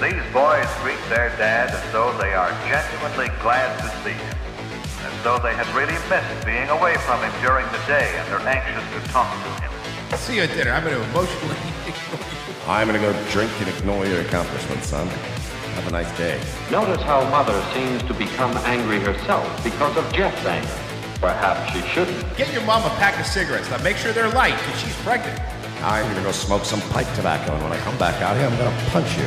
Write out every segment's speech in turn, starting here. These boys greet their dad as though they are genuinely glad to see him, as though they had really missed being away from him during the day and are anxious to talk to him. See you at dinner. I'm going to emotionally. I'm gonna go drink and ignore your accomplishments, son. Have a nice day. Notice how Mother seems to become angry herself because of Jeff's anger. Perhaps she shouldn't. Get your mom a pack of cigarettes. Now make sure they're light because she's pregnant. I'm gonna go smoke some pipe tobacco, and when I come back out here, I'm gonna punch you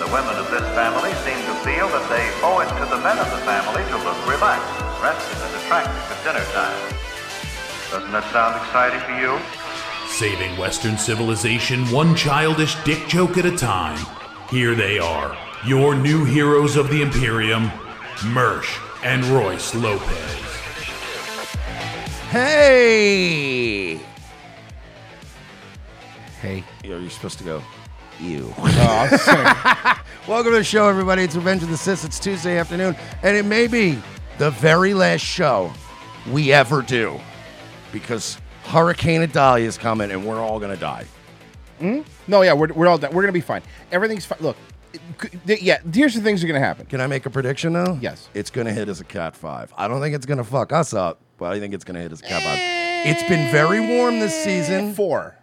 The women of this family seem to feel that they owe it to the men of the family to look relaxed, rested, and attractive at dinner time. Doesn't that sound exciting to you? Saving Western civilization one childish dick joke at a time. Here they are, your new heroes of the Imperium, Mersch and Royce Lopez. Hey! Hey. You're supposed to go, you. Oh, Welcome to the show, everybody. It's Revenge of the Sith. It's Tuesday afternoon, and it may be the very last show we ever do because Hurricane Adalia is coming, and we're all going to die. Hmm? No, yeah, we're, we're all done. We're gonna be fine. Everything's fine. Look, it could- th- yeah, here's the things that are gonna happen. Can I make a prediction now? Yes. It's going to hit as a Cat 5. I don't think it's going to fuck us up, but I think it's going to hit as a Cat Eh, 5. It's been very warm this season. Four.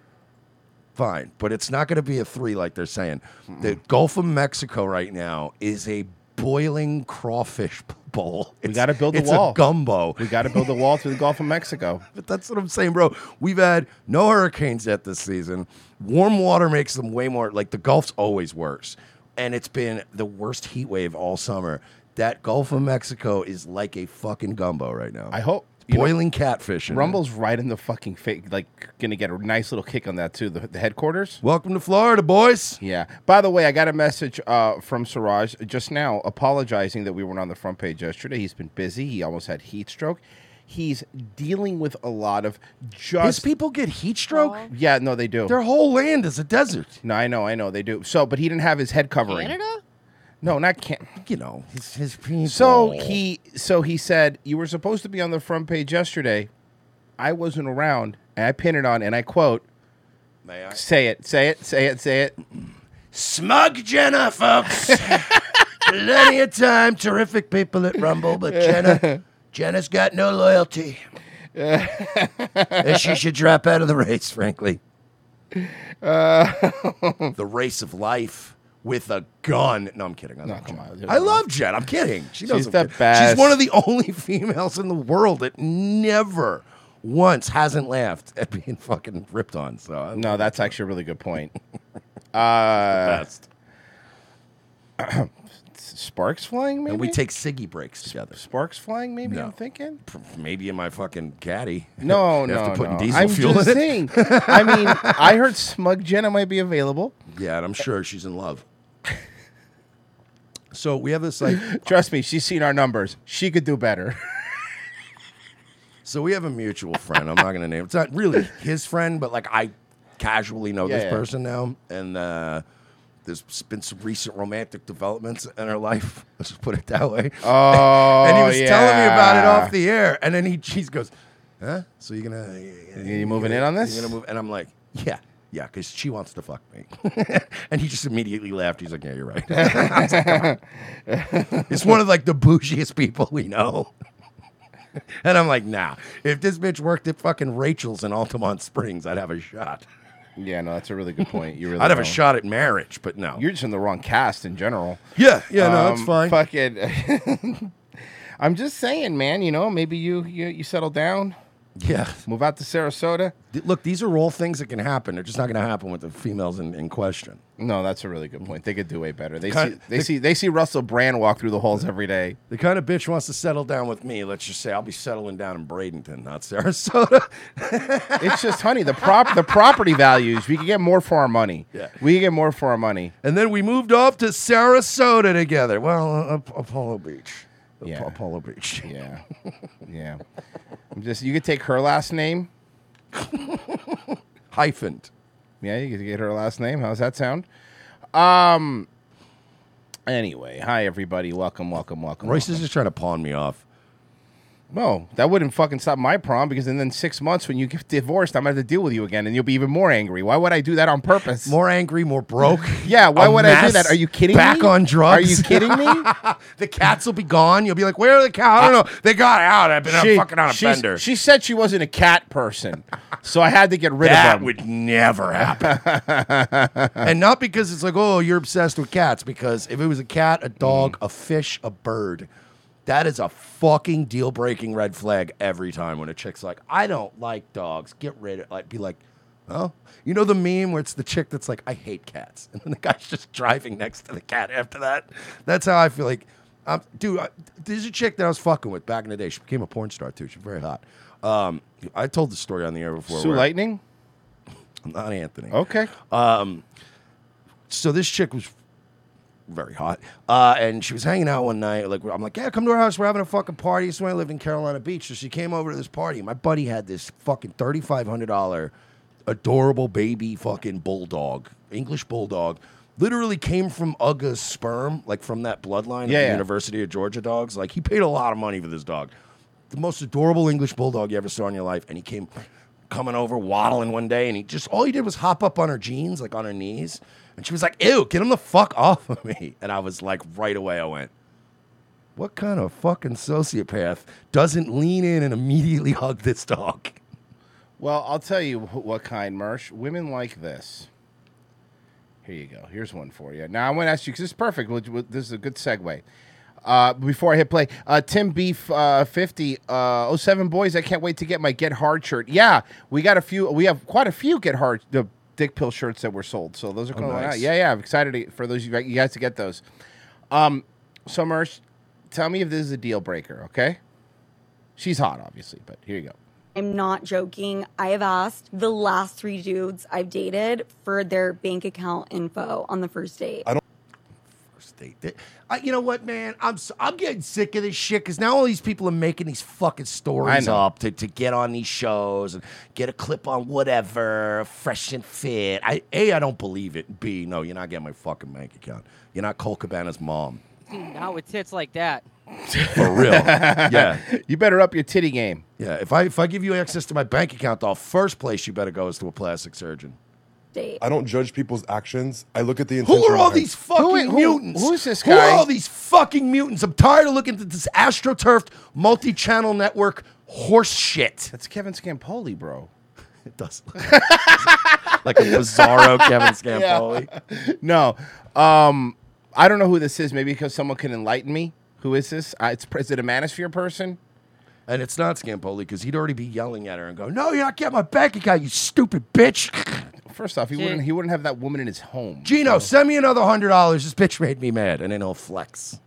fine, but it's not going to be a three like they're saying. The Gulf of Mexico right now is a boiling crawfish bowl. It's, gotta build a it's wall. gumbo. We got to build a wall through the Gulf of Mexico. But that's what I'm saying, bro. We've had no hurricanes yet this season. Warm water makes them way more like the Gulf's always worse. And it's been the worst heat wave all summer. That Gulf of Mexico is like a fucking gumbo right now. I hope you know, boiling catfish. in it. Rumble's right in the fucking face. Like, gonna get a nice little kick on that too. The, the headquarters. Welcome to Florida, boys. Yeah. By the way, I got a message uh, from Siraj just now apologizing that we weren't on the front page yesterday. He's been busy. He almost had heat stroke. He's dealing with a lot of These just. people get heat stroke. yeah, no, they do. Their whole land is a desert. No, I know, I know, they do. So, but he didn't have his head covering. Canada? No, not can. you know, his, his people. So he so he said you were supposed to be on the front page yesterday. I wasn't around, and I pin it on, and I quote, May I? "Say it, say it, say it, say it." Smug Jenna, folks. Plenty of time. Terrific people at Rumble, but Jenna, Jenna's got no loyalty. and she should drop out of the race, frankly. Uh, the race of life with a gun. No, I'm kidding. I love, come Jen. on. I love Jen. I'm kidding. She knows She's I'm the kidding. She's best. one of the only females in the world that never once hasn't laughed at being fucking ripped on. So I No, that's actually a really good point. Uh, best. Sparks flying, maybe. And we take Siggy breaks together. sparks flying. Maybe No. I'm thinking. Maybe in my fucking caddy. No, no, After putting no. diesel I'm fuel just in it. saying. I mean, I heard Smug Jenna might be available. Yeah, and I'm sure she's in love. so we have this like, Trust me, she's seen our numbers. She could do better. so we have a mutual friend. I'm not gonna name. It's not really his friend, but like I casually know Yeah, this yeah. person now, and uh, there's been some recent romantic developments in her life. Let's just put it that way. Oh, and he was telling me about it yeah. off the air, and then he she goes, "Huh? So you're gonna you moving gonna- in on this? You're gonna move?" And I'm like, "Yeah, yeah," because she wants to fuck me. and he just immediately laughed. He's like, "Yeah, you're right." I was like, "Come on." it's one of like the bougiest people we know. and I'm like, "Nah, if this bitch worked at fucking Rachel's in Altamont Springs, I'd have a shot. yeah, no, that's a really good point. You really. I'd have a don't. shot at marriage, but no." You're just in the wrong cast in general. yeah, yeah, no, that's Um, fine. Fucking. I'm just saying, man. You know, maybe you you, you settle down, Yeah. move out to Sarasota. Th- Look, these are all things that can happen. They're just not going to happen with the females in, in question. No, that's a really good point. They could do way better. They Kind- see they see they see Russell Brand walk through the halls every day. The kind of bitch wants to settle down with me. Let's just say I'll be settling down in Bradenton, not Sarasota. It's just, honey, the prop the property values. We could get more for our money. Yeah. we could get more for our money. and then we moved off to Sarasota together. Well, uh, Apollo Beach. Yeah. Apollo Beach. Yeah. Yeah. I'm just you could take her last name. Hyphened. Yeah, you could get her last name. How's that sound? Um anyway, hi everybody. Welcome, welcome, welcome. Royce is just trying to pawn me off. No, that wouldn't fucking stop my prom because then in six months when you get divorced, I'm gonna have to deal with you again and you'll be even more angry. Why would I do that on purpose? More angry, more broke. yeah, why a would I do mess, that? Are you kidding back me? on drugs. Are you kidding me? the cats will be gone. You'll be like, where are the cats? I Uh, don't know. They got out. I've been She- fucking on a she's- bender. She said she wasn't a cat person, so I had to get rid of that them. would never happen. and not because it's like, oh, you're obsessed with cats, because if it was a cat, a dog, Mm. a fish, a bird, that is a fucking deal breaking red flag every time when a chick's like, I don't like dogs. Get rid of like be like, oh. You know the meme where it's the chick that's like, I hate cats. And then the guy's just driving next to the cat after that. That's how I feel like um, dude, I, there's a chick that I was fucking with back in the day. She became a porn star too. She's very hot. Um, I told the story on the air before. Sue where- Lightning. not Anthony. Um, Okay. So this chick was very hot, uh, and she was hanging out one night. Like I'm like, yeah, come to our house. We're having a fucking party. This is when I lived in Carolina Beach. So she came over to this party. My buddy had this fucking thirty five hundred dollar adorable baby fucking bulldog, English bulldog. Literally came from Ugga's sperm, like from that bloodline Yeah, of the yeah. University of Georgia dogs. Like he paid a lot of money for this dog. The most adorable English bulldog you ever saw in your life. And he came coming over, waddling one day, and he just all he did was hop up on her jeans, like on her knees. And she was like, Ew, get him the fuck off of me. And I was like, right away, I went, What kind of fucking sociopath doesn't lean in and immediately hug this dog? well, I'll tell you wh- what kind, Mersh. Women like this. Here you go. Here's one for you. Now I want to ask you because this is perfect. Which, which- this is a good segue. Uh, before I hit play, uh, Tim Beef uh, 50 uh, 07 boys. I can't wait to get my Get Hard shirt. Yeah, we got a few. We have quite a few Get Hard the Dick Pill shirts that were sold. So those are going nice. out. Yeah, yeah. I'm excited to, for those of you you guys to get those. Um, so Mersh, tell me if this is a deal breaker. Okay, she's hot, obviously, but here you go. I'm not joking. I have asked the last three dudes I've dated for their bank account info on the first date. First date. Th- I, you know what, man? I'm s I'm getting sick of this shit because now all these people are making these fucking stories know. up to, to get on these shows and get a clip on whatever, fresh and fit. I a I don't believe it. B no, you're not getting my fucking bank account. You're not Cole Cabana's mom Not with tits like that. for real. yeah, You better up your titty game. yeah. If I if I give you access to my bank account, the first place you better go is to a plastic surgeon. date. I don't judge people's actions. I look at the Who intention. are all behind- these fucking Who- who- mutants? who is this Who guy? are all these fucking mutants? I'm tired of looking at this astroturfed multi-channel network horse shit. That's Kevin Scampoli, bro. It does look like a bizarro Kevin Scampoli. No, um, I don't know who this is. Maybe because someone can enlighten me. Who is this? Uh, it's is it a manosphere person? And it's not Scampoli because he'd already be yelling at her and go, "No, you're not getting my bank account, you stupid bitch." First off, he wouldn't he wouldn't have that woman in his home. Gino, send me another hundred dollars. This bitch made me mad, and then he'll flex.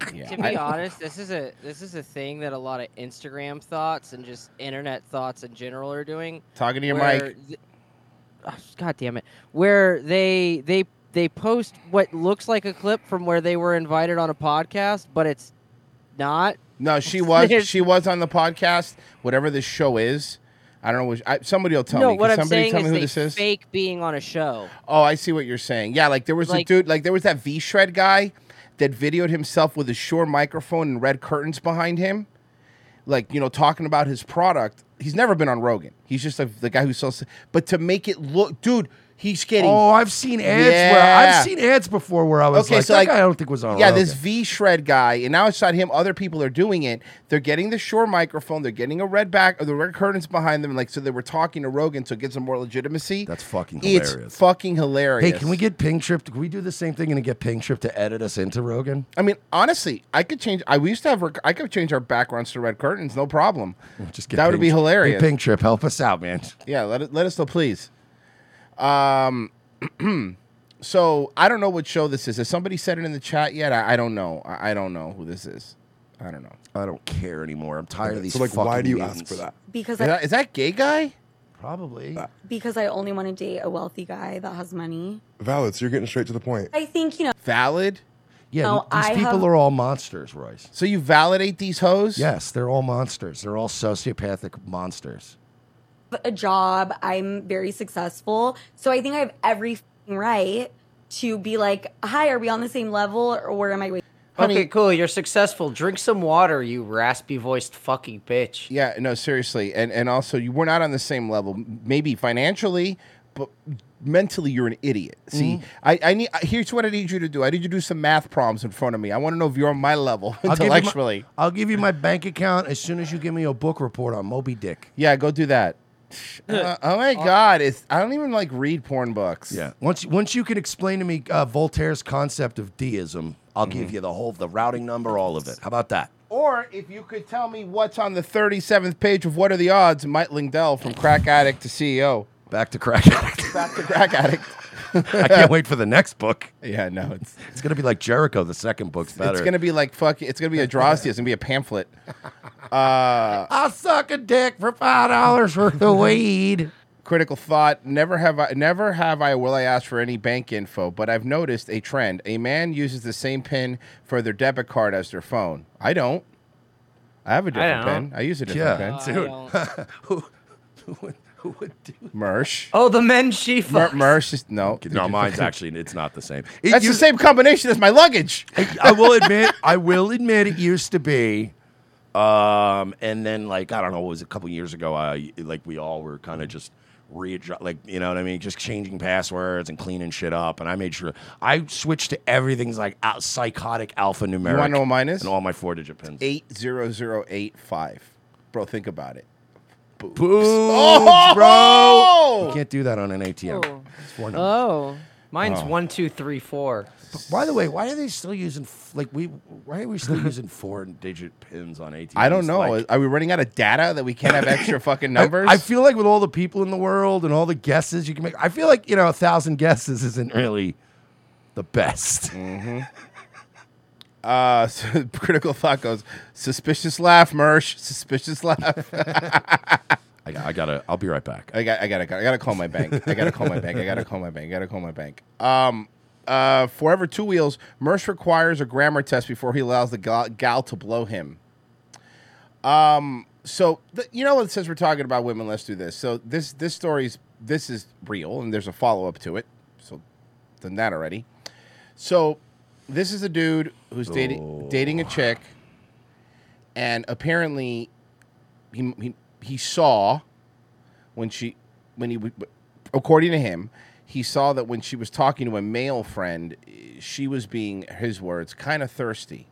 To be honest, this is a this is a thing that a lot of Instagram thoughts and just internet thoughts in general are doing. Talking to your where mic. th- Ah, God damn it! Where they they they post what looks like a clip from where they were invited on a podcast, but it's not. No, she was There's- she was on the podcast. Whatever this show is, I don't know. Which, I, somebody will tell no, me. Can what I'm somebody saying tell is me who they this is? fake being on a show. Oh, I see what you're saying. Yeah, like there was Like- a dude, like there was that V Shred guy that videoed himself with a Shure microphone and red curtains behind him, like you know, talking about his product. He's never been on Rogan. He's just a, the guy who sells. But to make it look, dude, he's getting. Oh, I've seen ads where I've Yeah. seen ads before where I was like, that guy I don't think was on. Yeah, Rogan." this V shred guy, and now it's not him. Other people are doing it. They're getting the Shure microphone. They're getting a red back or the red curtains behind them. Like so, they were talking to Rogan, so it gives them more legitimacy. That's fucking hilarious. It's fucking hilarious. Hey, can we get Ping Trip? Can we do the same thing and get Ping Trip to edit us into Rogan? I mean, honestly, I could change. I we used to have. rec- I could change our backgrounds to red curtains, no problem. Just get that would Ping be Trip- hilarious. Hey, Ping Trip, help us out, man. Yeah, let it, let us know, please. Um, so I don't know what show this is. Has somebody said it in the chat yet? I, I don't know. I, I don't know who this is. I don't know. I don't care anymore. I'm tired of these. So like, fucking why do you ask mutants. for that? Uh, Because Is I, that, is that gay guy? Probably. because I only want to date a wealthy guy that has money. Valid. So you're getting straight to the point. I think, you know, Valid. Yeah, No, th- these I people have- are all monsters, Royce. So you validate these hoes? Yes, they're all monsters. They're all sociopathic monsters. a job. I'm very successful. So I think I have every f***ing right to be like, hi, are we on the same level or where am I? wa- okay, cool. You're successful. Drink some water, you raspy voiced fucking bitch. Yeah, no, seriously, and and also you were not on the same level, m- maybe financially, but mentally you're an idiot. See, Mhm. I, I need I- here's what I need you to do. I need you to do some math problems in front of me. I want to know if you're on my level I'll give you my- intellectually. I'll give you my bank account as soon as you give me a book report on Moby Dick. Yeah, go do that. Uh, oh my god, it's I don't even like read porn books. Yeah. Once once you can explain to me uh, Voltaire's concept of deism, I'll Mm-hmm. give you the whole the routing number, all of it. How about that? Or if you could tell me what's on the 37th page of What Are the Odds? Mike Lindell from Crack Addict to CEO. Back to Crack Addict. E Back to Crack Addict. I can't wait for the next book. Yeah, no, it's it's gonna be like Jericho. The second book's better. It's gonna be like fuck. It's gonna be a Drosty. It's gonna be a pamphlet. Uh, I'll suck a dick for five dollars worth of weed. Critical thought. Never have I. Never have I. Will I ask for any bank info? But I've noticed a trend. A man uses the same pin for their debit card as their phone. I don't. I Oh, have a different pin. I use a different yeah, pen. dude. who, who, would, who would do? Mersh. Oh, the men she fucks. Mersh is no. No, mine's actually it's not the same. It That's the used- same combination as my luggage. I will admit, I will admit, it used to be. Um, and then like I don't know, it was a couple years ago. I like we all were kind of just readjust, like you know what I mean, just changing passwords and cleaning shit up. And I made sure I switched to everything's like out, psychotic alphanumeric. You wanna know what mine is? And all my four digit pins. Eight zero zero eight five. Bro, think about it. Boobs, Oh! Boobs, bro. You can't do that on an ATM. It's four numbers. Oh. Mine's Oh. one, two, three, four. By the way, why are they still using f- like we? Why are we still using four digit pins on ATMs? I don't know. Like, Are we running out of data that we can't have extra fucking I- numbers? I, feel like with all the people in the world and all the guesses you can make, I feel like you know a thousand guesses isn't really the best. Uh, so critical thought goes suspicious laugh, Mersh. Suspicious laugh. I, got- I gotta. I'll be right back. I got. I gotta. I gotta call my bank. I gotta call my bank. I gotta call my bank. I gotta call my bank. Um, uh, forever two wheels. Mersh requires a grammar test before he allows the gal, gal to blow him. Um, so th- you know what? Since we're talking about women, let's do this. So this this story's this is real, and there's a follow up to it. So done that already. So this is a dude who's dating dating a chick, and apparently he he, he saw when she when he w- according to him he saw that when she was talking to a male friend eh, she was being his words kind of thirsty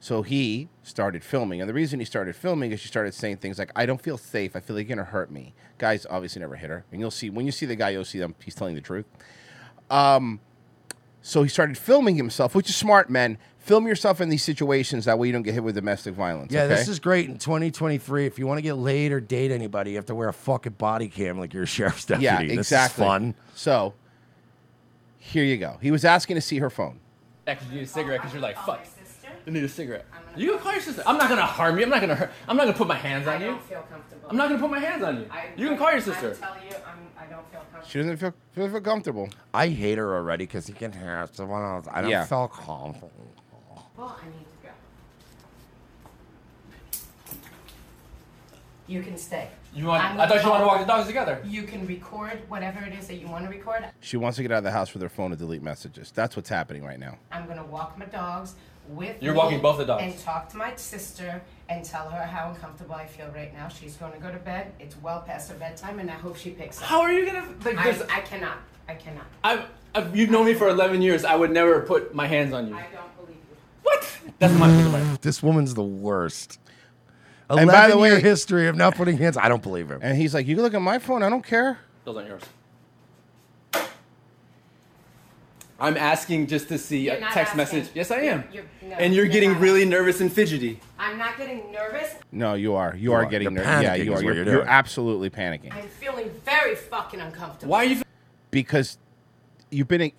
so he started filming and the reason he started filming is she started saying things like i don't feel safe i feel like you're gonna hurt me guys obviously never hit her and you'll see when you see the guy you'll see them he's telling the truth um, so he started filming himself which is smart men film yourself in these situations that way you don't get hit with domestic violence Yeah, this okay? is great in 2023. If you want to get laid or date anybody, you have to wear a fucking body cam like you're a sheriff's deputy. Yeah, This is exactly. fun. So here you go. He was asking to see her phone. Actually, you need a cigarette because you're like, Oh, fuck. I need a cigarette. You gonna call your sister? I'm not gonna harm you. I'm not gonna hurt. I'm not gonna put my hands on you. I'm not gonna put my hands on you. You can call your sister. She doesn't feel, feel, feel comfortable. I hate her already because you can hear it's the one else. I don't Yeah. feel confident. Well, I need to go. You can stay. You want? I'm I thought you gonna wanted to walk call- the dogs together. You can record whatever it is that you want to record. She wants to get out of the house with her phone to delete messages. That's what's happening right now. I'm gonna walk my dogs with. You're me walking both the dogs. And talk to my sister and tell her how uncomfortable I feel right now. She's gonna go to bed. It's well past her bedtime, and I hope she picks up. How are you gonna? like, I, there's- I cannot. I cannot. I've, I've you've known me for 11 years. I would never put my hands on you. I don't believe you. That's my. This woman's the worst. And by the Eleven-year way- history of not putting hands. I don't believe her. And he's like, "You can look at my phone. I don't care." Those aren't yours. I'm asking just to see a You're not uh, text asking. message. Yes, I am. You're- no, and you're you're getting not. really nervous and fidgety. I'm not getting nervous. No, you are. You, You are, are. getting You're nervous. Yeah, panicking you is are. what You're, you're you're, doing. absolutely panicking I'm feeling very fucking uncomfortable. Why are you because you've been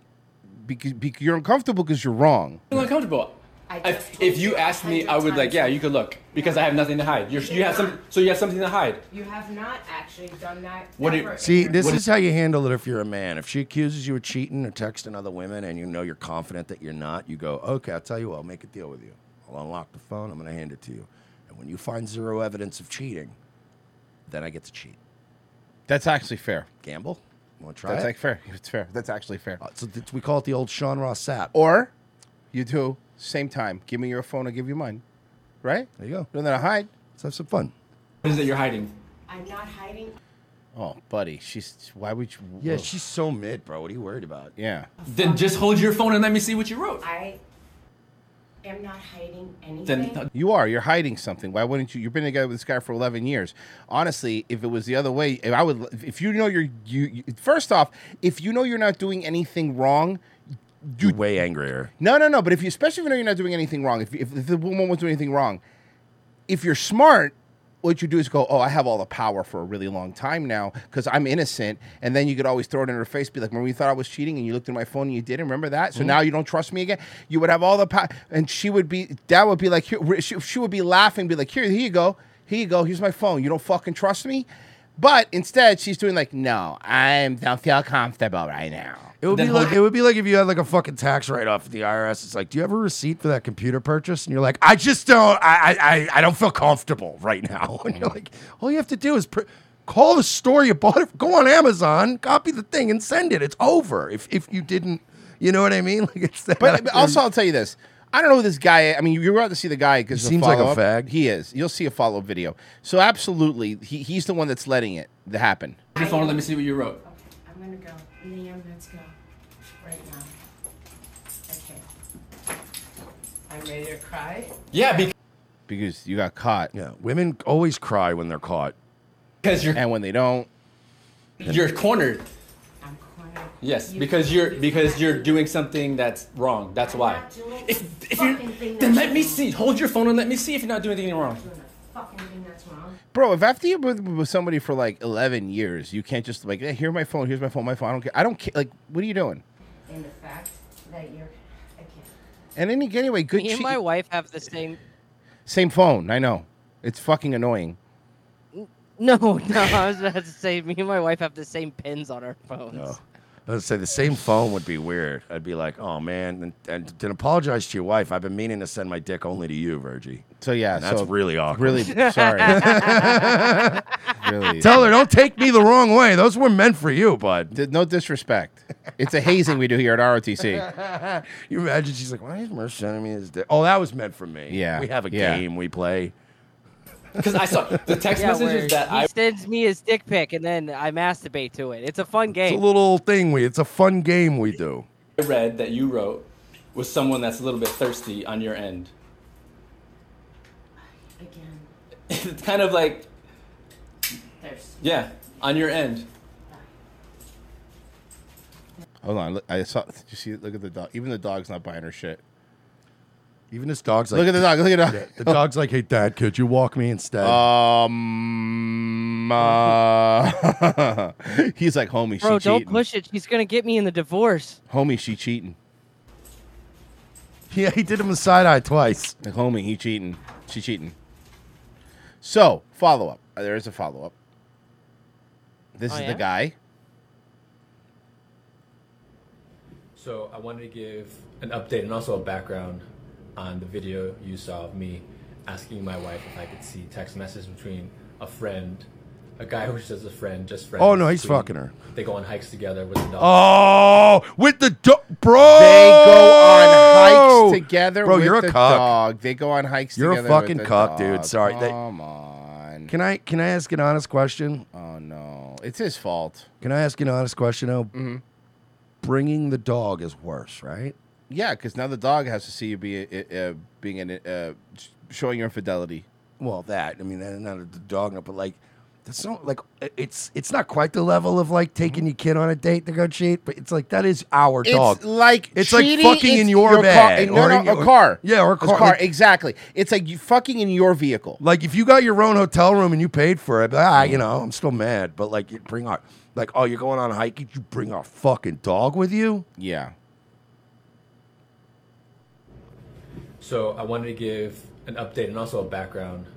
because, because you're uncomfortable because you're wrong. feel uncomfortable? I If, just told if you asked me, I would like, yeah, you could look because I have nothing to hide. You're, you have some, so you have something to hide. You have not actually done that. What do you- ever. See, this What is is- how you handle it if you're a man. If she accuses you of cheating or texting other women and you know you're confident that you're not, you go, okay, I'll tell you what, I'll make a deal with you. I'll unlock the phone, I'm going to hand it to you. And when you find zero evidence of cheating, then I get to cheat. That's actually fair. Gamble? You want to try That's it? Uh, like fair. It's fair. That's actually fair. so th- we call it the old Sean Ross sap. Or you do same time. Give me your phone. I'll give you mine. Right? There you go. Then I hide. Let's have some fun. What is it you're hiding? I'm not hiding. Oh, buddy, she's why would you? Yeah, she's so mid, bro. What are you worried about? Yeah. Then just hold your phone and let me see what you wrote. I am not hiding anything. you are. You're hiding something. Why wouldn't you? You've been together with this guy for 11 years. Honestly, if it was the other way, if I would. If you know you're you, you first off, if you know you're not doing anything wrong, You're way angrier. no, no, no. But if you, especially if you know you're not doing anything wrong, if if, if the woman was doing anything wrong, if you're smart. What you do is go, oh, I have all the power for a really long time now because I'm innocent. And then you could always throw it in her face, be like, remember you thought I was cheating and you looked at my phone and you didn't remember that? So Mm-hmm. Mhm. now you don't trust me again? You would have all the power. And she would be, that would be like, here, she, she would be laughing, be like, here, here you go. Here you go. Here's my phone. You don't fucking trust me? But instead, she's doing like, no, I am don't feel comfortable right now. It would be like it would be like if you had like a fucking tax write off at the IRS. It's like, do you have a receipt for that computer purchase? And you're like, I just don't. I I I- I don't feel comfortable right now. And you're like, all you have to do is pr- call the store you bought it. Go on Amazon, copy the thing, and send it. It's over. If if you didn't, you know what I mean? Like it's that. But but also, I'll tell you this. I don't know who this guy. I mean, you- you're about to see the guy because He seems like a fag. He is. You'll see a follow up video. So absolutely, he, he's the one that's letting it happen. Hold your phone and let me see what you wrote. I'm gonna go. Liam, let's go. Right now. Okay. I'm ready to cry. Yeah, because, because you got caught. Yeah, women always cry when they're caught. Because you're and when they don't, You're cornered. Yes, because you're because you're doing something that's wrong. That's why. If, if you then let me see. Hold your phone and let me see if you're not doing anything wrong. Fucking thing that's wrong. bro. If after you've been with somebody for like 11 years, you can't just like, hey, here's my phone. Here's my phone. My phone. I don't care. I don't care. Like, what are you doing? In the fact that you're. I can't. And then you get anyway. Good. Me and cheat- my wife have the same. Same phone. I know. It's fucking annoying. No, no, I was about to say me and my wife have the same pins on our phones. No. Oh. I would say the same phone would be weird. I'd be like, oh man, and, and then apologize to your wife. I've been meaning to send my dick only to you, Virgie. So yeah, And that's so really awkward. really- sorry. Really. Tell her don't take me the wrong way. Those were meant for you, bud. no disrespect. It's a hazing we do here at ROTC. you imagine she's like, why is Merce sending me this dick? Oh, that was meant for me. Yeah, we have a yeah. game we play. Because I saw the text Yeah, where messages that he I sends me his dick pic and then I masturbate to it. It's a fun It's game. a little thing we. It's a fun game we do. read that you wrote was someone that's a little bit thirsty on your end. Again. It's kind of like There's. yeah, on your end. Hold on. Look, I saw. Did you see? Look at the dog. Even the dog's not buying her shit. Even this dog's like, Look at the dog. Look at the dog. The Uh, dog's like, hey, dad, could you walk me instead? Um, uh, he's like, homie, Bro, she don't cheating. push it. She's gonna get me in the divorce. Homie, she cheating. Yeah, he did him a side eye twice. Like, homie, he cheating. She cheating. So, follow up. Uh, There is a follow up. This Oh, is yeah? the guy. So I wanted to give an update and also a background on the video you saw of me asking my wife if I could see text messages between a friend, a guy who's just a friend, just friends. Oh, no, he's fucking her. They go on hikes together with the Oh, with the do- bro. They go on hikes together. Bro, with you're a the cuck. dog. They go on hikes. You're a together with fucking the cuck, dog. dude. Sorry. They- Come on. Can I can I ask an honest question? Oh no, it's his fault. Can I ask you an honest question? though? Mm-hmm. bringing the dog is worse, right? Yeah, because now the dog has to see you be uh, uh, being an, uh, sh- showing your infidelity. Well, that I mean, that- not the dog, no, but like that's not like it- it's it's not quite the level of like taking your kid on a date to go cheat, but it's like that is our Mm-hmm. It's dog. like it's cheating, like fucking it's in your, your car- bed no, no, in a car. Yeah, or a It's car. car, Like- exactly. It's like you fucking in your vehicle. Like if you got your own hotel room and you paid for it, ah, you know, I'm still mad. But like, you bring our like, oh, you're going on a hike. You bring our fucking dog with you. Oh. Yeah. So I wanted to give an update and also a background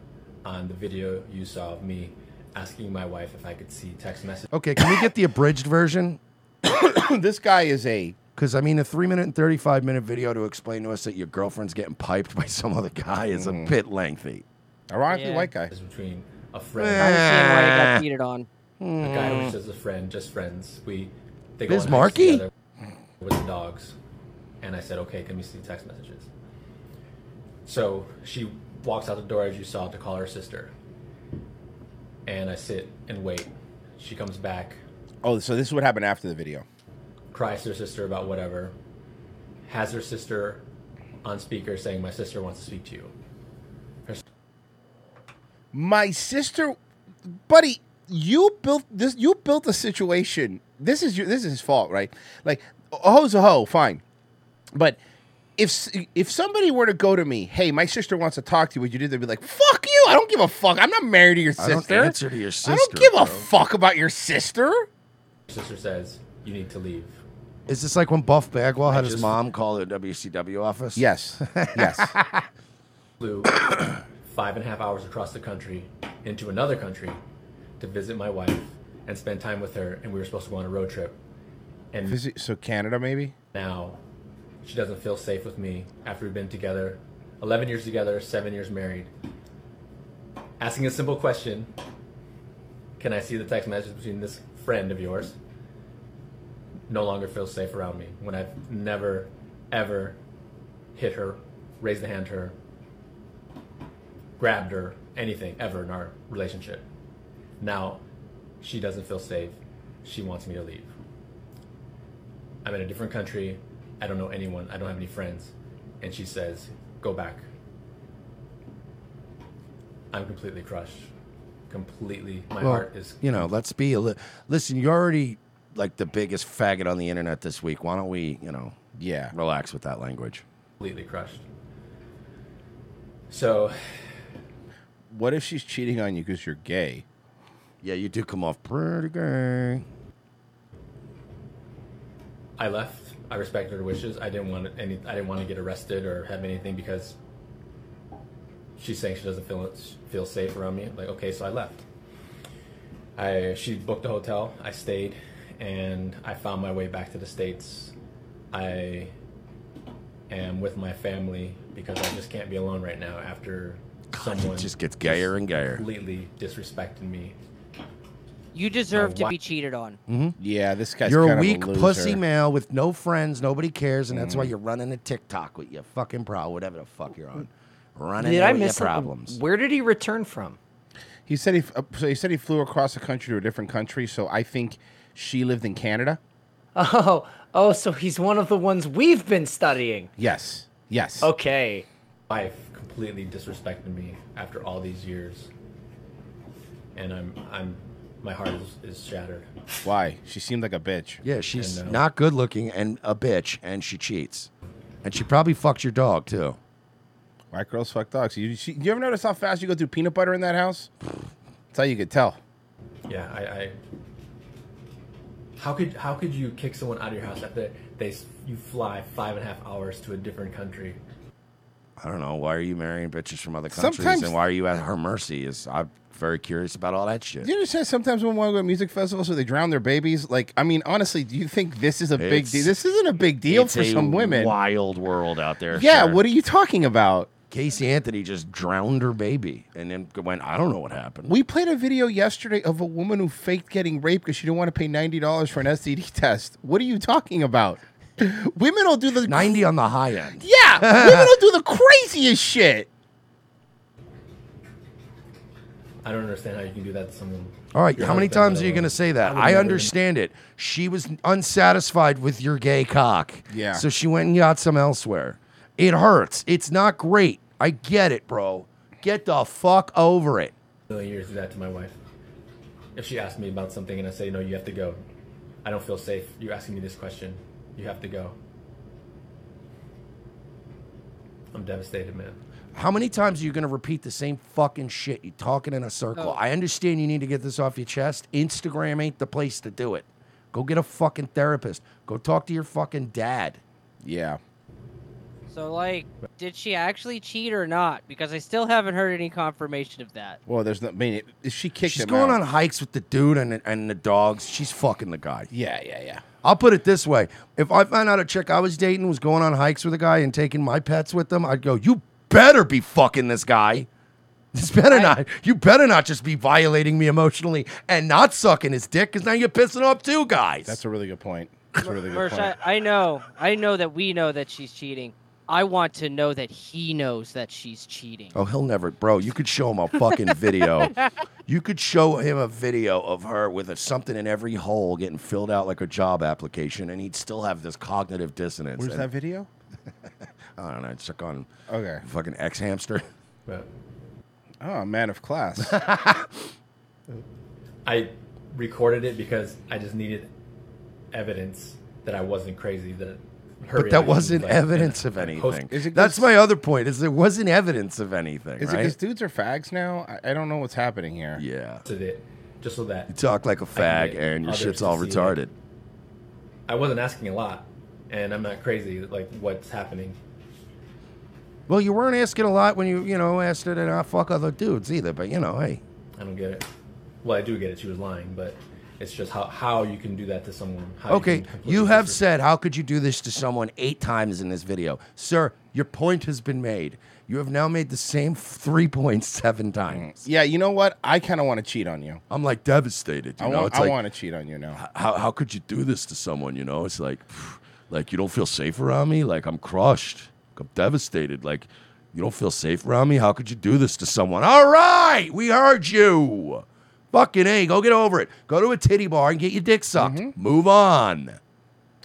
on the video you saw of me asking my wife if I could see text messages. Okay, can we get the abridged version? this guy is a. Because I mean, a three minute and thirty five minute video to explain to us that your girlfriend's getting piped by some other guy is a bit lengthy. Ironically, Yeah. white guy. Between a friend. on. A guy who was just a friend, just friends. We they go Biz on hikes Markie? together with the dogs, and I said, "Okay, can we see text messages?" So she walks out the door as you saw to call her sister, and I sit and wait. She comes back, Oh, so this is what happened after the video. cries to her sister about whatever, has her sister on speaker saying, "My sister wants to speak to you." Her s- My sister, buddy, you built this. You built a situation. This is your, this is his fault, right? Like a ho's a hoe, fine. But if s- if somebody were to go to me, hey, my sister wants to talk to you, would you do? They'd be like, fuck you. I don't give a fuck. I'm not married to your I sister. don't answer to your I sister, don't give bro. a fuck about your sister. sister says, "You need to leave." Is this like when Buff Bagwell had his mom call the WCW office? Yes. Yes. flew five and a half hours across the country into another country to visit my wife and spend time with her. And we were supposed to go on a road trip. And Visit- so Canada, maybe. now she doesn't feel safe with me after we've been together 11 years together, seven years married. Asking a simple question Can I see the text message between this friend of yours? No longer feels safe around me when I've never, ever hit her, raised the hand to her, grabbed her, anything ever in our relationship. Now she doesn't feel safe. She wants me to leave. I'm in a different country. I don't know anyone. I don't have any friends. And she says, Go back. I'm completely crushed. Completely. My well, heart is. You know, let's be a li- listen. You're already like the biggest faggot on the internet this week. Why don't we, you know, yeah, relax with that language? completely crushed. So, What if she's cheating on you because you're gay? Yeah, you do come off pretty gay. I left. I respected her wishes. I didn't want any. I didn't want to get arrested or have anything because she's saying she doesn't feel feel safe around me. Like okay, so I left. I she booked a hotel. I stayed, and I found my way back to the states. I am with my family because I just can't be alone right now after someone It just gets gayer and gayer. completely disrespected me. You deserve to why- be cheated on. Mm-hmm. Yeah, this guy's You're kind a of a weak loser. Mm. pussy male with no friends. Nobody cares, and that's why Mhm. you're running a TikTok with your fucking pro, whatever the fuck you're on. Running Did it I with miss your something? problems. Where did he return from? He said he f- uh, so he said he flew across the country to a different country. So I think she lived in Canada. Oh, oh, so he's one of the ones we've been studying. Yes. Yes. Okay. wife completely disrespected me after all these years, and I'm I'm my heart is, is shattered. Why? She seemed like a bitch. Yeah, she's I know. not good looking and a bitch, and she cheats, and she probably fucked your dog too. White girls fuck dogs. You, she, you ever notice how fast you go through peanut butter in that house? That's how you could tell. Yeah, I, I how could how could you kick someone out of your house after they s- you fly five and a half hours to a different country? I don't know. Why are you marrying bitches from other countries, Sometimes- and why are you at her mercy? Is I'm very curious about all that shit. Do you understand? Sometimes when women go to music festivals, so they drown their babies. Like, I mean, honestly, do you think this is a big It's- deal? This isn't a big deal It's for a some women. Wild world out there. yeah. sure. What are you talking about? Casey Anthony just drowned her baby, and then went. I don't know what happened. We played a video yesterday of a woman who faked getting raped because she didn't want to pay ninety dollars for an STD test. What are you talking about? Women will do the ninety on the high end. Yeah, women will do the craziest shit. I don't understand how you can do that to someone. All right, Your how many husband times are or- you going to say that? would I never- understand it. She was unsatisfied with your gay cock. Yeah. So she went and got some elsewhere. It hurts. It's not great. I get it, bro. Get the fuck over it. million years do that to my wife. If she asks me about something and I say, no, you have to go, I don't feel safe. You're asking me this question. You have to go. I'm devastated, man. How many times are you going to repeat the same fucking shit? You talking in a circle. I understand you need to get this off your chest. Instagram ain't the place to do it. Go get a fucking therapist. Go talk to your fucking dad. Yeah. So, like, did she actually cheat or not? Because I still haven't heard any confirmation of that. Well, there's no. I mean, if she kicked She's him going out- on hikes with the dude and the, and the dogs. She's fucking the guy. Yeah, yeah, yeah. I'll put it this way: if I found out a chick I was dating was going on hikes with a guy and taking my pets with them, I'd go, "You better be fucking this guy. This better not. You better not just be violating me emotionally and not sucking his dick, because now you're pissing off two guys." That's a really good point. That's a really good Mersh, point. I, I know. I know that we know that she's cheating. I want to know that he knows that she's cheating. Oh, he'll never, bro. You could show him a fucking video. you could show him a video of her with a, something in every hole getting filled out like a job application, and he'd still have this cognitive dissonance. Where's And- that video? I don't know. Check on Okay. fucking ex hamster. Oh, a man of class. I recorded it because I just needed evidence that I wasn't crazy. That her But that reaction was wasn't like- evidence of anything. That's my other point. Is there wasn't evidence of anything, Is it right? because dudes are fags now? I, I don't know what's happening here. Yeah. Did it just so that You talk like a fag, get and your others shit's to all see it. retarded. I wasn't asking a lot, and I'm not crazy. Like what's happening? Well, you weren't asking a lot when you you know asked her to not fuck other dudes either. But you know, hey, I don't get it. Well, I do get it. She was lying, but it's just how how you can do that to someone. How okay, can completely you have disregard- said, how could you do this to someone eight times in this video? Sir, your point has been made. You have now made the same 3.7 times. Mm. Yeah, you know what? I kind of want to cheat on you. I'm like devastated. You I know, want, it's I like, want to cheat on you now. how, how could you do this to someone? You know, it's like, pff, like you don't feel safe around me. Like I'm crushed. I'm devastated. Like you don't feel safe around me. How could you do this to someone? All right, we heard you. Fucking a, go get over it. Go to a titty bar and get your dick sucked. Move on. Mm-hmm.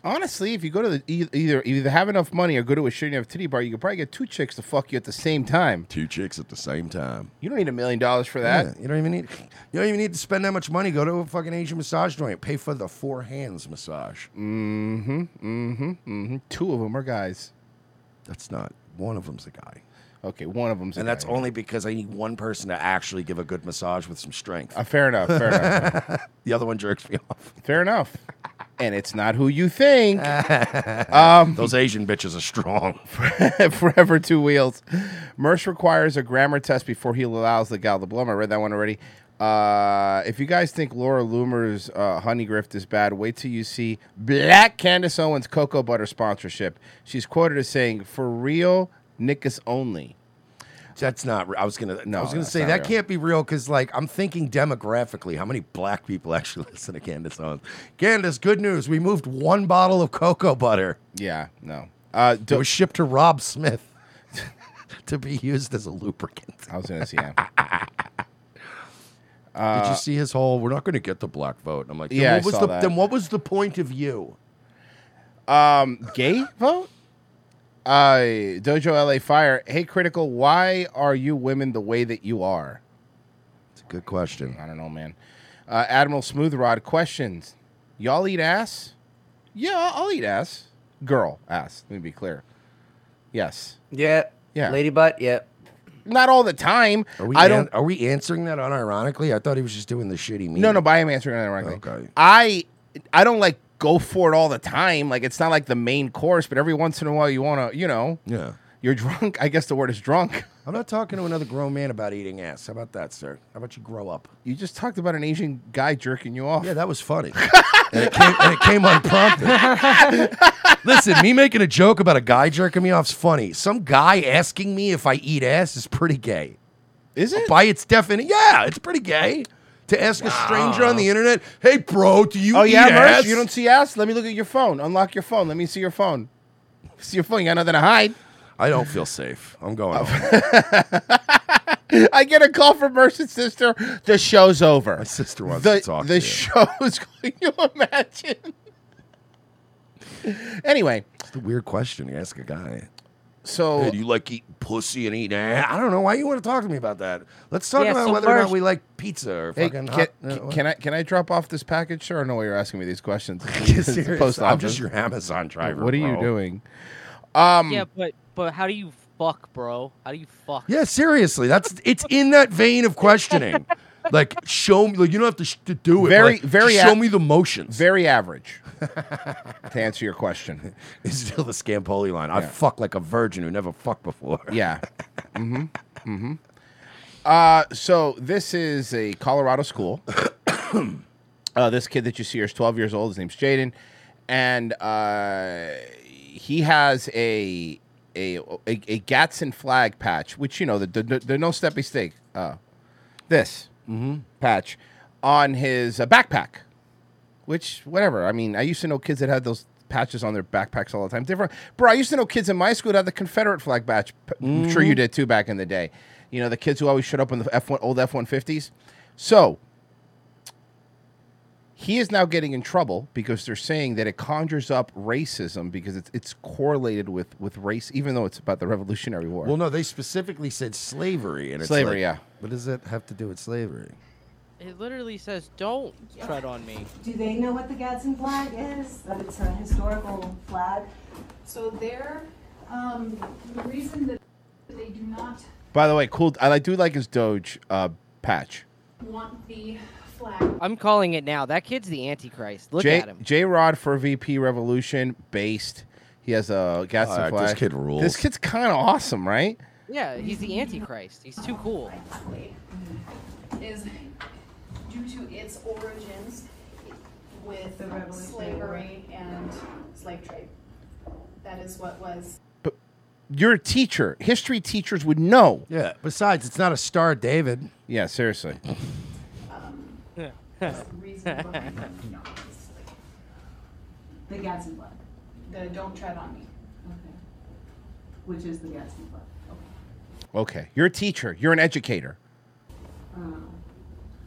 Honestly, if you go to the e- either either have enough money or go to a shitty enough titty bar, you could probably get two chicks to fuck you at the same time. Two chicks at the same time. You don't need a million dollars for that. Yeah, you don't even need. You don't even need to spend that much money. Go to a fucking Asian massage joint. Pay for the four hands massage. Mm-hmm. Mm-hmm. Mm-hmm. Two of them are guys. That's not. One of them's a guy. Okay, one of them's. And a that's guy. only because I need one person to actually give a good massage with some strength. Uh, fair enough. Fair enough. the other one jerks me off. Fair enough. And it's not who you think. Um, Those Asian bitches are strong. Forever two wheels. Mersh requires a grammar test before he allows the gal to blow him. I read that one already. Uh, if you guys think Laura Loomer's uh, Honey Grift is bad, wait till you see Black Candace Owens' Cocoa Butter sponsorship. She's quoted as saying, "For real, Nickus only." That's not. I was gonna. No, I was going to that's say not that real. can't be real because, like, I'm thinking demographically, how many black people actually listen to Candace Owens? Candace, good news. We moved one bottle of cocoa butter. Yeah, no. Uh, it was shipped to Rob Smith to be used as a lubricant. I was going to see him. Did Uh, you see his whole? We're not going to get the black vote. And I'm like, then Yeah, I What was saw the that. then? What was the point of you? Um, gay vote? Uh, Dojo LA Fire. Hey, Critical, why are you women the way that you are? It's a good question. I don't know, man. Uh, Admiral Smooth Rod questions. Y'all eat ass? Yeah, I'll eat ass. Girl ass. Let me be clear. Yes. Yeah. Yeah. Lady butt. Yeah. Not all the time. Are we? I I don't- Are we answering that unironically? I thought he was just doing the shitty. Meeting. No, no, but I am answering that ironically. Okay. I I don't like go for it all the time. Like it's not like the main course, but every once in a while you wanna, you know. Yeah. You're drunk. I guess the word is drunk. I'm not talking to another grown man about eating ass. How about that, sir? How about you grow up? You just talked about an Asian guy jerking you off. Yeah, that was funny. and, it came, and it came unprompted. Listen, me making a joke about a guy jerking me off is funny. Some guy asking me if I eat ass is pretty gay. Is it? By its definition, yeah, it's pretty gay. To ask a stranger on the internet, hey, bro, do you oh eat yeah, ass? Mersh, you don't see ass? Let me look at your phone. Unlock your phone. Let me see your phone. See your phone. You got nothing to hide. I don't feel safe. I'm Oh. going home. I get a call from Merch's sister. The show's over. My sister wants the, to talk The to you. show's. Can you imagine? anyway, It's a weird question to ask a guy. So, hey, do you like eating pussy and eating ass? I don't know why you want to talk to me about that. Let's talk Yeah, about so whether or not first- we like pizza or hey, fucking. can, hot- uh, can, what? can I can I drop off this package? Sure. I know why you're asking me these questions. It's the Serious? post I'm just office. your Amazon driver. What are you bro. doing? Um, yeah, but but how do you fuck, bro? How do you fuck? Yeah, seriously. That's it's in that vein of questioning. like show me. Like you don't have to, sh- to do it. Very, like, very. just Show me the motions. Very average. to answer your question, it's still the Scampoli line. I Yeah. fuck like a virgin who never fucked before. Yeah. Mm-hmm. Mm-hmm. Uh, so this is a Colorado school. uh, this kid that you see here is 12 years old. His name's Jaden, and uh, he has a a, a a Gatson flag patch, which you know the the, the no steppy stake. Uh, this patch on his uh, backpack, which whatever. I mean, I used to know kids that had those patches on their backpacks all the time. Different, bro. I used to know kids in my school that had the Confederate flag patch. P- I'm sure you Mhm. did too back in the day. You know the kids who always showed up in the F1 old F one fifties. So he is now getting in trouble because they're saying that it conjures up racism because it's it's correlated with with race, even though it's about the Revolutionary War. Well, no, they specifically said slavery, and it's Slavery, like, yeah. What does that have to do with slavery? It literally says, "Don't tread on me." Do they know what the Gadsden flag is? That it's a historical flag? So there, um, the reason that they do not By the way, cool. I like- do like his Doge uh, patch. want the flag. I'm calling it now. That kid's the Antichrist. Look J, at him. J Rod for VP Revolution based. He has a gas All right, this flag. kid rules. This kid's kind of awesome, right? Yeah, he's the Antichrist. He's too cool. is due to its origins with The Revolutionary slavery and slave trade. That is what was. You're a teacher. History teachers would know. Yeah. Besides, it's not a star, David. Yeah. Seriously. The Gadsden flag, The don't tread on me. which is the Gadsden flag. Okay. You're a teacher. You're an educator. Um,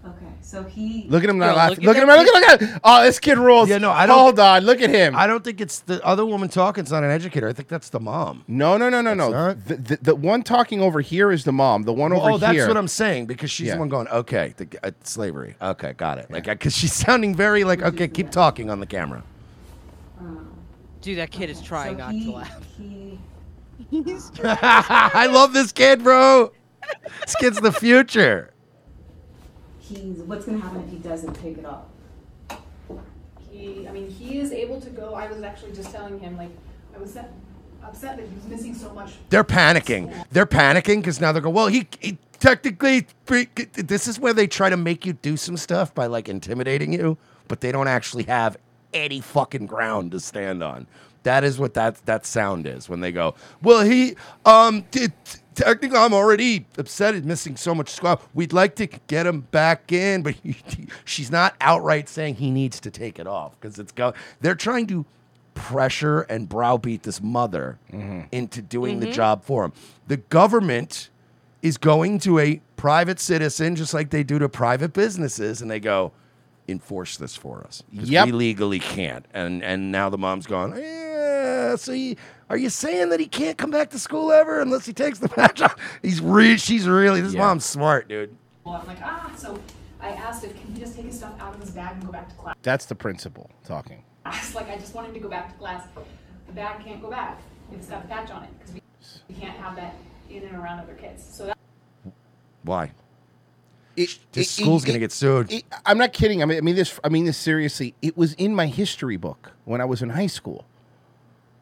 Okay, so he. Look at him not laughing. Look, at him. Look at, look at him. Oh, this kid rules. Yeah. No. I don't. Hold on. Look at him. I don't think it's the other woman talking. It's not an educator. I think that's the mom. No. No. No. No. No. The, the, the one talking over here is the mom. The one Well, over oh, here. that's what I'm saying because she's Yeah. the one going, okay, the, uh, slavery. Okay, got it. Like, because she's sounding very like, okay, keep talking on the camera. Dude, that kid is trying so not he- to laugh. He's I love this kid, bro. This kid's the future. He's, what's gonna happen if he doesn't take it off? He, I mean, he is able to go. I was actually just telling him, like, I was upset- upset that he was missing so much. They're panicking. They're panicking because now they're going, well, he, he technically, pre- this is where they try to make you do some stuff by like intimidating you, but they don't actually have any fucking ground to stand on. That is what that, that sound is when they go, well, he, um, t- t- technically, I'm already upset at missing so much squad. We'd like to get him back in, but he, she's not outright saying he needs to take it off because it's go. They're trying to pressure and browbeat this mother Mm-hmm. into doing the Mhm. job for him. The government is going to a private citizen just like they do to private businesses and they go enforce this for us 'Cause Yep. we legally can't and and now the mom's gone yeah so he, are you saying that he can't come back to school ever unless he takes the patch off he's re- she's really this mom's smart dude Well, I'm like, ah. So I asked if can he just take his stuff out of his bag and go back to class. That's the principal talking. class. Like I just wanted to go back to class. The bag can't go back if it's got the patch on it because we, we can't have that in and around other kids. So that, why It, This school's gonna get sued. it- I'm not kidding. I mean, I mean this. I mean this seriously. It was in my history book when I was in high school.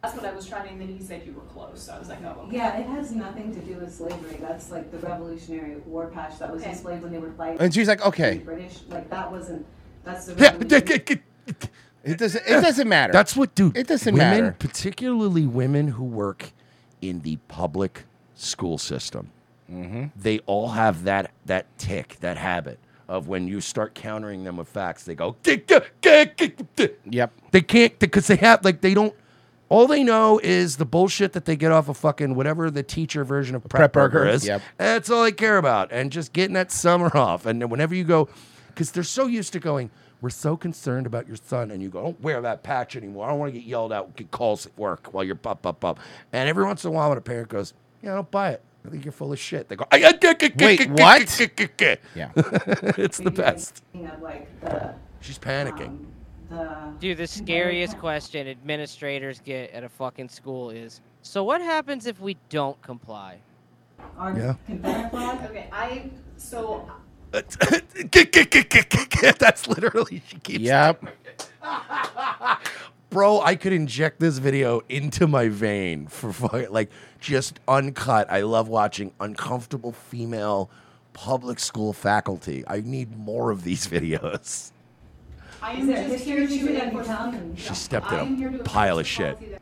that's what I was trying. And then he said you were close. So I was like, oh. okay. Yeah, it has nothing to do with slavery. That's like the Revolutionary War patch that was Okay. displayed when they were fighting. And she's like, okay. the British, like that wasn't, that's the. Yeah, Revolutionary- It doesn't. It doesn't matter. That's what, dude. It doesn't women, matter. particularly women who work in the public school system. Mm-hmm. They all have that that tick, that habit of when you start countering them with facts, they go. Yep. They can't because they have like they don't. All they know is the bullshit that they get off of fucking whatever the teacher version of prep, Prep burger, burger is. yep. That's all they care about, and just getting that summer off. And then whenever you go, because they're so used to going, we're so concerned about your son, and you go, "Oh, I don't wear that patch anymore. I don't want to get yelled at, get calls at work while you're up, up, up. And every once in a while, when a parent goes, Yeah, I don't buy it. I think you're full of shit. They go, Wait, what? Yeah, it's the best. You know, like the. She's panicking. Dude, the scariest question administrators get at a fucking school is, "So what happens if we don't comply?" Our Yeah. Confederate flag. Okay, I so That's literally she keeps. Yep. Bro, I could inject this video into my vein for fuck- like just uncut. I love watching uncomfortable female public school faculty. I need more of these videos. I Is am there just history here that you to can enforce. She stepped I am here in to a pile of shit.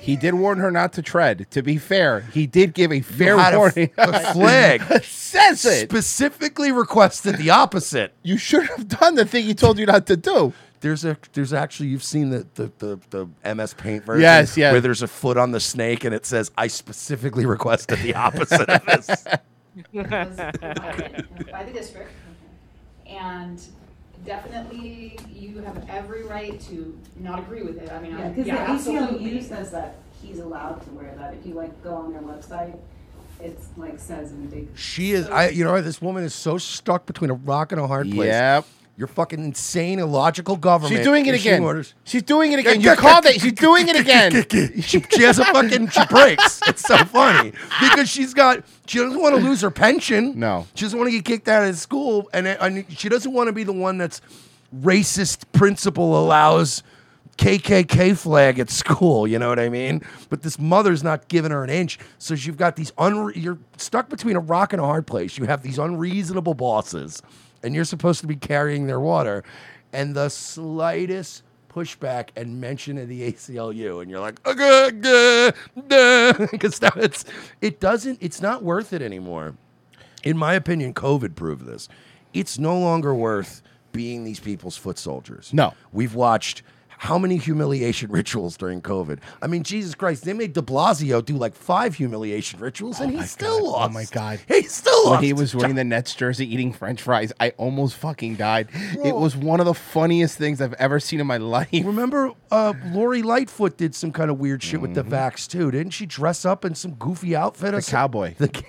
He did warn her not to tread. To be fair, he did give a fair had a f- warning. a flag. It says it specifically requested the opposite. You should have done the thing he told you not to do. There's a there's actually you've seen the the, the, the MS Paint version. Yes, yes. Where there's a foot on the snake and it says I specifically requested the opposite of this. was provided by the district. And definitely, you have every right to not agree with it. I mean, Yeah, I, because yeah, the absolutely. ACLU says that he's allowed to wear that. If you like go on their website, it's like says in big. She is I you know this woman is so stuck between a rock and a hard place. Yep. Your fucking insane illogical government. She's doing it issuing again. orders- She's doing it again. You called it. She's doing it again. she, she has a fucking she breaks. It's so funny because she's got she doesn't want to lose her pension. No, she doesn't want to get kicked out of school, and, and she doesn't want to be the one that's racist principal allows KKK flag at school. You know what I mean? But this mother's not giving her an inch, so you've got these unre- you're stuck between a rock and a hard place. You have these unreasonable bosses, and you're supposed to be carrying their water, and the slightest pushback and mention of the ACLU, and you're like, because now it's it doesn't it's not worth it anymore. In my opinion, COVID proved this. It's no longer worth being these people's foot soldiers. No, we've watched. How many humiliation rituals during COVID? I mean, Jesus Christ, they made de Blasio do like five humiliation rituals and he still lost. Oh my god. He still When lost. he was wearing the Nets jersey eating French fries, I almost fucking died. It was one of the funniest things I've ever seen in my life. Remember, uh, Lori Lightfoot did some kind of weird shit with the vax too, didn't she? Dress up in some goofy outfit. Mm-hmm. The or some- cowboy. The ca-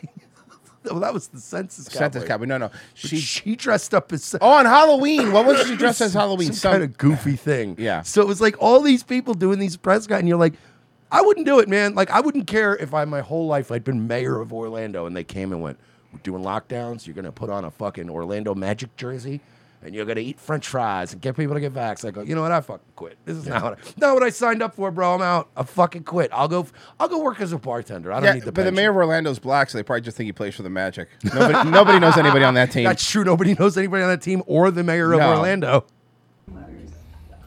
well, that was the census. Cowboy. Census cowboy. No, no. She she dressed up as. Oh, on Halloween. What was she dressed as Some- Halloween? Some, Some- kind of goofy thing. Yeah. So it was like all these people doing these press guy, and you're like, I wouldn't do it, man. Like I wouldn't care if I my whole life I'd been mayor of Orlando, and they came and went, "We're doing lockdowns. You're gonna put on a fucking Orlando Magic jersey." And you're gonna eat French fries and get people to get vax. I go, you know what? I fucking quit. This is not what I, not what I signed up for, bro. I'm out. I fucking quit. I'll go. f- I'll go work as a bartender. I don't Yeah, need the. but pension. the mayor of Orlando's black, so they probably just think he plays for the Magic. Nobody, nobody knows anybody on that team. That's true. Nobody knows anybody on that team or the mayor of No. Orlando.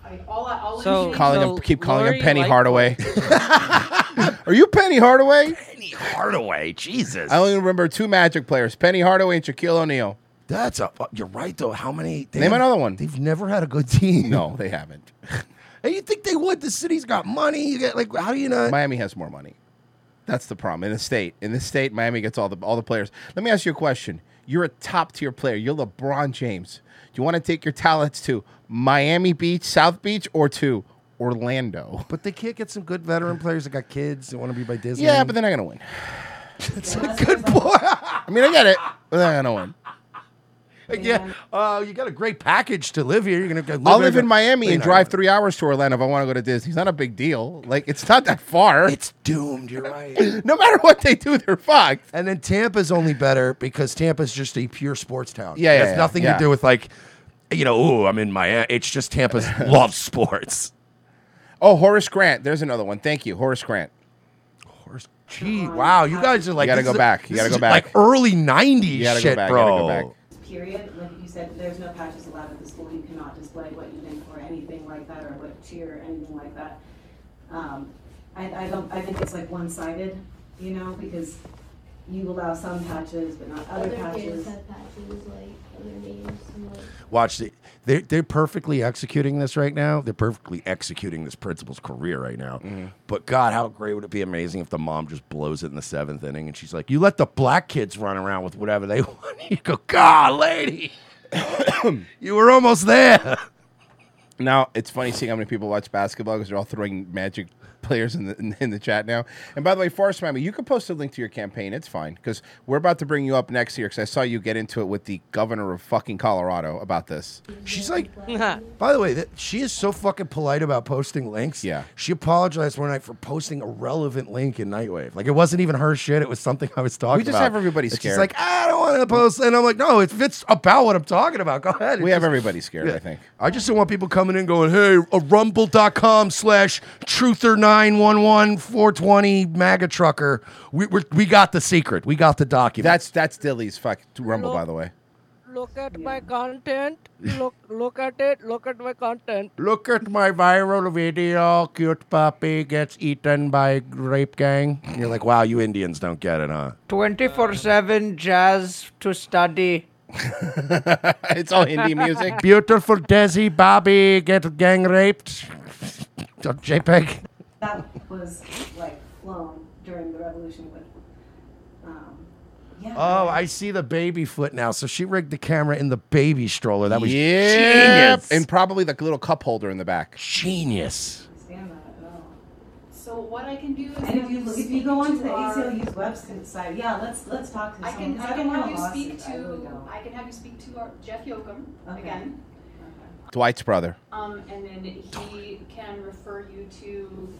I, all I, all So- I need Calling him- so keep calling him Lori Penny Lightfoot- Hardaway. Are you Penny Hardaway? Penny Hardaway, Jesus. I only remember two Magic players: Penny Hardaway and Shaquille O'Neal. That's a. uh, You're right though. How many? Name have- another one. They've never had a good team. No, they haven't. And you think they would? The city's got money. You get like, how do you not? Miami has more money. That's the problem in the state. In the state, Miami gets all the all the players. Let me ask you a question. You're a top tier player. You're LeBron James. Do you want to take your talents to Miami Beach, South Beach, or to Orlando? But they can't get some good veteran players that got kids that want to be by Disney. Yeah, but they're not gonna win. That's a good point. I mean, I get it. But they're not gonna win. yeah. Oh, you got a great package to live here. You're gonna go. I'll live in Miami They're and not drive three hours to Orlando if I want to go to Disney. It's not a big deal. Like it's not that far. It's doomed. You're right. no matter what they do, they're fucked. And then Tampa's only better because Tampa's just a pure sports town. Yeah, it yeah, has yeah, nothing yeah. to do with like, you know, ooh, I'm in Miami. It's just Tampa's loves sports. Oh, Horace Grant. There's another one. Thank you, Horace Grant. Horace. Gee, wow, you guys are like You gotta this go is- back. this You gotta is go back. Like early '90s You gotta go shit, back, you bro. gotta go back. Period. Like you said, there's no patches allowed at the school. You cannot display what you think or anything like that, or what cheer or anything like that. Um, I, I don't. I think it's like one-sided, you know, because you allow some patches but not other, Other patches. kids have patches, like other names. And, like, Watch it. They're, they're perfectly executing this right now. They're perfectly executing this principal's career right now. Mm-hmm. But God, how great would it be amazing if the mom just blows it in the seventh inning and she's like, You let the black kids run around with whatever they want. You go, God, lady, you were almost there. Now it's funny seeing how many people watch basketball because they're all throwing magic players in the in, in the chat now. And by the way, Forrest Mammy, you can post a link to your campaign. It's fine because we're about to bring you up next here because I saw you get into it with the governor of fucking Colorado about this. She's like, by the way, that she is so fucking polite about posting links. Yeah. She apologized one night for posting a relevant link in Nightwave. Like it wasn't even her shit. It was something I was talking about. We just have everybody And scared. She's like, I don't want to post. And I'm like, no, it fits about what I'm talking about. Go ahead. We It have just- everybody scared, I think. I just don't want people coming in going, hey, uh, a rumble.com slash truther911420 MAGA trucker. We, we're, we got the secret. We got the document. That's that's Dilly's fuck rumble, by the way. Look at my content. Look, look at it. Look at my content. Look at my viral video. Cute puppy gets eaten by rape gang. And you're like, wow, you Indians don't get it, huh? Twenty four seven jazz to study. it's all Hindi music. Beautiful Desi Bobby get gang raped. Don't JPEG. that was like flown during the revolution with, um, yeah. Oh, I see the baby foot now. So she rigged the camera in the baby stroller. That was Yep. genius. And probably the little cup holder in the back. Genius. So what I can do is And if you look, if you go onto the ACLU's website, website, yeah, let's let's talk to I someone. can, 'cause I can don't have want you a speak lawsuit, I really to, don't. I can have you speak to our Jeff Yoakum again. Dwight's brother. Um, and then he can refer you to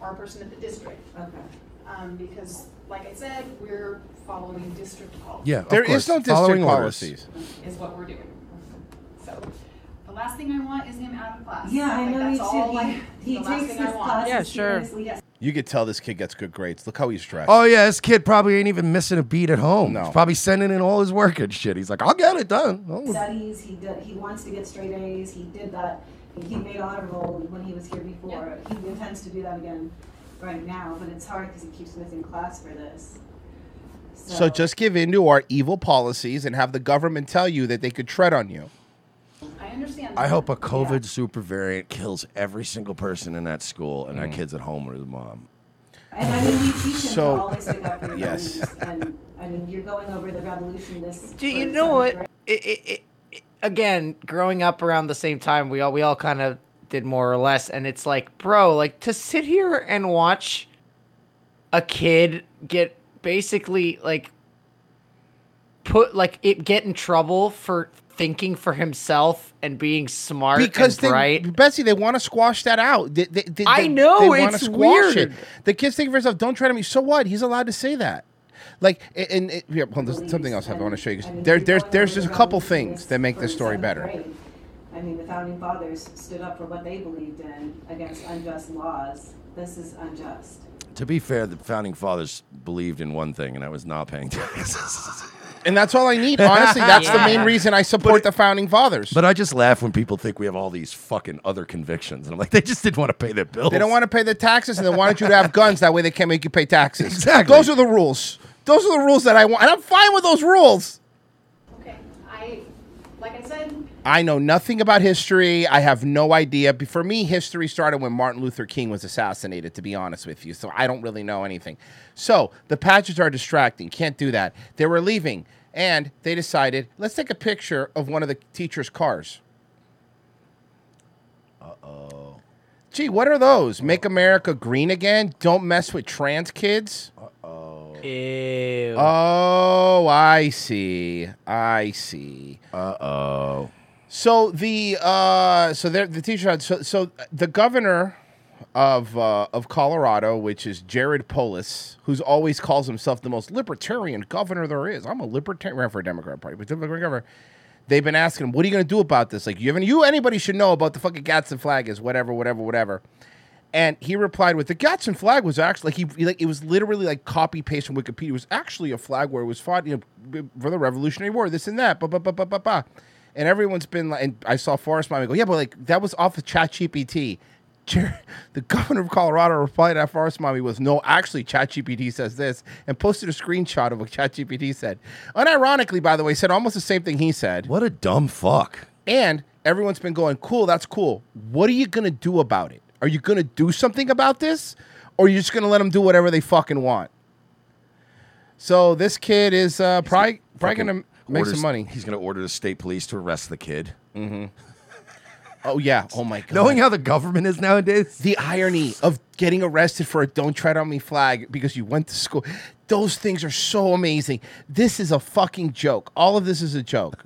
our person at the district. Okay. Um, because like I said, we're following district policy. Yeah, of There is course. no district Following orders. policies. Is what we're doing. So, the last thing I want is him out of class. Yeah, I Like, know that's you all, too. like, He- he the last takes thing I his want. classes Yeah, sure. Yes. You could tell this kid gets good grades. Look how he's dressed. Oh yeah, this kid probably ain't even missing a beat at home. No. He's probably sending in all his work and shit. He's like, I'll get it done. Oh. I'll- Studies. He did, he wants to get straight A's. He did that. He made honor roll when he was here before. He intends to do that again right now, but it's hard because he keeps missing class for this. So just give in to our evil policies and have the government tell you that they could tread on you. I understand. I that. hope a COVID super variant kills every single person in that school and that Mm. kid's at home with his mom. And I mean, we teach him So- to always stick up for your Yes. beliefs, and I mean, you're going over the revolution. This Do you for know what? seventh grade. It, it, it, it- again, growing up around the same time, we all we all kind of did more or less, and it's like, bro, like to sit here and watch a kid get basically like put like it get in trouble for thinking for himself and being smart because and they, bright. Bessie, they want to squash that out. They, they, they, I they- know, they wanna it's squash weird. It. The kids think for themselves, "Don't try to me." So what? He's allowed to say that. Like, a- and, it- here, hold on, there's something else I want to show you. 'cause There, there's, there's just a couple things that make this For story seventh better. grade. I mean, the founding fathers stood up for what they believed in against unjust laws. This is unjust. To be fair, the founding fathers believed in one thing, and that was not paying taxes. And that's all I need. Honestly, that's the main Yeah. reason I support the founding fathers. but I just laugh when people think we have all these fucking other convictions, and I'm like, they just didn't want to pay their bills. They don't want to pay the taxes, and they wanted you to have guns. That way, they can't make you pay taxes. Exactly. Those are the rules. Those are the rules that I want, and I'm fine with those rules. Okay, I, like I said, I know nothing about history. I have no idea. Be- For me, history started when Martin Luther King was assassinated, to be honest with you. So I don't really know anything. So the patches are distracting. Can't do that. They were leaving, and they decided, let's take a picture of one of the teacher's cars. Uh oh. Gee, what are those? Make America green again? Don't mess with trans kids? Ew. Oh, I see. I see. Uh oh. So the uh, so there the teacher had so so the governor of uh, of Colorado, which is Jared Polis, who's always calls himself the most libertarian governor there is. I'm a libertarian ran for a Democrat party, but Democrat governor. They've been asking him, "What are you going to do about this? Like, you haven't you anybody should know about the fucking Gadsden flag is whatever, whatever, whatever." And he replied with the Gadsden flag was actually like he like it was literally like copy paste from Wikipedia. It was actually a flag where it was fought you know, b- for the Revolutionary War, this and that, blah blah blah blah blah blah. And everyone's been like, and I saw Forrest Mommy go, yeah, but like that was off of ChatGPT. Jer- The governor of Colorado replied to Forrest Mommy was no, actually ChatGPT says this, and posted a screenshot of what ChatGPT said. Unironically, by the way, said almost the same thing he said. What a dumb fuck. And everyone's been going, cool, that's cool. What are you going to do about it? Are you going to do something about this? Or are you just going to let them do whatever they fucking want? So this kid is uh, probably, probably Fucking going to make orders- some money. He's going to order the state police to arrest the kid. Mm-hmm. Oh yeah. Oh my god. Knowing how the government is nowadays, the irony of getting arrested for a "Don't Tread on Me" flag because you went to school. Those things are so amazing. This is a fucking joke. All of this is a joke.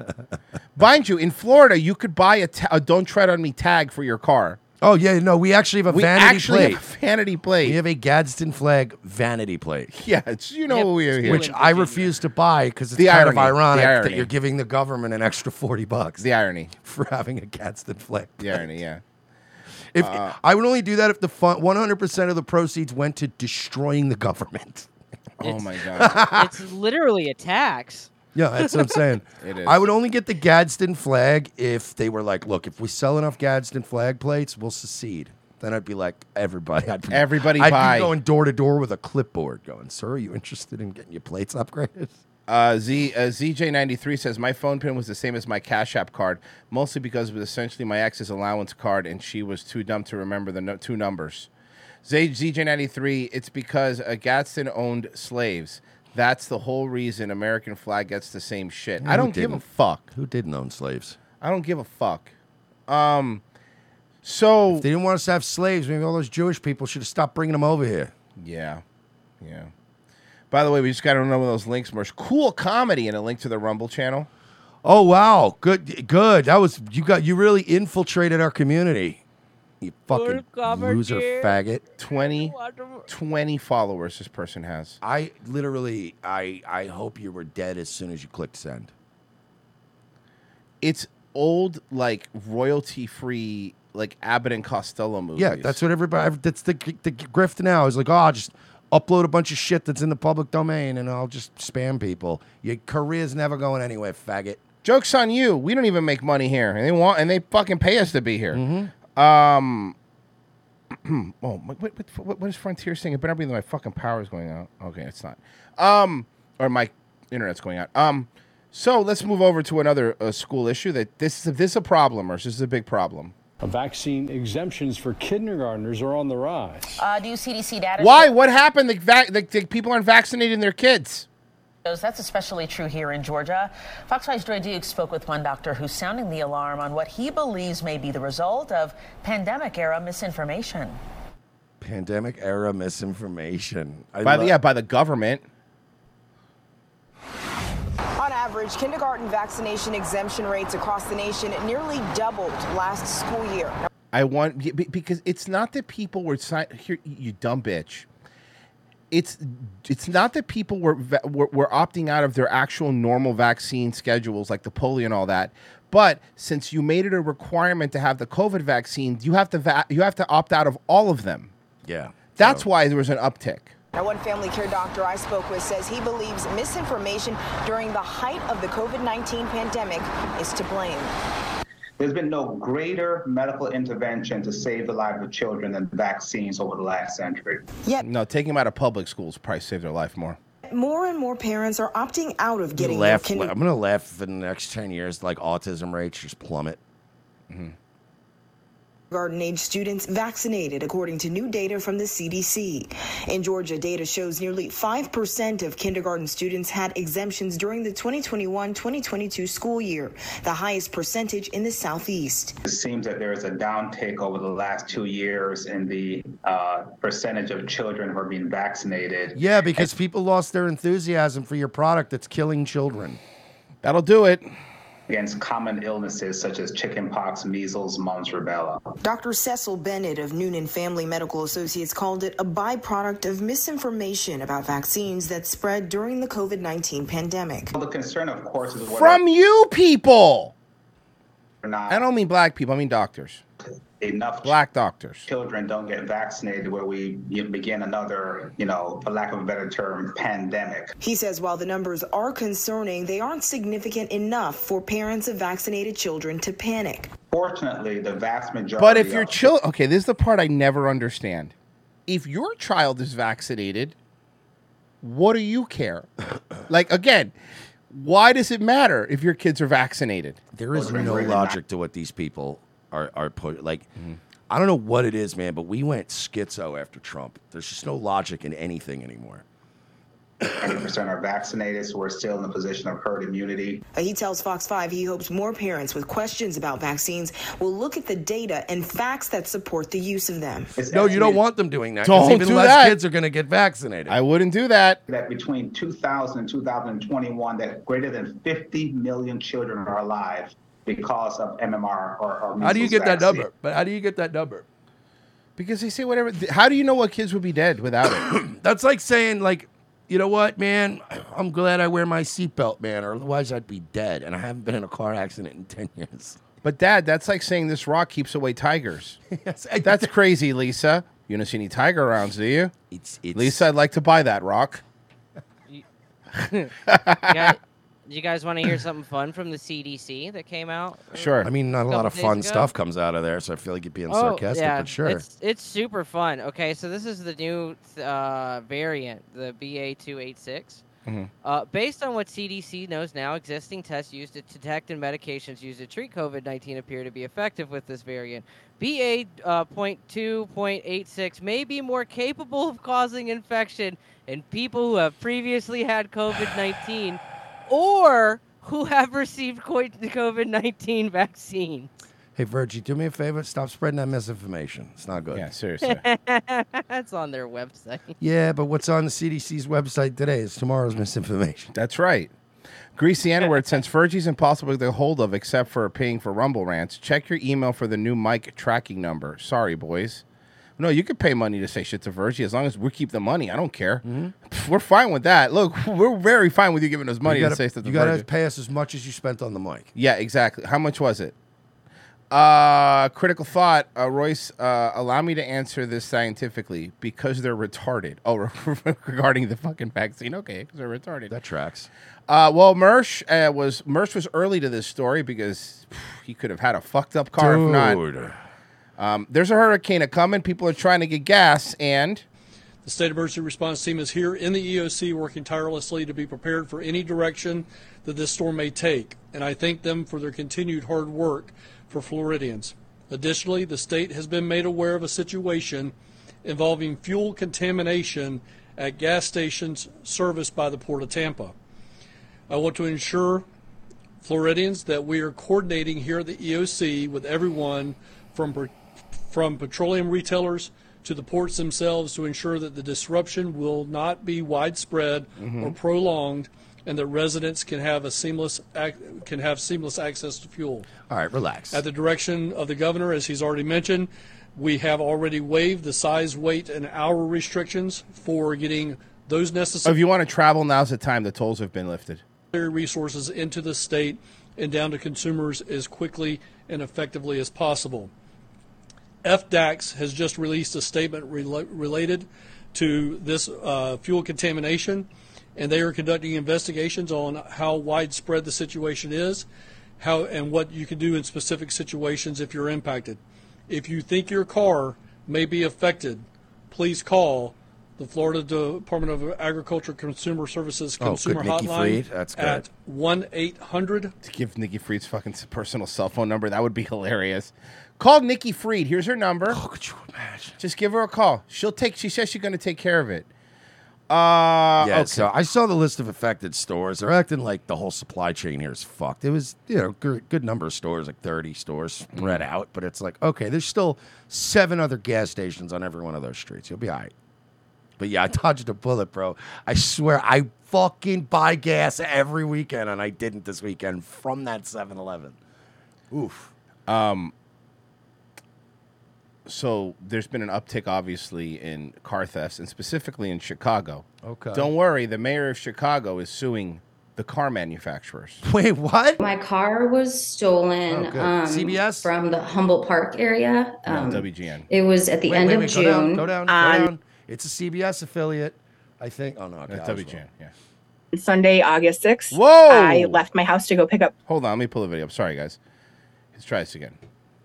Mind you, in Florida, you could buy a, ta- a "Don't Tread on Me" tag for your car. Oh yeah, no, we actually have a we vanity actually plate. Have a vanity plate. We have a Gadsden flag vanity plate. Yeah, it's you know what we are here. Which I refuse to buy because it's The kind of irony, the ironic that irony. you're giving the government an extra forty bucks. The irony for having a Gadsden flag. The irony, yeah. If Uh, I would only do that if the fun, 100% of the proceeds went to destroying the government. Oh my it's literally a tax. Yeah, that's what I'm saying. It I is. would only get the Gadsden flag if they were like, look, if we sell enough Gadsden flag plates, we'll secede. Then I'd be like, everybody, I'd be, Everybody I'd buy. be going door to door with a clipboard, going, sir, are you interested in getting your plates upgraded? Uh, Z uh, ZJ93 says my phone pin was the same as my Cash App card, mostly because it was essentially my ex's allowance card, and she was too dumb to remember the no- two numbers. Z- ZJ93, it's because uh, Gadsden owned slaves. That's the whole reason American flag gets the same shit. I Who don't give a didn't? fuck. Who didn't own slaves? I don't give a fuck. Um, so if they didn't want us to have slaves. Maybe all those Jewish people should have stopped bringing them over here. Yeah, yeah. By the way, we just got another one of those links, Mersh. Cool comedy and a link to the Rumble channel. Oh wow, good, good. That was you got you really infiltrated our community. You fucking loser faggot. 20, 20 followers this person has. I literally, I, I hope you were dead as soon as you clicked send. It's old, like royalty free, like Abbott and Costello movies. Yeah, that's what everybody. That's the the grift now. Is like, oh, I'll just upload a bunch of shit that's in the public domain, and I'll just spam people. Your career's never going anywhere, faggot. Jokes on you. We don't even make money here, and they want and they fucking pay us to be here. Um. oh, my- what, what, what, what is Frontier saying? It better be that my fucking power's going out. Okay, it's not. Um, or my internet's going out. Um, so let's move over to another uh, school issue. That this is this is a problem, or this is a big problem. Vaccine exemptions for kindergartners are on the rise. Uh, new CDC data. Why? What happened? The, vac- the, the people aren't vaccinating their kids. Shows that's especially true here in Georgia. Fox 5's Dre Duke spoke with one doctor who's sounding the alarm on what he believes may be the result of pandemic era misinformation. Pandemic era misinformation. I By the, lo- yeah, by the government. On average, kindergarten vaccination exemption rates across the nation nearly doubled last school year. I want be- be- because it's not that people were si- here. You dumb bitch. It's it's not that people were, va- were were opting out of their actual normal vaccine schedules like the polio and all that. But since you made it a requirement to have the COVID vaccine, you have to va- you have to opt out of all of them. Yeah, that's why there was an uptick. Now, one family care doctor I spoke with says he believes misinformation during the height of the COVID 19 pandemic is to blame. There's been no greater medical intervention to save the lives of children than vaccines over the last century. Yet, No, taking them out of public schools probably saved their life more. more and more parents are opting out of I'm gonna getting their laugh. kinder- I'm gonna laugh for the next ten years. Like autism rates just plummet. Mm-hmm. kindergarten age students vaccinated, according to new data from the CDC. In Georgia, data shows nearly 5% of kindergarten students had exemptions during the 2021 2022 school year, the highest percentage in the Southeast. It seems that there is a downtick over the last two years in the uh, percentage of children who are being vaccinated. Yeah, because people lost their enthusiasm for your product that's killing children. That'll do it. Against common illnesses such as chickenpox, measles, mumps, rubella. Dr. Cecil Bennett of Noonan Family Medical Associates called it a byproduct of misinformation about vaccines that spread during the COVID 19 pandemic. The concern, of course, is whether From you people. or not I don't mean black people. I mean doctors. enough black doctors. children don't get vaccinated where we you know, begin another, you know, for lack of a better term, pandemic. He says while the numbers are concerning, they aren't significant enough for parents of vaccinated children to panic. Fortunately, the vast majority. But if your of- child, okay, this is the part I never understand. If your child is vaccinated, what do you care? like again, why does it matter if your kids are vaccinated? There is no logic to what these people are are put like. I don't know what it is, man, but we went schizo after Trump. There's just no logic in anything anymore. percent are vaccinated, so we're still in the position of herd immunity. Uh, He tells Fox 5 he hopes more parents with questions about vaccines will look at the data and facts that support the use of them. No, you don't want them doing that. 'cause Don't even do less that. kids are going to get vaccinated. I wouldn't do that. That between 2000 and 2021, that greater than 50 million children are alive because of MMR or, or How do you measles get that vaccine. number? But how do you get that number? Because they say whatever. How do you know what kids would be dead without it? That's like saying, like, you know what, man? I'm glad I wear my seatbelt, man, or otherwise I'd be dead. And I haven't been in a car accident in 10 years. But Dad, that's like saying this rock keeps away tigers. that's crazy, Lisa. You don't see any tiger rounds, do you? It's, it's Lisa. I'd like to buy that rock. You guys, you guys want to hear something fun from the CDC that came out? I mean, not a lot Couple of days fun ago? Oh, stuff comes out of there, so I feel like you're being sarcastic, but sure. It's, it's super fun. Okay, so this is the new uh, variant, the BA286. Mhm. Uh, based on what CDC knows now, existing tests used to detect and medications used to treat COVID 19 appear to be effective with this variant. uh, BA.2.86 may be more capable of causing infection in people who have previously had COVID 19 or who have received COVID 19 vaccine. Hey, Virgie, do me a favor. Stop spreading that misinformation. It's not good. Yeah, seriously. That's on their website. yeah, but what's on the CDC's website today is tomorrow's misinformation. That's right. Greasy N word, since Virgie's impossible to get hold of except for paying for Rumble Rants, check your email for the new mic tracking number. Sorry, boys. No, you could pay money to say shit to Virgie as long as we keep the money. I don't care. Pff, We're fine with that. Look, we're very fine with you giving us money Mm-hmm. you gotta, to say stuff to you gotta Virgie. pay us as much as you spent on the mic. Yeah, exactly. How much was it? Uh, critical thought, uh, Royce. Uh, allow me to answer this scientifically because they're retarded. Oh, regarding the fucking vaccine. Okay, because they're retarded. That tracks. Uh, well, Mersh uh, was Mersh was early to this story because phew, he could have had a fucked up car if Dude. not. Um, there's a hurricane a coming. People are trying to get gas, and The State Emergency Response Team is here in the EOC working tirelessly to be prepared for any direction that this storm may take, and I thank them for their continued hard work for Floridians. Additionally, the state has been made aware of a situation involving fuel contamination at gas stations serviced by the Port of Tampa. I want to ensure Floridians that we are coordinating here at the EOC with everyone from per- from petroleum retailers to the ports themselves to ensure that the disruption will not be widespread Mhm. or prolonged and that residents can have a seamless ac- can have seamless access to fuel. All right, relax. At the direction of the governor, as he's already mentioned, we have already waived the size, weight, and hour restrictions for getting those so necessary if you want to travel, now's the time. The tolls have been lifted. resources into the state and down to consumers as quickly and effectively as possible. FDAX has just released a statement rela- related to this uh, fuel contamination, and they are conducting investigations on how widespread the situation is, how and what you can do in specific situations if you're impacted. If you think your car may be affected, please call the Florida Department of Agriculture Consumer Services Oh, good Consumer Hotline Nikki Fried. That's good. at 1 800 To give Nikki Fried's fucking s- personal cell phone number, that would be hilarious. Call Nikki Fried. Here's her number. Oh, could you imagine? Just give her a call. She'll take. She says she's going to take care of it. Uh, yeah, okay. so I saw the list of affected stores. They're acting like the whole supply chain here is fucked. It was, you know, good, good number of stores, like 30 stores spread out, but it's like, okay, there's still seven other gas stations on every one of those streets. You'll be all right. But yeah, I dodged a bullet, bro. I swear, I fucking buy gas every weekend, and I didn't this weekend from that 7 Eleven. Oof. Um, so there's been an uptick, obviously, in car thefts, and specifically in Chicago. Okay. Don't worry, the mayor of Chicago is suing the car manufacturers. Wait, what? My car was stolen Oh, good. um, CBS? from the Humboldt Park area. No, Um, WGN. It was at the Wait, end wait, of wait, June. Go down, go down, on go down. It's a CBS affiliate, I think. Oh, no. Okay, That's I was WGN, wrong. yeah. Sunday, August 6th. Whoa! I left my house to go pick up. Hold on, let me pull the video up. Sorry, guys. Let's try this again.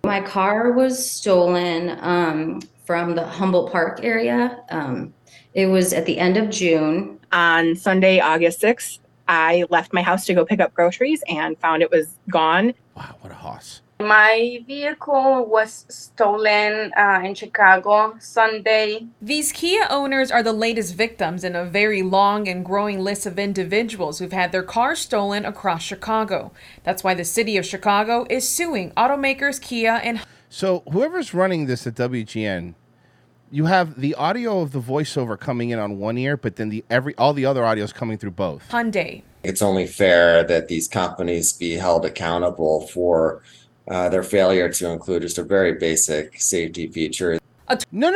My car was stolen um, from the Humboldt Park area. Um, it was at the end of June. On Sunday, August 6th, I left my house to go pick up groceries and found it was gone. Wow, what a hoss. My vehicle was stolen uh, in Chicago Sunday. These Kia owners are the latest victims in a very long and growing list of individuals who've had their cars stolen across Chicago. That's why the city of Chicago is suing automakers Kia and So whoever's running this at WGN, you have the audio of the voiceover coming in on one ear, but then the every all the other audio is coming through both. Hyundai. It's only fair that these companies be held accountable for uh, their failure to include just a very basic safety feature. No, no, no, no,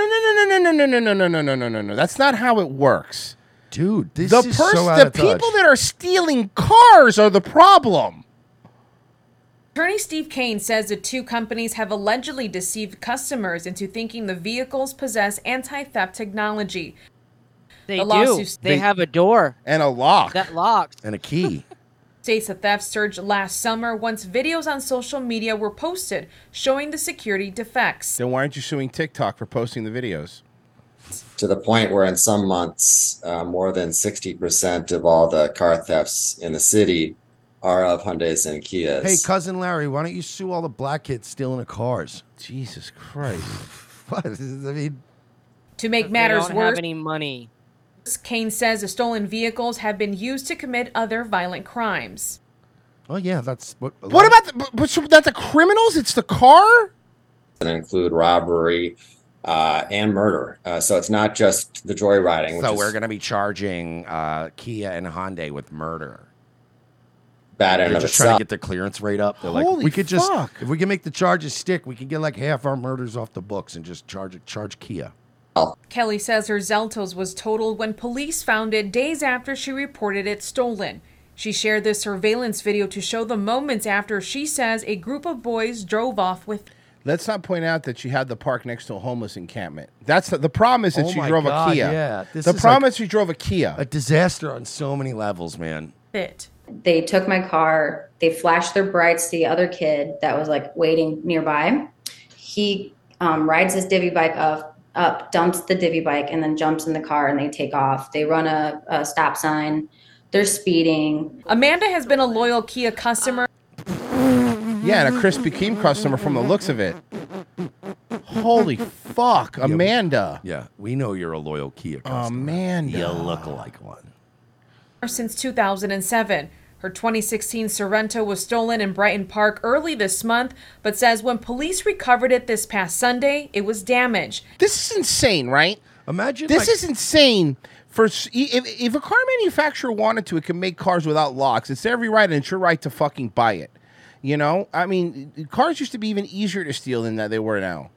no, no, no, no, no, no, no, no, no, no. That's not how it works, dude. This the is so out the of touch. people that are stealing cars are the problem. Attorney Steve Kane says the two companies have allegedly deceived customers into thinking the vehicles possess anti theft technology. They The do. lawsuits- They, have a door and a lock that locks. and a key. States a theft surge last summer once videos on social media were posted showing the security defects. Then why aren't you suing TikTok for posting the videos? to the point where in some months, uh, more than 60% of all the car thefts in the city are of Hyundais and Kias. Hey, cousin Larry, why don't you sue all the black kids stealing the cars? Jesus Christ! what? This is- I mean, To make They matters don't worse, have any money. Kane says the stolen vehicles have been used to commit other violent crimes. oh yeah, that's what. a lot What about the, but, but so not the criminals? It's the car. that include robbery uh, and murder. Uh, so it's not just the joyriding. So we're going to be charging uh, Kia and Hyundai with murder. bad in and They're of just trying itself. to get the clearance rate up. They're like, Holy we could just fuck. if we can make the charges stick, we can get like half our murders off the books and just charge charge Kia. Kelly says her Zeltos was totaled when police found it days after she reported it stolen. She shared this surveillance video to show the moments after she says a group of boys drove off with Let's not point out that she had the park next to a homeless encampment. That's the, the problem is that Oh she my drove God, a Kia. yeah. This the is problem like is she drove a Kia. A disaster on so many levels, man. it. They took my car, they flashed their brights to the other kid that was like waiting nearby. He um, rides his divvy bike up, up, dumps the divvy bike, and then jumps in the car and they take off. They run a, a stop sign, they're speeding. Amanda has been a loyal Kia customer. Yeah, and a Krispy Kreme customer from the looks of it. Holy fuck, Amanda. Yeah, we know you're a loyal Kia customer. Amanda, you look like one. since 2007. Her 2016 Sorrento was stolen in Brighton Park early this month, but says when police recovered it this past Sunday, it was damaged. This is insane, right? Imagine This like- is insane. For s- i- if, if a car manufacturer wanted to, it could make cars without locks. It's every right, and it's your right to fucking buy it. You know, I mean, cars used to be even easier to steal than that they were now.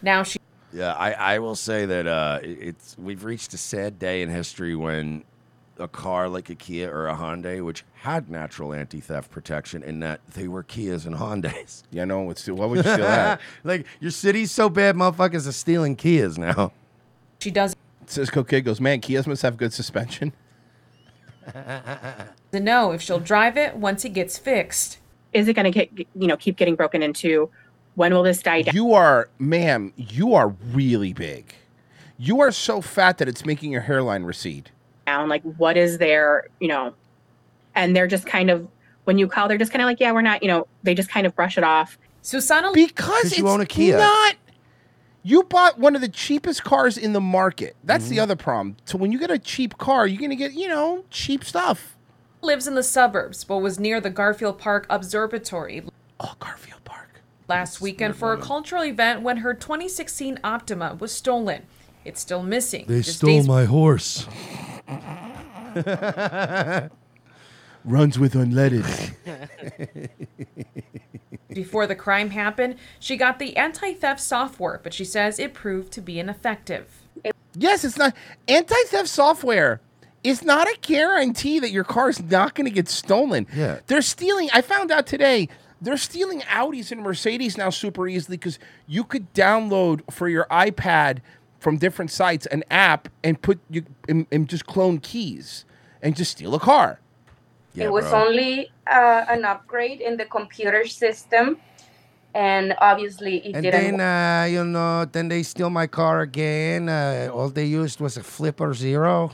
Now she Yeah, I, I will say that uh, it- it's we've reached a sad day in history when a car like a Kia or a Hyundai, which had natural anti-theft protection, in that they were Kias and Hyundais. Yeah, no one would steal. Why would you steal that? like your city's so bad, motherfuckers are stealing Kias now. she doesn't Cisco Kid goes, man, Kias must have good suspension. know if she'll drive it once it gets fixed. Is it going to get you know keep getting broken into? When will this die down? You are, ma'am, you are really big. You are so fat that it's making your hairline recede. down like what is their you know and they're just kind of when you call they're just kind of like yeah we're not you know they just kind of brush it off susanna because it's not you bought one of the cheapest cars in the market that's the other problem so when you get a cheap car you're gonna get you know cheap stuff Lives in the suburbs, but was near the Garfield Park Observatory. Oh, Garfield Park. Last weekend for a cultural event when her 2016 Optima was stolen. It's still missing. Just days my horse. runs with unleaded Before the crime happened, she got the anti theft software, but she says it proved to be ineffective. yes it's not anti-theft software is not a guarantee that your car is not gonna get stolen Yeah. they're stealing i found out today they're stealing audis and mercedes now super easily because you could download for your ipad from different sites an app and put you and, and just clone keys and just steal a car it was only uh, an upgrade in the computer system, and obviously it And didn't. then, work. uh, you know, then they steal my car again. Uh, all they used was a flipper zero.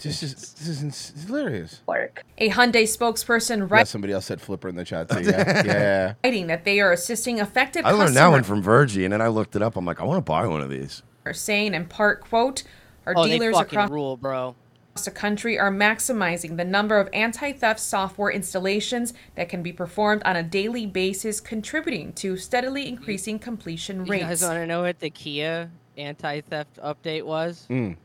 This is this is ins- it's hilarious. Work. A Hyundai spokesperson Yeah, writing somebody else said flipper in the chat too. Yeah, yeah. that they are assisting affected I learned that one customers, from Virgie, and then I looked it up. I'm like, I want to buy one of these. saying in part, quote, our Oh, they dealers fucking across rule, bro. across the country are maximizing the number of anti theft software installations that can be performed on a daily basis, contributing to steadily increasing completion You guys rates. want to know what the Kia anti-theft update was? Mm.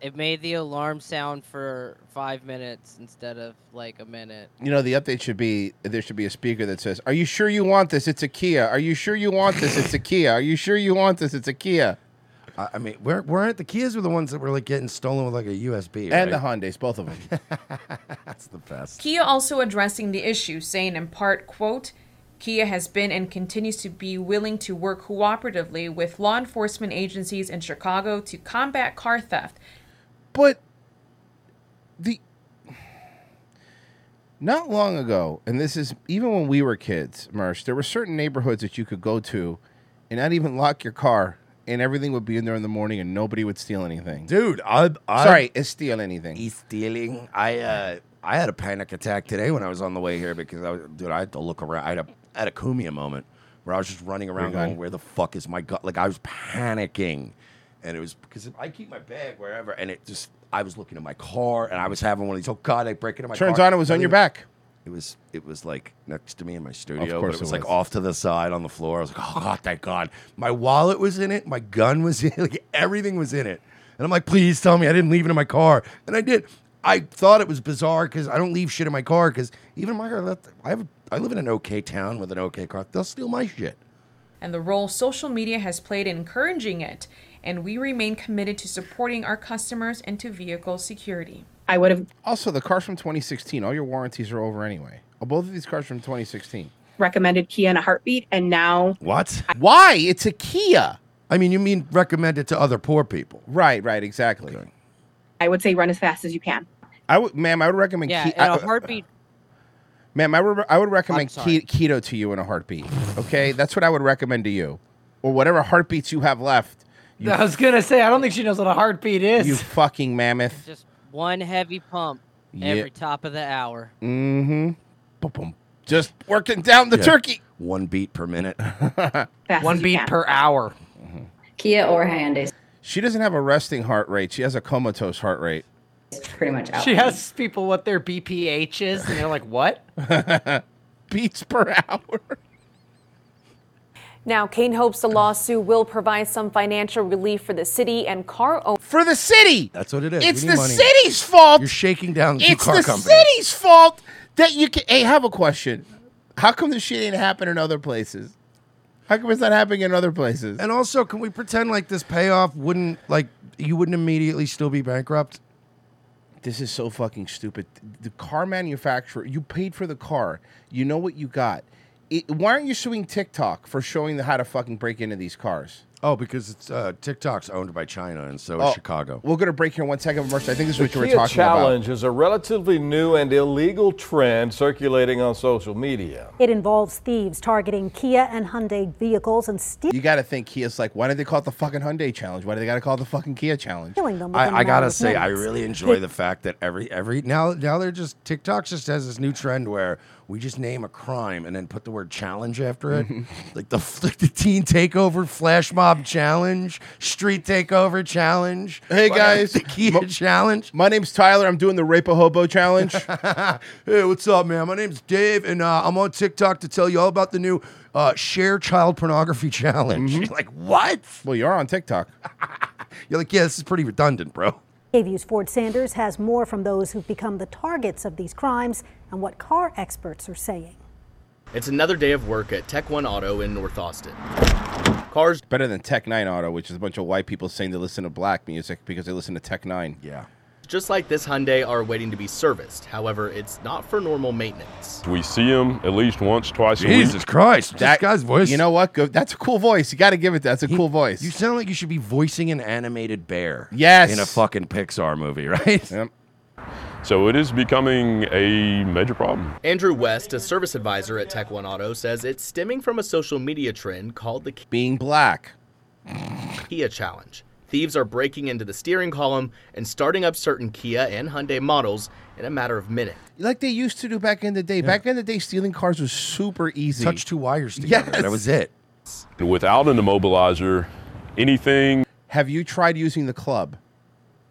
It made the alarm sound for five minutes instead of like a minute. You know, the update should be there should be a speaker that says, "Are you sure you want this? It's a Kia. Are you sure you want this? It's a Kia. Are you sure you want this? It's a Kia." I, I mean, weren't, weren't the Kias were the ones that were like getting stolen with like a USB And the right? Hyundai's, both of them. That's the best. Kia also addressing the issue, saying in part, quote, Kia has been and continues to be willing to work cooperatively with law enforcement agencies in Chicago to combat car theft. But the Not long ago, and this is even when we were kids, Mersh, there were certain neighborhoods that you could go to and not even lock your car, and everything would be in there in the morning, and nobody would steal anything. Dude, I, I sorry, is steal anything? He's stealing. I uh, I had a panic attack today when I was on the way here because I was, dude, I had to look around. I had a I had a Kumia moment where I was just running around Where you going, going? "Where the fuck is my gun?" Like I was panicking, and it was because I keep my bag wherever, and it just I was looking at my car, and I was having one of these. Oh God, I break into my. Turns car. out it was on your Nothing- back. It was it was like next to me in my studio, but course it it was like was. off to the side on the floor. I was like, oh god, thank God. My wallet was in it, my gun was in it, like everything was in it. And I'm like, please tell me I didn't leave it in my car. And I did. I thought it was bizarre because I don't leave shit in my car because even my car left I have I live in an okay town with an okay car. They'll steal my shit. and the role social media has played in encouraging it, and we remain committed to supporting our customers and to vehicle security. I would have. Also, the car's from 2016. All your warranties are over anyway. Oh, both of these cars from 2016. recommended Kia in a heartbeat, and now What? Why? It's a Kia. I mean, you mean recommend it to other poor people. Right, right, exactly. I would say run as fast as you can. I would, ma'am, I would recommend. Yeah, Ki- and I- uh, a heartbeat. Ma'am, I would, I would recommend sorry. ke- keto to you in a heartbeat. Okay, that's what I would recommend to you, or whatever heartbeats you have left. You, I was gonna say I don't think she knows what a heartbeat is. you fucking mammoth. Just one heavy pump Yeah. every top of the hour. Mm-hmm. Boom, boom. Just working down the Yeah. turkey. One beat per minute. One beat per hour. Kia or Hyundai. She doesn't have a resting heart rate. She has a comatose heart rate. Pretty much out. She asks people what their BPH is, and they're like, "What?" Beats per hour. Now, Kane hopes the lawsuit will provide some financial relief for the city and car owners. For the city! That's what it is. It's We need the money. city's fault. You're shaking down two it's car the companies. city's fault that you can. Hey, I have a question. How come this shit ain't happening in other places? How come it's not happening in other places? And also, can we pretend like this payoff wouldn't like you wouldn't immediately still be bankrupt? This is so fucking stupid. The car manufacturer, you paid for the car. You know what you got. It, why aren't you suing TikTok for showing the, how to fucking break into these cars? Oh, because it's uh, TikTok's owned by China, and so Oh, is Chicago. We're gonna break here in one second, Merch. I think this is what you the were Kia talking about. challenge is a relatively new and illegal trend circulating on social media. It involves thieves targeting Kia and Hyundai vehicles and stealing You got to think Kia's like, why did they call it the fucking Hyundai challenge? Why do they got to call it the fucking Kia challenge? them. within I, I gotta minutes. say, I really enjoy the fact that every every now now they're just TikTok just has this new trend where we just name a crime and then put the word challenge after it, Mm-hmm. like the like the teen takeover flash mob challenge, street takeover challenge. Hey Fucking guys, the Kia mo- challenge. My name's Tyler. I'm doing the rape a hobo challenge. hey, what's up, man? My name's Dave, and uh, I'm on TikTok to tell you all about the new uh, share child pornography challenge. Like what? Mm-hmm. Well, you're on TikTok. You're like, yeah, this is pretty redundant, bro. Davies Ford Sanders has more from those who've become the targets of these crimes and what car experts are saying. It's another day of work at Tech One Auto in North Austin. Cars better than Tech Nine Auto, which is a bunch of white people saying they listen to black music because they listen to Tech Nine. Yeah. just like this Hyundai are waiting to be serviced. However, it's not for normal maintenance. We see him at least once, twice a week. That guy's voice. You know what? Go, that's a cool voice. You got to give it. That's a cool voice. You sound like you should be voicing an animated bear. Yes. In a fucking Pixar movie, right? So it is becoming a major problem. Andrew West, a service advisor at Tech One Auto, says it's stemming from a social media trend called the Being Black Kia Challenge. Thieves are breaking into the steering column and starting up certain Kia and Hyundai models in a matter of minutes. Like they used to do back in the day. Back in the day, stealing cars was super easy. Touch two wires together. Yes. That was it. Without an immobilizer, anything Have you tried using the club?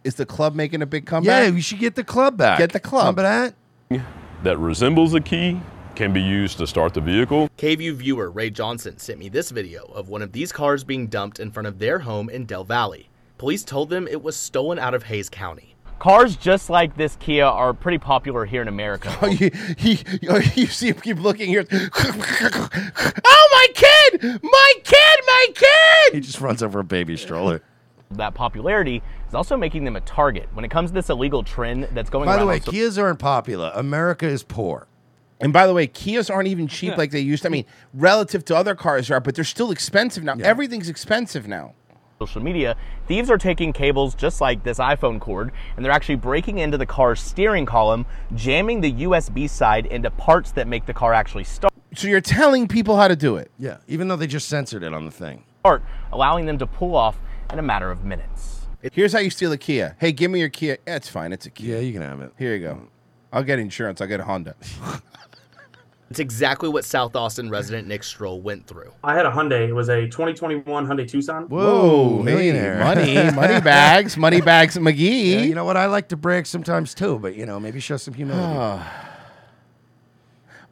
Is the club making a big Yeah, comeback? we should get the club back. Get the club. Remember that? that resembles a key can be used to start the vehicle. KVU viewer Ray Johnson sent me this video of one of these cars being dumped in front of their home in Del Valley. Police told them it was stolen out of Hayes County. Cars just like this Kia are pretty popular here in America. Oh, you, you, you see him keep looking here. oh, my kid! My kid! My kid! He just runs over a baby stroller. That popularity is also making them a target when it comes to this illegal trend that's going By around. the on way, so- Kias aren't popular. America is poor. And by the way, Kias aren't even cheap Yeah. like they used to. I mean, relative to other cars are, but they're still expensive now. Everything's expensive now. social media, thieves are taking cables just like this iPhone cord and they're actually breaking into the car's steering column, jamming the USB side into parts that make the car actually start. So you're telling people how to do it. Yeah, even though they just censored it on the thing. Start, allowing them to pull off in a matter of minutes. Here's how you steal a Kia. Hey, give me your Kia. Yeah, it's fine. It's a Kia. Yeah, you can have it. Here you go. I'll get insurance. I'll get a Honda. It's exactly what South Austin resident Nick Stroll went through. I had a Hyundai. It was a 2021 Hyundai Tucson. Whoa, millionaire. money, money bags, money bags McGee. Yeah, you know what? I like to brag sometimes too, but you know, maybe show some humility. Ah.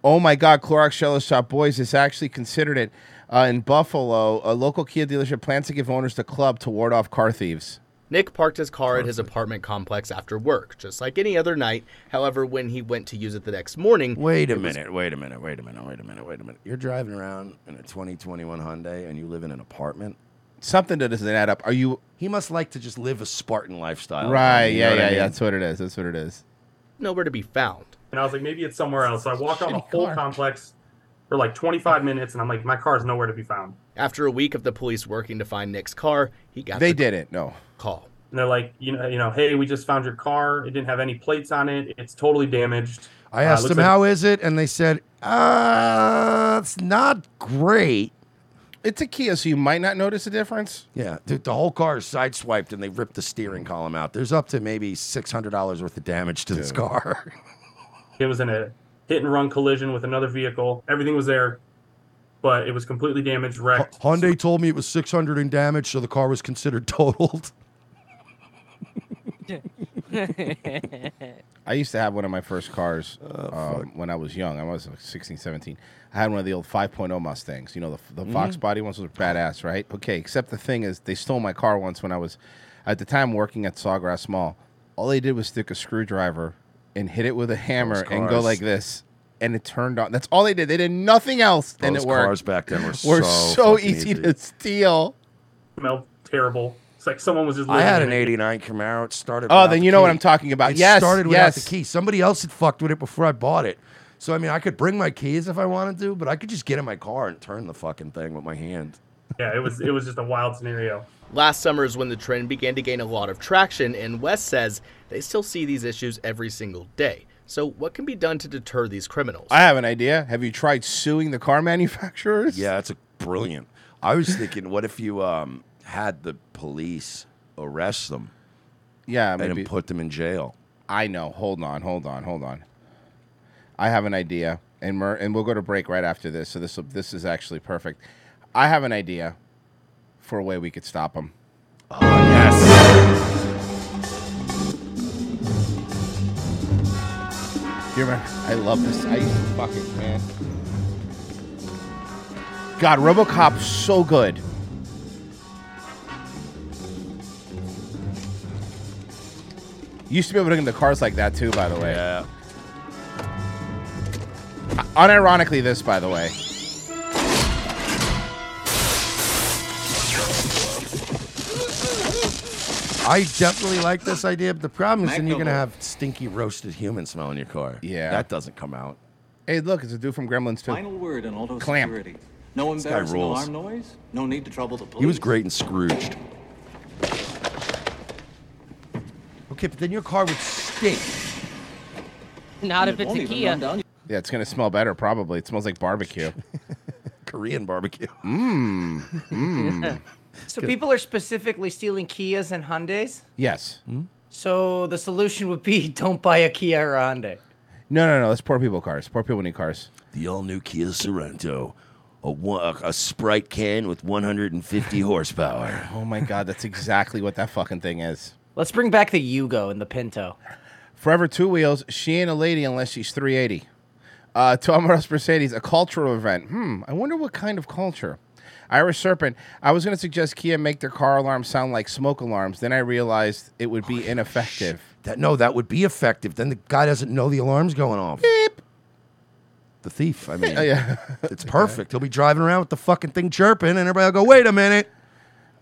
Oh my God, Clorox Shallow Shop Boys is actually considered it. Uh, in Buffalo, a local Kia dealership plans to give owners the club to ward off car thieves. Nick parked his car at his apartment complex after work, just like any other night. However, when he went to use it the next morning, wait a it was- minute, wait a minute, wait a minute, wait a minute, wait a minute. You're driving around in a 2021 Hyundai and you live in an apartment. Something that doesn't add up. Are you He must like to just live a Spartan lifestyle. right? You know yeah, what yeah, I mean? yeah. That's what it is. That's what it is. nowhere to be found. And I was like, maybe it's somewhere else. So I walked around the whole complex for like 25 minutes, and I'm like, my car's nowhere to be found. After a week of the police working to find Nick's car, he got the did it. No call. And they're like, you know, you know, hey, we just found your car. It didn't have any plates on it. It's totally damaged. I Uh, asked looks them like- how is it, and they said, "Uh, it's not great." It's a Kia, so you might not notice a difference. Yeah, dude, the whole car is sideswiped, and they ripped the steering column out. There's up to maybe six hundred dollars worth of damage to this Dude. car. It was in a hit and run collision with another vehicle. Everything was there, but it was completely damaged, wrecked. Hyundai told me it was six hundred in damage, so the car was considered totaled. I used to have one of my first cars Oh, um, when I was young. I was like 16, 17. I had one of the old 5.0 Mustangs. You know, the, the Fox Mm-hmm. Mhm. body ones were badass, right? Okay, except the thing is, they stole my car once when I was, at the time, working at Sawgrass Mall. All they did was stick a screwdriver and hit it with a hammer and go cars. like this. And it turned on. That's all they did. They did nothing else, and Those it worked. cars back then were so fucking easy, easy. to steal. Smelled terrible. It's like someone was just. I had living an in it. '89 Camaro. It started. Oh, without then the you know what key. I'm talking about. It Yes, started without the yes. key. Somebody else had fucked with it before I bought it. So I mean, I could bring my keys if I wanted to, but I could just get in my car and turn the fucking thing with my hand. Yeah, it was. It was just a wild scenario. Last summer is when the trend began to gain a lot of traction, and West says they still see these issues every single day. So, what can be done to deter these criminals? I have an idea. Have you tried suing the car manufacturers? Yeah, that's a brilliant. I was thinking, what if you um, had the police arrest them? Yeah, and maybe- then put them in jail. I know. Hold on, hold on, hold on. I have an idea, and Mer- and we'll go to break right after this. So this will- this is actually perfect. I have an idea for a way we could stop them. Oh yes. You remember? I love this. I used to fucking man. God, RoboCop's so good. You used to be able to get into cars like that too, by the way. Yeah. Uh, Unironically, this, by the way. I definitely like this idea, but the problem is then you're gonna have stinky roasted human smell in your car. Yeah, that doesn't come out. Hey, look, it's a dude from Gremlins too. Final word on auto Clamp. security. No This guy embarrassing rules. alarm noise. No need to trouble the police. He was great and Scrooged. Okay, but then your car would stink. Not if it's a Kia. Yeah, it's gonna smell better probably. It smells like barbecue. Korean barbecue. Mmm. Mmm. So people are specifically stealing Kias and Hyundais. Yes. So the solution would be don't buy a Kia or a Hyundai. No, no, no. That's poor people cars. Poor people need cars. The all new Kia Sorento, a, one, a Sprite can with 150 horsepower. Oh my God, that's exactly what that fucking thing is. Let's bring back the Yugo and the Pinto. Forever two wheels. She ain't a lady unless she's 380. Uh, Tomaros Mercedes, a cultural event. Hmm. I wonder what kind of culture. Irish Serpent. I was going to suggest Kia make their car alarms sound like smoke alarms. Then I realized it would be ineffective. Oh, That no, that would be effective. Then the guy doesn't know Oh, the alarm's going off. The thief. I mean, Oh, yeah. it's perfect. He'll be driving around with the fucking thing chirping, and everybody will go, "Wait a minute,"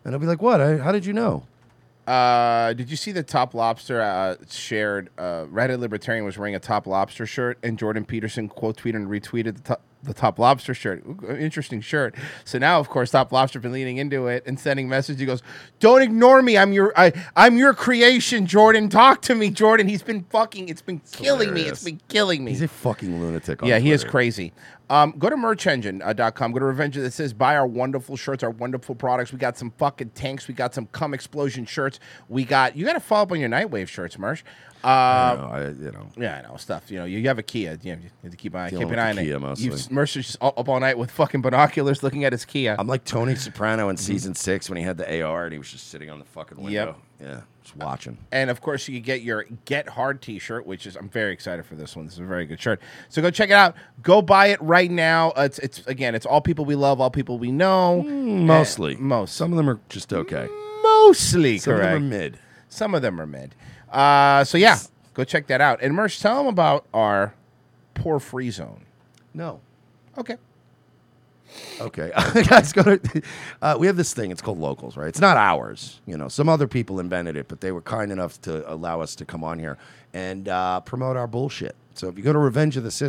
and I'll be like, "What? I, how did you know?" Uh, did you see the Top Lobster uh, shared? Uh, Reddit libertarian was wearing a Top Lobster shirt, and Jordan Peterson quote tweeted and retweeted the top, the Top Lobster shirt. Ooh, Interesting shirt. So now, of course, Top Lobster been leaning into it and sending messages. He goes, "Don't ignore me. I'm your I, I'm your creation, Jordan. Talk to me, Jordan. He's been fucking. It's been killing me. It's been killing me. He's a fucking lunatic. On yeah, he is Twitter. crazy. Um, go to merchengine.com. Go to Revenge of the Says. Buy our wonderful shirts, our wonderful products. We got some fucking tanks. We got some cum explosion shirts. We got, you got to follow up on your Nightwave shirts, Merch. Uh, know, I- you know. Yeah, I know. Stuff. You know, you, you have a Kia. You have you have to keep, an eye, Dealing keep an with eye the on Kia it. mostly. You, Merch is just up up all night with fucking binoculars looking at his Kia. Mm-hmm. I'm like Tony Soprano in season six when he had the AR and he was just sitting on the fucking window. Yeah, just Uh, watching. And of course, you get your Get Hard t shirt, which is, I'm very excited for this one. This is a very good shirt. So go check it out. Go buy it right now. Uh, it's, it's again, it's all people we love, all people we know. Mm, Mostly, most. Some of them are just okay. Mm, Mostly Some of them correct. are mid. Some of them are mid. Uh, so yeah, go check that out. And Merch, tell them about our poor free zone. No. Okay. Okay, guys, go to. Uh, we have this thing. It's called locals, right? It's not ours. You know, some other people invented it, but they were kind enough to allow us to come on here and uh, promote our bullshit. So if you go to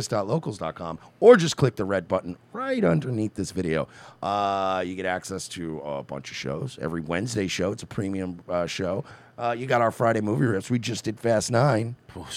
revengeofthesist.locals.com or just click the red button right underneath this video, uh, you get access to a bunch of shows. Every Wednesday show, it's a premium uh, show. Uh, you got our Friday movie rips. We just did Fast Nine.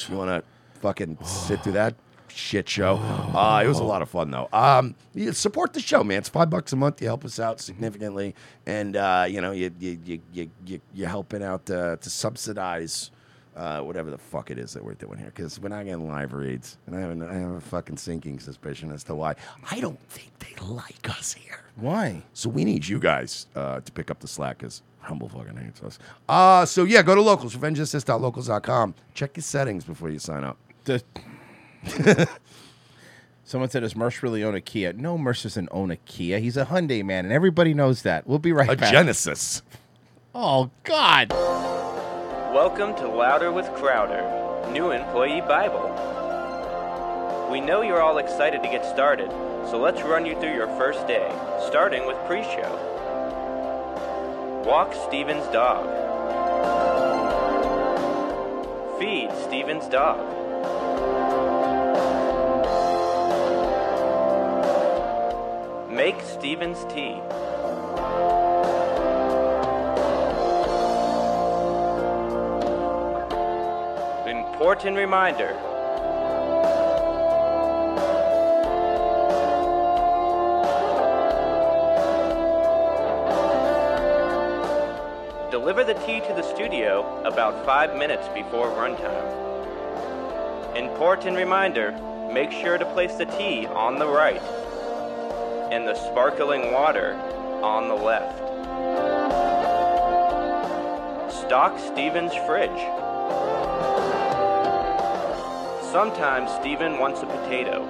You want to fucking sit through that shit show? Uh, it was a lot of fun though. Um, you support the show, man. It's five bucks a month. You help us out significantly, and uh, you know you you you you you you're helping out uh, to subsidize. Uh, whatever the fuck it is that we're doing here, because we're not getting live reads, and I have, an, I have a fucking sinking suspicion as to why. I don't think they like us here. Why? So we need you guys uh, to pick up the slack because Humble fucking hates us. Uh, so yeah, go to locals, revengeassist.locals.com. Check your settings before you sign up. Someone said, "Does Mersh really own a Kia?" No, Mersh doesn't own a Kia. He's a Hyundai man, and everybody knows that. We'll be right A back. Genesis. Oh God. Welcome to Louder with Crowder, new employee Bible. We know you're all excited to get started, so let's run you through your first day, starting with pre show. Walk Steven's dog. Feed Steven's dog. Make Steven's tea. Important reminder. Deliver the tea to the studio about five minutes before runtime. Important reminder make sure to place the tea on the right and the sparkling water on the left. Stock Steven's fridge. Sometimes Steven wants a potato.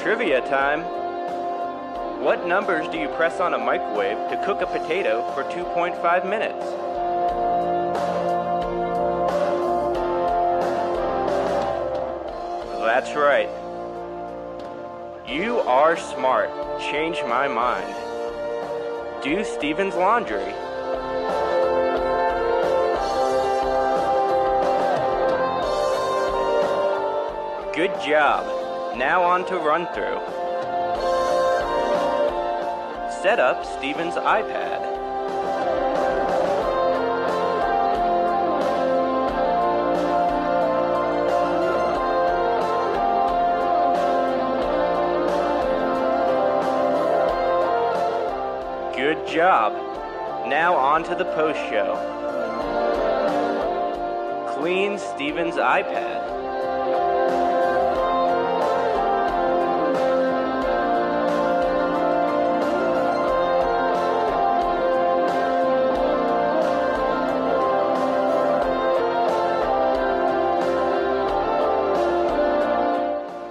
Trivia time. What numbers do you press on a microwave to cook a potato for 2.5 minutes? That's right. You are smart. Change my mind. Do Steven's laundry. Good job. Now on to run through. Set up Steven's iPad. Good job. Now on to the post show. Clean Steven's iPad.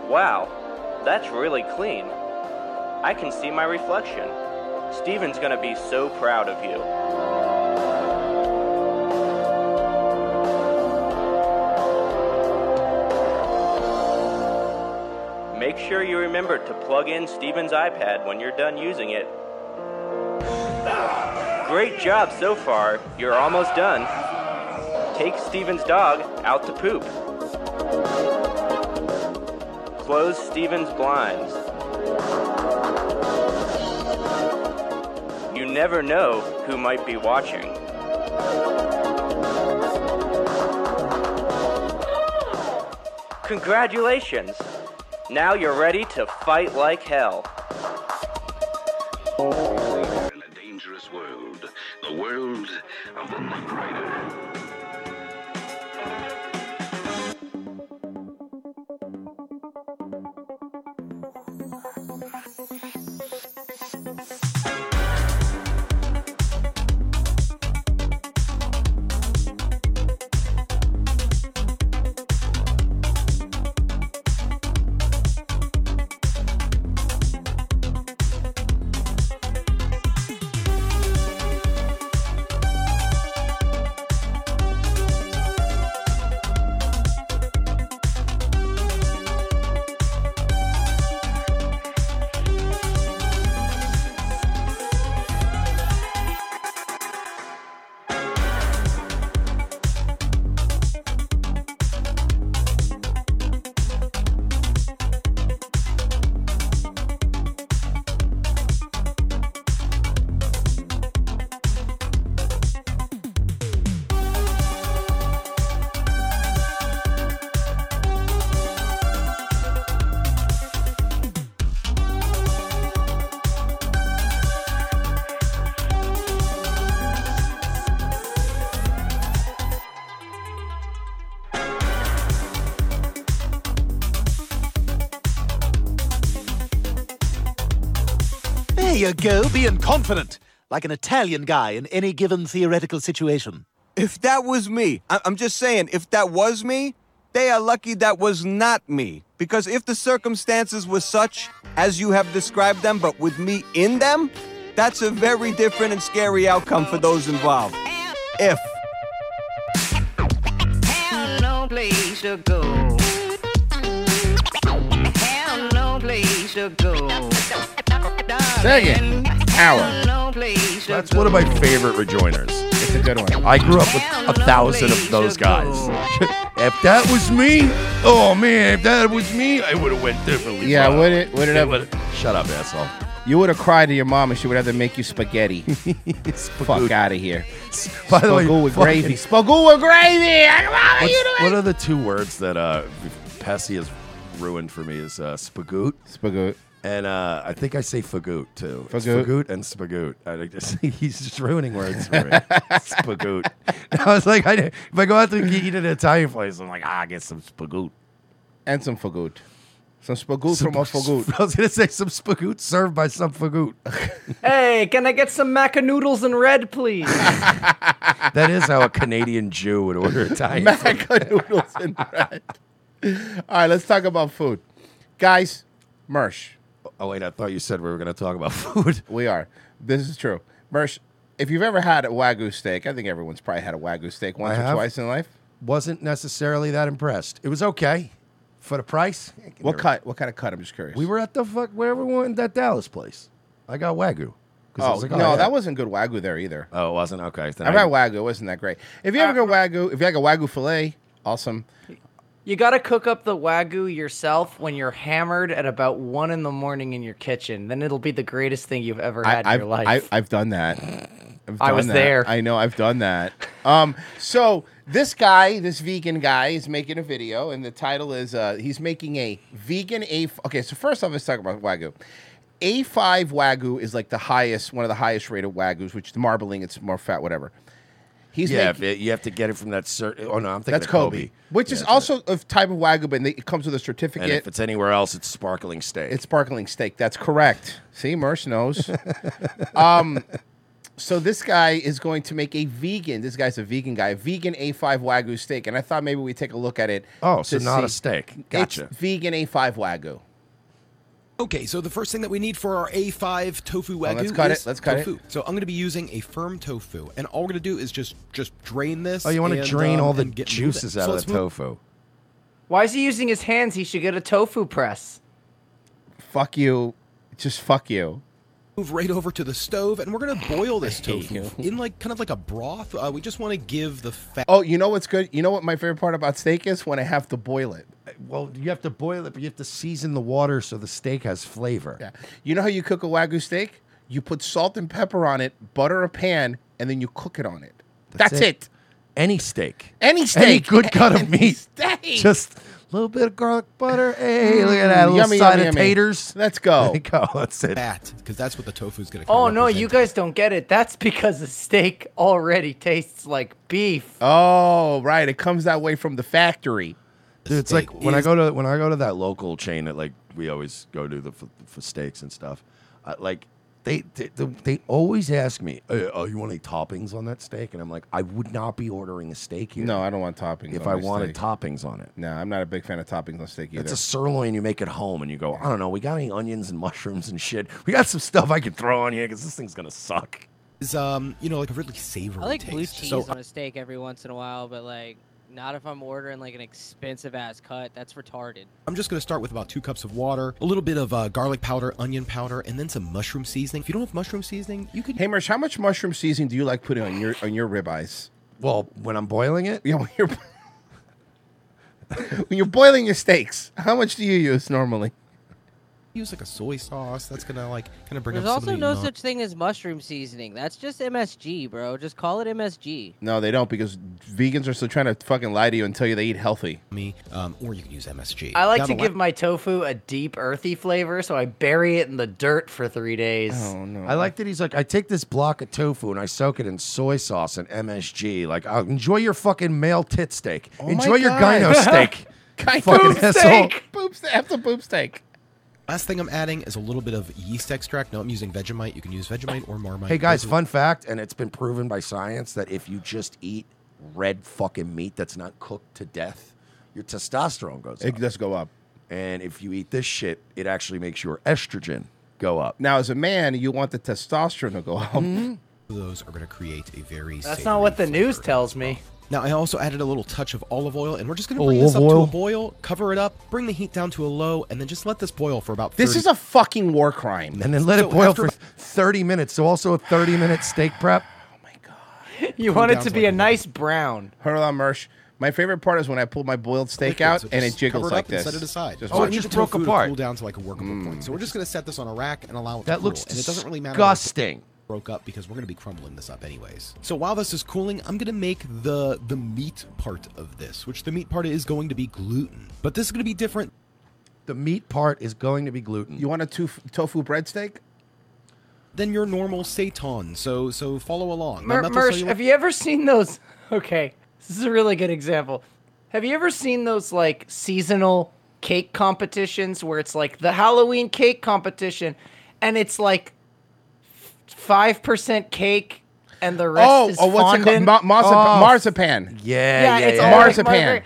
Wow, that's really clean. I can see my reflection. Steven's gonna be so proud of you. Make sure you remember to plug in Steven's iPad when you're done using it. Great job so far. You're almost done. Take Steven's dog out to poop. Close Steven's blinds. You never know who might be watching. Congratulations! Now you're ready to fight like hell. dangerous world, the world of the Knight Rider. There you go, being confident, like an Italian guy in any given theoretical situation. If that was me, I- I'm just saying, if that was me, they are lucky that was not me. Because if the circumstances were such as you have described them, but with me in them, that's a very different and scary outcome for those involved. If. Have no place to go. Have no place to go. Sing it. Hour. No place to That's one of my favorite rejoiners. It's a good one. I grew up with a thousand of those guys. if that was me, oh man, if that was me, I would have went differently. Yeah, bro. would it? Would it have? would've- Shut up, asshole. You would have cried to your mom, and she would have to make you spaghetti. Fuck out of here. By the way, Spagoo with fucking- gravy. Spagoo with gravy. Ah, What's- What are the two words that uh, Pessy has ruined for me is uh, spagoot. Spagoot. And uh, I think I say fagoot too. It's Fagoot. Fagoot and spagoot. I just, he's just ruining words for me. spagoot. I was like, I, if I go out to eat at an Italian place, I'm like, ah, get some spagoot. And some fagoot. Some spagoot from a fagoot. I was going to say some spagoot served by some fagoot. hey, can I get some maca noodles in red, please? that is how a Canadian Jew would order Italian. food. Maca noodles and bread. All right, let's talk about food, guys. Mersh. Oh wait, I thought you said we were going to talk about food. We are. This is true. Mersh, if you've ever had a wagyu steak, I think everyone's probably had a wagyu steak once I or have. twice in life. Wasn't necessarily that impressed. It was okay for the price. What cut? What kind of cut? I'm just curious. We were at the fuck wherever we went that Dallas place. I got wagyu. 'Cause I Oh was like, no, yeah. that wasn't good wagyu there either. Oh, it wasn't okay. Then I I- Uh, had wagyu. It wasn't that great. If you ever go wagyu, if you like a wagyu fillet, awesome. You gotta cook up the wagyu yourself when you're hammered at about one in the morning in your kitchen. Then it'll be the greatest thing you've ever had in I've, your life. I, have done that. I've I done was that. there. I know. I've done that. Um, so this guy, this vegan guy, is making a video, and the title is uh, he's making a vegan a. Okay, so first off, let's talk about wagyu. A5 Wagyu is like the highest, one of the highest rated Wagyus, which the marbling, it's more fat, whatever. He's yeah, making- but you have to get it from that certain. Oh no, I'm thinking That's of Kobe, Kobe. which is also a type of Wagyu, but they- it comes with a certificate. And if it's anywhere else, it's sparkling steak. It's sparkling steak. That's correct. See, Merce knows. um, so this guy is going to make a vegan. This guy's a vegan guy. Vegan A5 Wagyu steak, and I thought maybe we take a look at it. Oh, to so not a see. steak. It's Gotcha. vegan A5 Wagyu. Okay, so the first thing that we need for our A5 Oh, tofu wagyu let's cut it, is let's cut it. tofu. So I'm going to be using a firm tofu, and all we're going to do is just just drain this. Oh, you want to and, drain um, all the and get moving. juices out So of let's the move- tofu. Why is he using his hands? He should get a tofu press. Fuck you. Just fuck you. Move right over to the stove, and we're going to boil this tofu in like kind of like a broth. Uh, we just want to give the fat. Oh, you know what's good? You know what my favorite part about steak is when I have to boil it. Well, you have to boil it, but you have to season the water so the steak has flavor. Yeah. You know how you cook a Wagyu steak? You put salt and pepper on it, butter a pan, and then you cook it on it. That's, That's it. it. Any steak. Any steak. Any good cut of meat. steak. Just a little bit of garlic butter. Hey, look at that. A little Mm, Yummy, side yummy, of yummy. taters. Let's go. There you go. That's it. Fat, because that's what the tofu's going to. Oh no, you guys don't get it. That's because the steak already tastes like beef. Oh, right. It comes that way from the factory. Dude, it's like when I go to when I go to that local chain that like we always go to the for, for steaks and stuff. Uh, like they they, they they always ask me, "Uh, "Oh, you want any toppings on that steak?" And I'm like, "I would not be ordering a steak here." No, I don't want toppings. If on I my wanted steak. toppings on it, no, I'm not a big fan of toppings on steak either. it's a sirloin you make at home, and you go, "I don't know, we got any onions and mushrooms and shit? We got some stuff I could throw on here because this thing's gonna suck." Is um you know like a really savory I like blue taste. cheese so on a steak every once in a while, but like not if I'm ordering like an expensive ass cut. That's retarded. I'm just going to start with about two cups of water, a little bit of uh, garlic powder, onion powder, and then some mushroom seasoning. If you don't have mushroom seasoning, you could. Hey, Mersh, how much mushroom seasoning do you like putting on your on your ribeyes? Well, when I'm boiling it, yeah, when you're when you're boiling your steaks, how much do you use normally? Use like a soy sauce. That's gonna like kind of bring There's up. also some of no the, uh, such thing as mushroom seasoning. That's just MSG, bro. Just call it MSG. No, they don't because vegans are still trying to fucking lie to you and tell you they eat healthy. Me, um, or you can use MSG. I like to give my tofu a deep earthy flavor, so I bury it in the dirt for three days. Oh no. I like that he's like, I take this block of tofu and I soak it in soy sauce and MSG. Like, uh, enjoy your fucking male tit steak. Oh my enjoy your God. gyno steak. Gyno fucking steak. asshole. Boop steak. After boop steak. Last thing I'm adding is a little bit of yeast extract. No, I'm using Vegemite. You can use Vegemite or Oh Marmite. Hey guys, Those are- fun fact, and it's been proven by science that if you just eat red fucking meat that's not cooked to death, your testosterone goes It up. does go up. And if you eat this shit, it actually makes your estrogen go up. Mm-hmm. Now, as a man, you want the testosterone to go up. Those are going to create a very. That's savory not what the flavor. news tells me. Now I also added a little touch of olive oil, and we're just going to bring this up Olive oil? to a boil, cover it up, bring the heat down to a low, and then just let this boil for about. 30 This is a fucking war crime. And then let So it boil after for 30 minutes. So also a 30 minute steak prep. You Come want it down to to be like a nice brown. Hold on, Mersh. My favorite part is when I pull my boiled steak out Liquid, so and it just jiggles cover like up this. And set it aside. Just Watch watch. the tofu to Cool down to like a workable point. So we're just going to set this on a rack and allow it. Hmm. That to looks cool. And it doesn't really matter. that it's disgusting. Broke up because we're going to be crumbling this up anyways. So while this is cooling, I'm going to make the the meat part of this, which the meat part is going to be gluten. But this is going to be different. The meat part is going to be gluten. You want a tof- tofu breadsteak? than your normal seitan. So so follow along. Now, Mer- Mersh, methylcellulose- have you ever seen those? Okay, this is a really good example. Have you ever seen those like seasonal cake competitions where it's like the Halloween cake competition, and it's like five percent cake and the rest Oh, is oh, what's it called? fondant? Ma- marzipan. Oh. marzipan. Yeah, yeah, it's yeah. all like Marzipan. margar-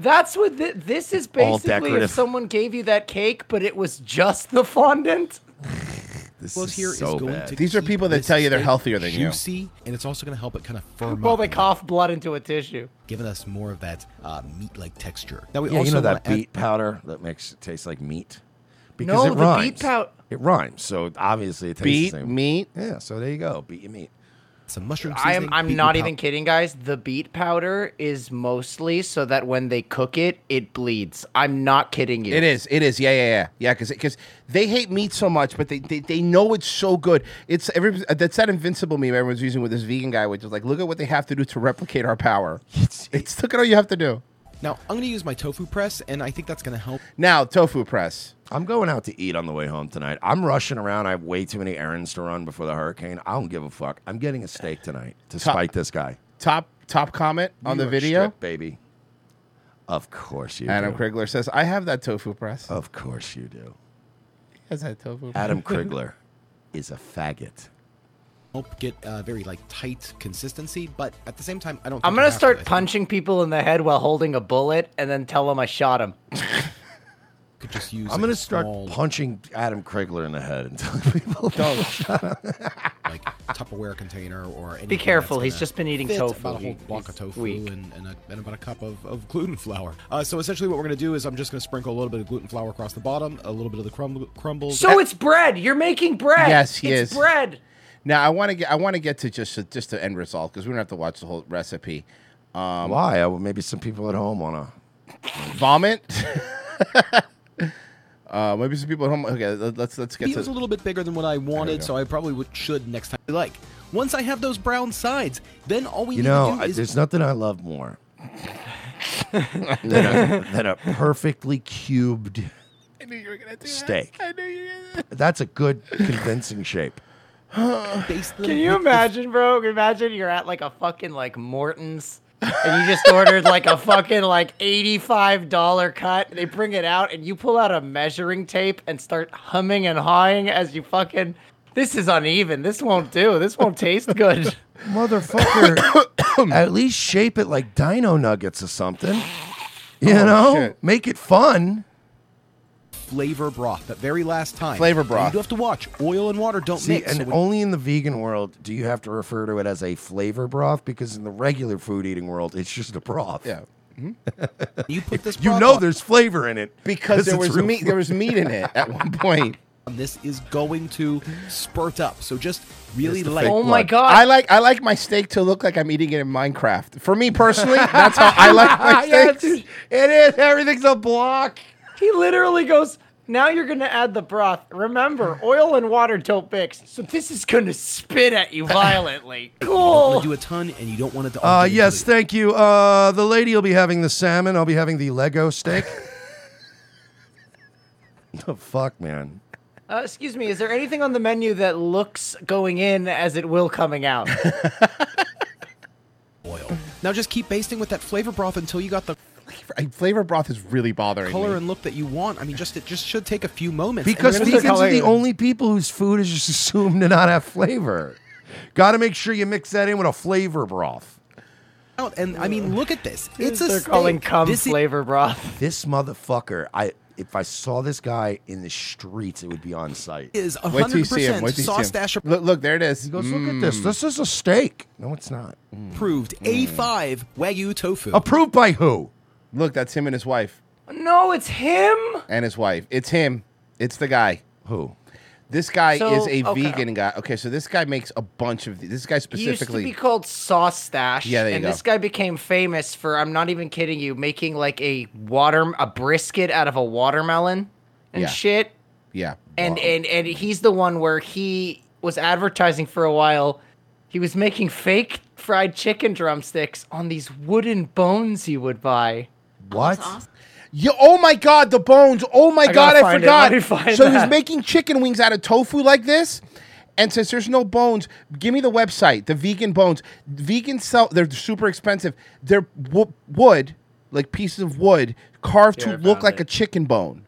That's what thi- this is All basically. If decorative. someone gave you that cake, but it was just the fondant. This Close here is going to These are keep people that this tell you they're steak healthier than you. juicy, and it's also going to help it kind of firm Well, up, they cough blood into a tissue. giving us more of that uh, meat-like texture. Now we yeah, also you know wanna that add- beet powder that makes it taste like meat because No, it the beet rhymes. pow- It rhymes, so obviously it tastes Beet the same. meat. Yeah, so there you go. Beet your meat. Some mushroom I am. I'm not even kidding, guys. The beet powder is mostly so that when they cook it, it bleeds. I'm not kidding you. It is. It is. Yeah, yeah, yeah. Yeah, because they hate meat so much, but they, they, they know it's so good. It's every that's that invincible meme everyone's using with this vegan guy, which is like, look at what they have to do to replicate our power. It's, look at all you have to do. Now, I'm going to use my tofu press, and I think that's going to help. Now, tofu press. I'm going out to eat on the way home tonight. I'm rushing around. I have way too many errands to run before the hurricane. I don't give a fuck. I'm getting a steak tonight to Top- spite this guy. Top top comment on New the York video. Strip, baby. Of course you Adam do. Krigler says, "I have that tofu press." Of course you do. Has that tofu? Adam Krigler is a faggot. Help get uh, very like tight consistency, but at the same time, I don't. I'm think gonna you have start to. punching people in the head while holding a bullet, and then tell them I shot him. Could just use. like, I'm going a to start small, punching Adam Krigler in the head and telling people. Don't. like Tupperware container or. Anything that's careful, he's gonna just been eating fit tofu. About a whole He- block he's of tofu weak. and, and, a, and about a cup of, of gluten flour. Uh, so essentially, what we're going to do is I'm just going to sprinkle a little bit of gluten flour across the bottom, a little bit of the crumble, crumbles. So it's bread. You're making bread. Yes, he It's is. bread. Now I want to get I want to get to just just the end result because we don't have to watch the whole recipe. Um, Why? I- well, maybe some people at home want Vomit. uh, maybe some people at home. Okay, let- let's let's get He to was a little bit bigger than what I wanted, go. so I probably would, should next time. Like once I have those brown sides, then all we to. You need know, to do I, is there's nothing I love more than, a, than a perfectly cubed I knew you were gonna do steak. I knew you. That's a good, convincing shape. Can you imagine, bro? Imagine you're at like a fucking like Morton's and you just ordered like a fucking like $85 cut. They bring it out and you pull out a measuring tape and start humming and hawing as you fucking this is uneven. This won't do. This won't taste good. Motherfucker, at least shape it like dino nuggets or something. You Oh, know? shit. Make it fun. flavor broth. That very last time, Flavor And broth. You do have to watch oil and water don't See, mix. so and when- only in the vegan world do you have to refer to it as a flavor broth because in the regular food eating world, it's just a broth. Yeah. you put this. You broth know on. there's flavor in it Because there it's was real meat- there was flavor. meat in it at one point. This is going to spurt up. So just really light. Oh I like I like my steak to look like I'm eating it in Minecraft. For me personally, that's how I like my Yeah, steaks. dude. It is. Everything's a block. He literally goes, Now you're going to add the broth. Remember, oil and water don't mix. So this is going to spit at you violently. You Cool. want to do a ton, and you don't want it to. all Uh, be yes, thank you. Uh, the lady will be having the salmon. I'll be having the Lego steak. the fuck, man. Uh, excuse me, is there anything on the menu that looks going in as it will coming out? Now just keep basting with that flavor broth until you got the Flavor, flavor broth is really bothering color me. and look that you want. I mean, just it just should take a few moments. and Because we're gonna vegans are start the coloring. only people whose food is just assumed to not have flavor. Got to make sure you mix that in with a flavor broth. out. And I mean, look at this. It's a They're calling steak. cum This e- is- flavor broth. This motherfucker, I if I saw this guy in the streets, it would be on site. is Wait till you see 100% him. Wait till you sauce see dash him. Look, look, there it is. Mm. He goes, look at this. This is a steak. No, it's not. approved A5 Wagyu tofu. Approved by who? Look, that's him and his wife. No, it's him. And his wife. It's him. It's the guy. Who? This guy So, is a okay. vegan guy. Okay, so this guy makes a bunch of these. This guy He used to specifically. be called Sauce Stash. Yeah, there you And go. this guy became famous for, I'm not even kidding you, making like a water, a brisket out of a watermelon and Yeah. shit. yeah. and and and he's the one where he was advertising for a while. He was making fake fried chicken drumsticks on these wooden bones you would buy. What? Yo, oh my God, the bones. Oh my I God, gotta I find it. forgot. Let me find so that. he's making chicken wings out of tofu like this. And since there's no bones, give me the website, the vegan bones. Vegan sell, they're super expensive. They're wo- wood, like pieces of wood, carved Here, I to look found like it. a chicken bone.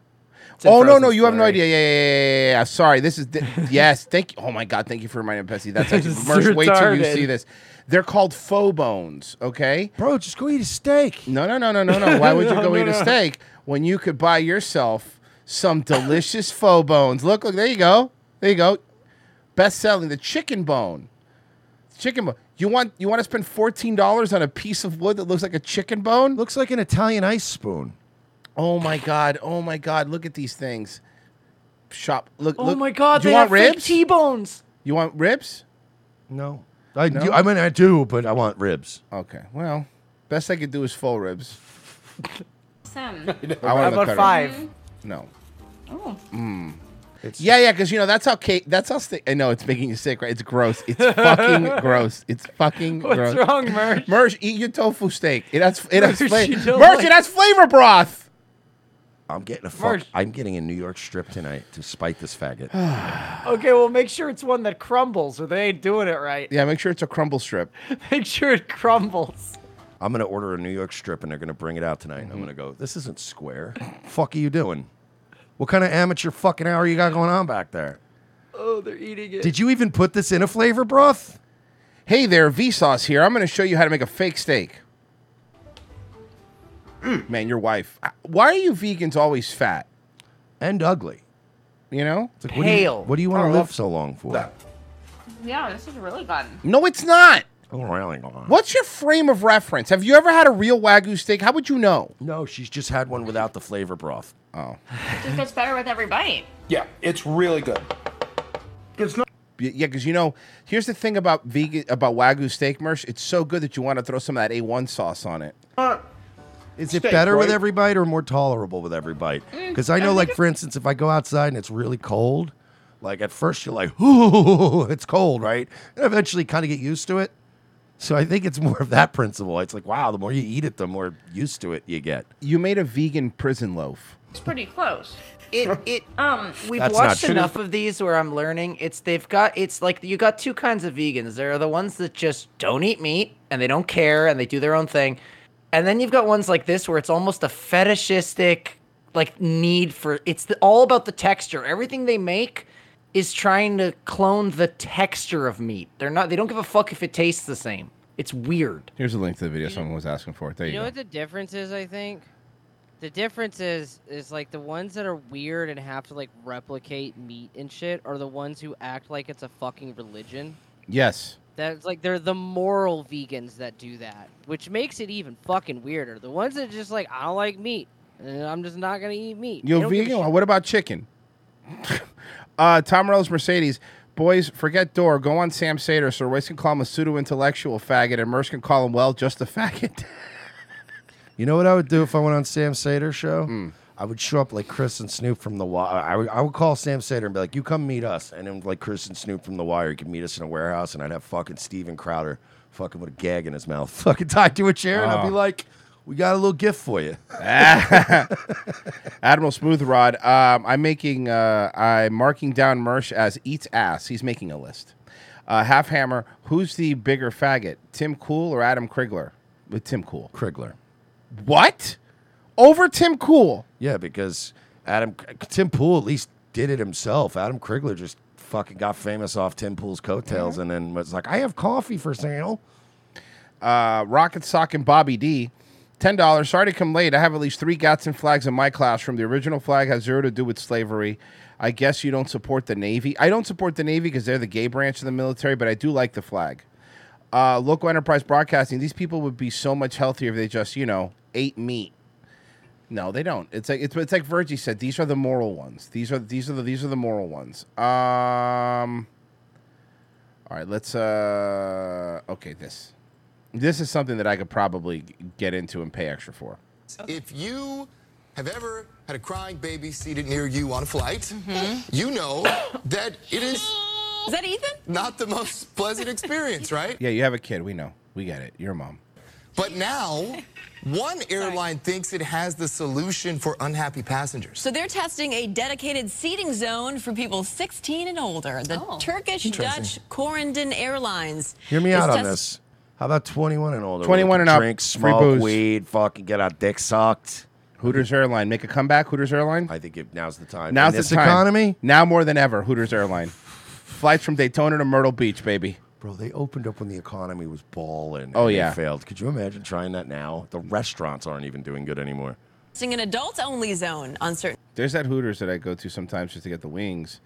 It's in Oh no Frozen no! You have no Flurry. idea. Yeah yeah yeah yeah. yeah. Sorry, this is th- yes. Thank you. Oh my god, thank you for reminding me, Pessy. That's actually This is Mersh, Wait till you retarded. see this. They're called faux bones. Okay. Bro, just go eat a steak. No no no no no no. Why would you No, go no, eat a no. steak when you could buy yourself some delicious faux bones? Look look. There you go. There you go. Best selling the chicken bone. Chicken bone. You want you want to spend fourteen dollars on a piece of wood that looks like a chicken bone? Looks like an Italian ice spoon. Oh my god. Oh my god. Look at these things. Shop. Look. Oh look. my god, Do they you want have fake ribs? T-bones. You want ribs? No. I No? do, I mean I do, but I want ribs. Okay. Well, best I could do is full ribs. I Some. want How to about cut it. five? No. Oh. Mm. yeah, yeah, because you know that's how Kate. That's how. Sti- I know it's making you sick, right? It's gross. It's fucking gross. It's fucking. What's gross. wrong, Mersh? Mersh, eat your tofu steak. It has. It has Mersh, flavor. you don't Mersh, like- it has flavor broth. I'm getting a fuck. Mersh. I'm getting a New York strip tonight to spite this faggot. Okay, well, make sure it's one that crumbles, or they ain't doing it right. Yeah, make sure it's a crumble strip. Make sure it crumbles. I'm gonna order a New York strip, and they're gonna bring it out tonight. Mm-hmm. And I'm gonna go. This isn't square. fuck are you doing? What kind of amateur fucking hour you got going on back there? Oh, they're eating it. Did you even put this in a flavor broth? Hey there, Vsauce here. I'm going to show you how to make a fake steak. Mm. Man, your wife. I- Why are you vegans always fat and ugly? You know, It's like, what do you- Pale. What do you, want Oh, to live that's- so long for? Yeah, this is really good. No, it's not. Oh, really? Not. What's your frame of reference? Have you ever had a real wagyu steak? How would you know? No, she's just had one without the flavor broth. Oh. It just gets better with every bite. Yeah, it's really good. It's not. Yeah, because you know, here's the thing about vegan about wagyu steak, Mersh. It's so good that you want to throw some of that A1 sauce on it. Is it Steak, better with right? Mm, every bite or more tolerable with every bite? Because I know, like for instance, if I go outside and it's really cold, like at first you're like, "Ooh, it's cold," right? And eventually, kind of get used to it. So I think it's more of that principle. It's like, wow, the more you eat it, the more used to it you get. You made a vegan prison loaf. It's pretty close. It it um We've That's not watched true. enough of these where I'm learning. It's they've got it's like you got two kinds of vegans. There are the ones that just don't eat meat and they don't care and they do their own thing. And then you've got ones like this where it's almost a fetishistic like need for it's the, all about the texture. Everything they make is trying to clone the texture of meat. They're not they don't give a fuck if it tastes the same. It's weird. Here's a link to the video someone was asking for. it. There you you, know go. what What? the- what the difference is, I think? The difference is is like the ones that are weird and have to like replicate meat and shit are the ones who act like it's a fucking religion. Yes. That's like they're the moral vegans that do that, which makes it even fucking weirder. The ones that just like I don't like meat and I'm just not gonna eat meat. They You're don't give a vegan? What about chicken? uh, Tom Rose Mercedes. Boys, forget Door. Go on Sam Sater so Royce can call him a pseudo intellectual faggot and Mersh can call him, well, just a faggot. You know what I would do if I went on Sam Sater's show? I would show up like Chris and Snoop from The Wire. I would, I would call Sam Sater and be like, you come meet us. And then, like, Chris and Snoop from The Wire could meet us in a warehouse, and I'd have fucking Steven Crowder fucking with a gag in his mouth, fucking tied to a chair, and I'd be Oh. like, we got a little gift for you. Admiral Smooth Rod, um, I'm making, uh, I'm marking down Mersh as eats ass. He's making a list. Uh, Half Hammer, who's the bigger faggot, Tim Cool or Adam Krigler? With Tim Cool. Krigler. What? Over Tim Cool? Yeah, because Adam Tim Pool at least did it himself. Adam Krigler just fucking got famous off Tim Pool's coattails and then was like, I have coffee for sale. Uh, Rocket Sock and Bobby D. Ten dollars. Sorry to come late. I have at least three Gatson flags in my classroom. The original flag has zero to do with slavery. I guess you don't support the Navy. I don't support the Navy because they're the gay branch of the military, but I do like the flag. Uh, local enterprise broadcasting. These people would be so much healthier if they just, you know, ate meat. No, they don't. It's like it's, it's like Virgie said. These are the moral ones. These are these are the these are the moral ones. Um. All right, let's. uh Okay, this. This is something that I could probably g- get into and pay extra for. If you have ever had a crying baby seated near you on a flight, you know that it is. Mm-hmm. Is that Ethan? Not the most pleasant experience, right? Yeah, you have a kid. We know. We get it. Your mom. But now, one airline thinks it has the solution for unhappy passengers. So they're testing a dedicated seating zone for people 16 and older. The Turkish Dutch Interesting. Corendon Airlines. Hear me is out on test- this. How about 21 and older? 21 We and can up, Drink, free smoke, booze. weed, fucking get our dick sucked. Hooters Airline, make a comeback. Hooters Airline. I think it, now's the time. Now's In this the time. economy? Now more than ever, Hooters Airline. Flights from Daytona to Myrtle Beach, baby. Bro, they opened up when the economy was balling. Oh, and they yeah. failed. Could you imagine trying that now? The restaurants aren't even doing good anymore. Testing an adults only zone on certain There's that Hooters that I go to sometimes just to get the wings,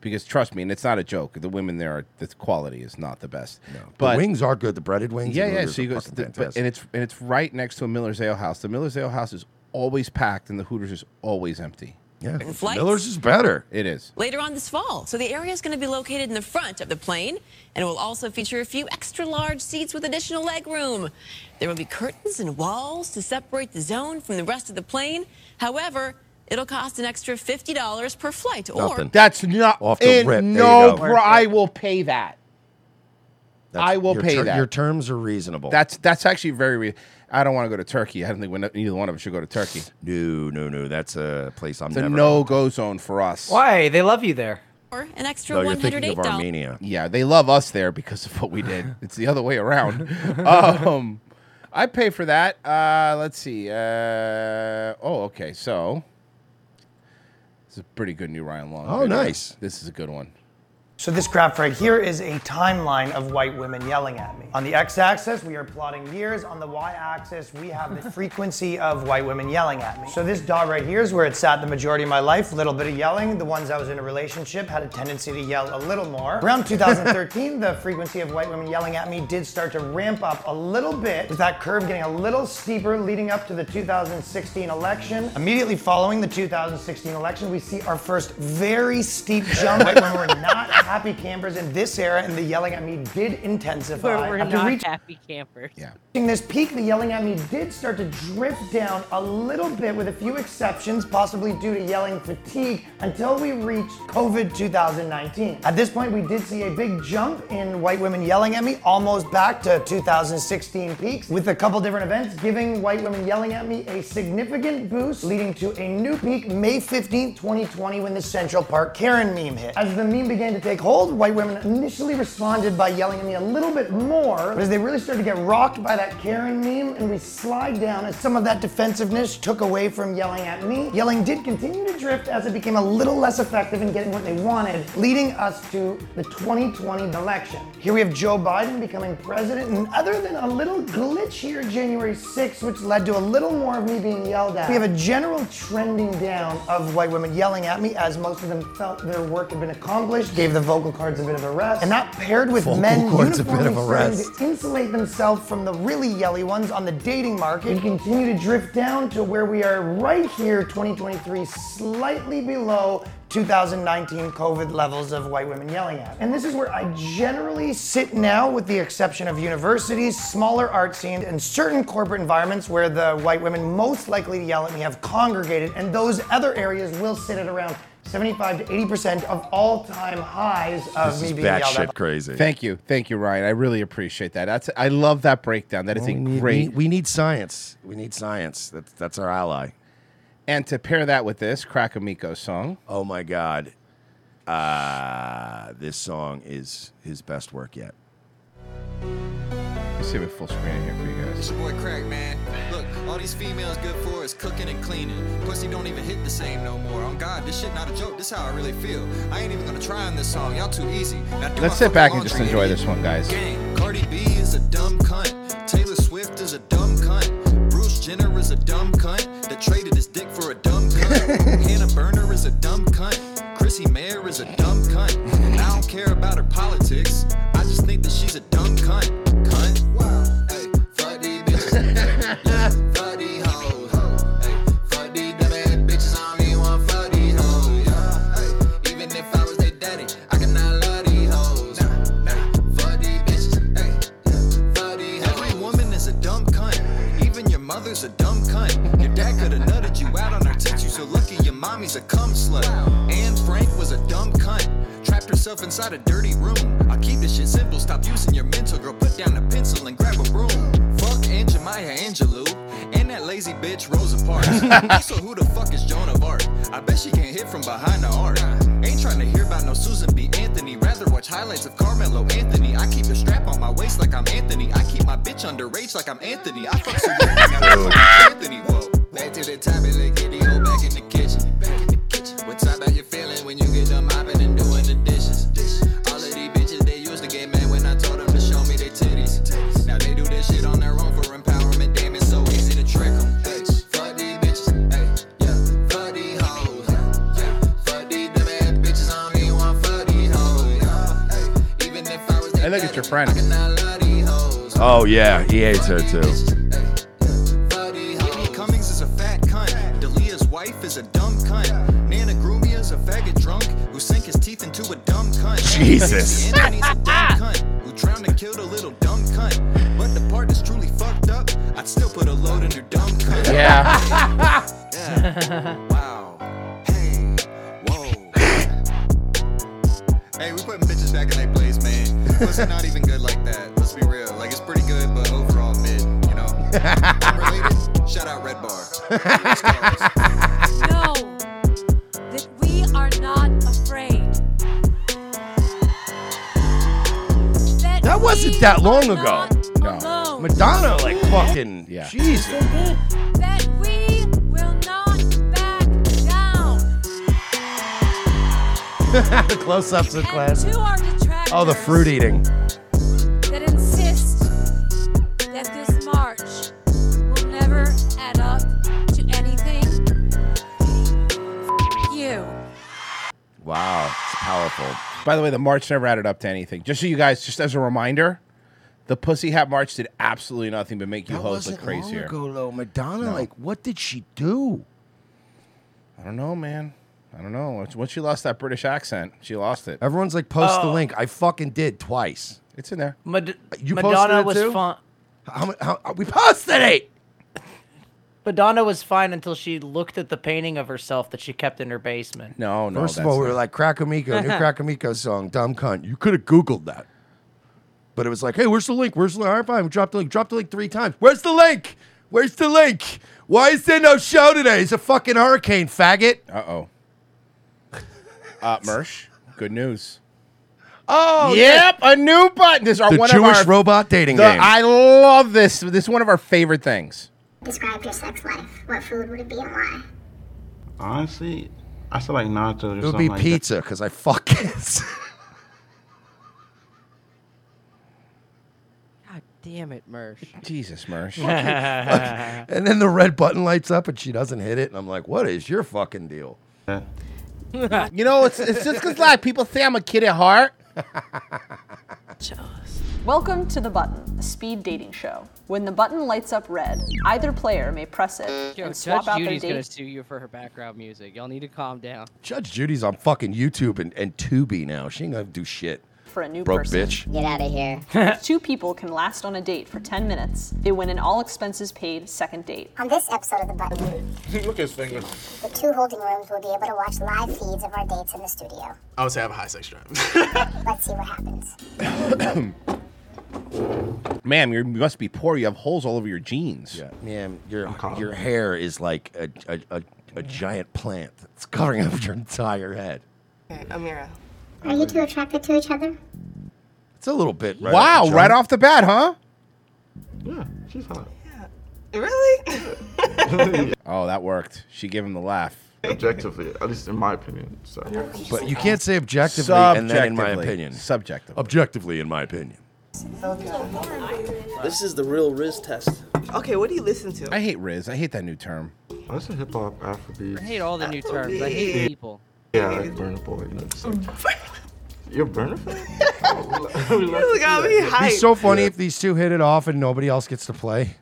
because trust me, and it's not a joke. The women there, are, the quality is not the best. No, the wings are good. The breaded wings. Yeah, and yeah. Hooters So are you go, fucking the- but- fantastic. and it's and it's right next to a Miller's Ale House. The Miller's Ale House is always packed, and the Hooters is always empty. Yeah, Certain flights. Miller's is better. It is. later on this fall. So the area is going to be located in the front of the plane and it will also feature a few extra large seats with additional leg room. There will be curtains and walls to separate the zone from the rest of the plane. However, it'll cost an extra $50 per flight or Nothing. That's not off the And rip. there no, you go. pro- I will pay that. I will your pay ter- that. Your terms are reasonable. That's that's actually very. Re- I don't want to go to Turkey. I don't think we no- either one of us should go to Turkey. No, no, no. That's a place I'm It's a never. no go zone for us. Why? They love you there. Or an extra No, you're thinking of $108. Armenia. Yeah, they love us there because of what we did. it's the other way around. um, I pay for that. Uh, let's see. Uh, oh, okay. So this is a pretty good new Ryan Long. Oh, video. nice. This is a good one. So this graph right here is a timeline of white women yelling at me. On the x-axis, we are plotting years. On the y-axis, we have the frequency of white women yelling at me. So this dot right here is where it sat the majority of my life. A little bit of yelling. The ones I was in a relationship had a tendency to yell a little more. Around 2013, the frequency of white women yelling at me did start to ramp up a little bit, with that curve getting a little steeper leading up to the 2016 election. Immediately following the 2016 election, we see our first very steep jump. White women were not happy campers in this era, and the yelling at me did intensify. We're, we're After not reach- happy campers. Yeah. Reaching this peak, the yelling at me did start to drift down a little bit, with a few exceptions, possibly due to yelling fatigue, until we reached COVID 2019. At this point, we did see a big jump in white women yelling at me, almost back to 2016 peaks, with a couple different events giving white women yelling at me a significant boost, leading to a new peak May 15, 2020, when the Central Park Karen meme hit. As the meme began to take hold, white women initially responded by yelling at me a little bit more, but as they really started to get rocked by that Karen meme and we slide down, as some of that defensiveness took away from yelling at me, yelling did continue to drift as it became a little less effective in getting what they wanted, leading us to the 2020 election. Here we have Joe Biden becoming president, and other than a little glitch here January 6th, which led to a little more of me being yelled at, we have a general trending down of white women yelling at me as most of them felt their work had been accomplished, gave the vocal cords a bit of a rest, and that paired with Vocal men cords a bit of a uniformly starting rest. to insulate themselves from the really yelly ones on the dating market. We continue to drift down to where we are right here, 2023, slightly below 2019 COVID levels of white women yelling at. me. And this is where I generally sit now, with the exception of universities, smaller art scenes, and certain corporate environments where the white women most likely to yell at me have congregated, and those other areas will sit at around 75 to 80% of all time highs of This me is being yelled at. batshit crazy. Thank you, thank you, Ryan. I really appreciate that. That's I love that breakdown. That is Well, a we need- great. we- we need science. We need science. That's that's our ally. And to pair that with this Krakomiko song. Oh my God, uh, this song is his best work yet. Let's see if it's full screen here for you guys. Boy, crack, man. Look, all these females good for is cooking and cleaning. Pussy don't even hit the same no more. On God, this shit not a joke. This how I really feel. I ain't even gonna try on this song. Y'all too easy. Now do my Let's sit back and just laundry enjoy this one, guys. Gang. Cardi B is a dumb cunt. Taylor Swift is a dumb cunt. Bruce Jenner is a dumb cunt that traded his dick for a dumb cunt. Hannah Burner is a dumb cunt. Chrissy Mayer is a dumb cunt. And I don't care about her politics. I just think that she's a dumb cunt. Cunt. Wow. Hey, fuck these bitches. Yeah, fuck these hoes. Hey, fuck these dumb ass bitches. I don't even want fuck these hoes. Yeah. Hey, even if I was their daddy, I cannot love these hoes. Nah, nah. Fuck these bitches. Hey, Every woman is a dumb cunt. Even your mother's a dumb cunt. Your dad could have nutted you out on her tits. You so lucky your mommy's a cum slut. Anne Frank was a dumb cunt. Trapped herself inside a dirty room. I'll keep this shit simple. Stop using your mental, girl. Put down a pencil and grab a broom. Fuck Aunt Jemima Angelou and that lazy bitch Rosa Parks. also, who the fuck is Joan of Arc? I bet she can't hit from behind the arc. Ain't trying to hear about no Susan B. Anthony. Rather watch highlights of Carmelo Anthony. I keep a strap on my waist like I'm Anthony. I keep my bitch underage like I'm Anthony. I fuck so good, I fuck Anthony. Whoa. Back to the topic, let Kitty go back in the kitchen. Back in the kitchen. What's up about your feeling when you get done mopping and doing the dishes? All of these bitches, they used to get mad when I told them to show me their titties. Now they do this shit on their own for empowerment. Damn, it's so easy to trick them. Fuck these bitches. Hey, yeah. Fuck these hoes. Yeah. Fuck these dumb ass bitches. I don't even want fuck these hoes. Yeah. Hey, even if I was Hey, look, it's your friend. not love these hoes. Oh yeah, he hates her too. Whitney Cummings is a fat cunt. Dalia's wife is a dumb cunt. Nana Grumia's a faggot drunk who sank his teeth into a dumb cunt. Jesus. Anthony's a dumb cunt who drowned and killed a little dumb cunt. But the part that's truly fucked up, I'd still put a load in her dumb cunt. Yeah. Yeah. Wow. Hey, we putting bitches back in their place, man. Pussy not even good like that. Let's be real. Like it's pretty good, but overall mid. You know. Related? Shout out Red Bar. No, that we are not afraid. That, That wasn't that long ago. alone. Madonna, like fucking. Yeah. Jesus. that we will not back down. Close ups are classic. To our detractors Oh, the fruit eating. uh, that insist that this march will never add up to anything, F- you. Wow, it's powerful. By the way, the march never added up to anything. Just so you guys, just as a reminder, the Pussy Hat March did absolutely nothing but make you hoes look crazier. ago though. Madonna, No. like, what did she do? I don't know, man. I don't know. Once- Once she lost that British accent, she lost it. Everyone's like, post the Oh. link. I fucking did twice. It's in there. Mad- you Madonna posted it was too? fun. How, mu- how, how- we posted it. Madonna was fine until she looked at the painting of herself that she kept in her basement. No, First of all, we were like Crackamiko, new Crackamiko song, dumb cunt. You could have Googled that, but it was like, hey, where's the link? Where's the link? All right, fine. We dropped the link. Dropped the link three times. Where's the link? Where's the link? Why is there no show today? It's a fucking hurricane, faggot. Uh oh. Uh, Mersh, good news. Oh, yep, a new button. This is our The one Jewish of our, robot dating the- game. I love this. This is one of our favorite things. Describe your sex life. What food would it be and why? Honestly, I feel like nachos or It would something be like that. pizza because I fuck kids. God damn it, Mersh. Jesus, Mersh. and then the red button lights up and she doesn't hit it. And I'm like, what is your fucking deal? you know, it's, it's just because like people say I'm a kid at heart. Welcome to The Button, a speed dating show. When the button lights up red, either player may press it Yo, and swap Judge out Judy's their gonna date. sue you for her background music. Y'all need to calm down. Judge Judy's on fucking YouTube and, and Tubi now. She ain't gonna do shit. For a new Broke person. bitch. Get out of here. Two people can last on a date for 10 minutes. They win an all expenses paid second date. On this episode of The Button, Look at his fingers. the two holding rooms will be able to watch live feeds of our dates in the studio. I would say I have a high sex drive. Let's see what happens. Ma'am, you're, you must be poor. You have holes all over your jeans. Yeah, ma'am, your Your hair is like a, a, a, a giant plant. It's covering up your entire head. Mm, Amira. Are you two attracted to each other? It's a little bit. Right wow, off the right jump. off the bat, huh? Yeah, she's hot. really? oh, that worked. She gave him the laugh. Objectively, at least in my opinion. So. But you can't say objectively and then in my Subjectively. opinion. Subjectively. Objectively in my opinion. This is the real Riz test. Okay, what do you listen to? I hate Riz. I hate that new term. That's a hip hop Afrobeat. I hate all the new terms. I hate people. Yeah, like Burner Boy. You know, it's like- you're a Burner fan? This got me It'd hyped. be so funny if these two hit it off and nobody else gets to play.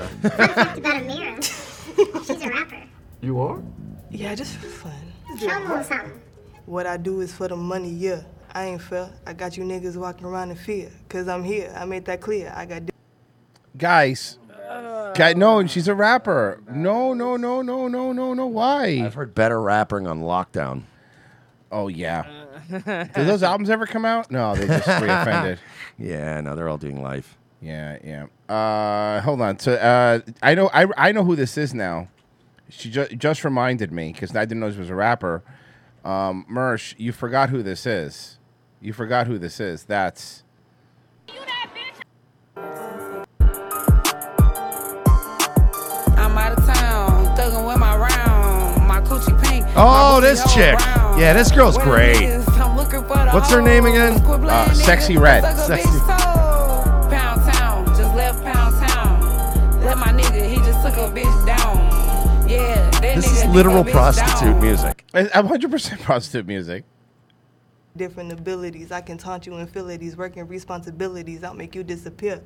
Fact about Amira. she's a rapper. You are? Yeah, just for fun. Tell me a little something. What I do is for the money, yeah. I ain't fair. I got you niggas walking around in fear. Cause I'm here. I made that clear. I got. Guys. Guy, no, she's a rapper. No, no, no, no, no, no, no. Why? I've heard better rapping on lockdown. Oh yeah. Did those albums ever come out? No, they just reoffended. Yeah, no, they're all doing life. Yeah, yeah. Uh, hold on. So uh, I know I, I know who this is now. She ju- just reminded me because I didn't know she was a rapper. Um, Mersh, you forgot who this is. You forgot who this is. That's I'm out of town, thuggin' with my round, my coochie pink. Oh, this chick. Yeah, this girl's great. What's her name again? Uh, Sexy Red. Sexy. Pound town, just left pound town. Let my nigga, he just took a bitch down. Yeah, that This nigga is took a literal bitch prostitute down. music. I'm 100% prostitute music. Different abilities. I can taunt you infidelities, working responsibilities. I'll make you disappear.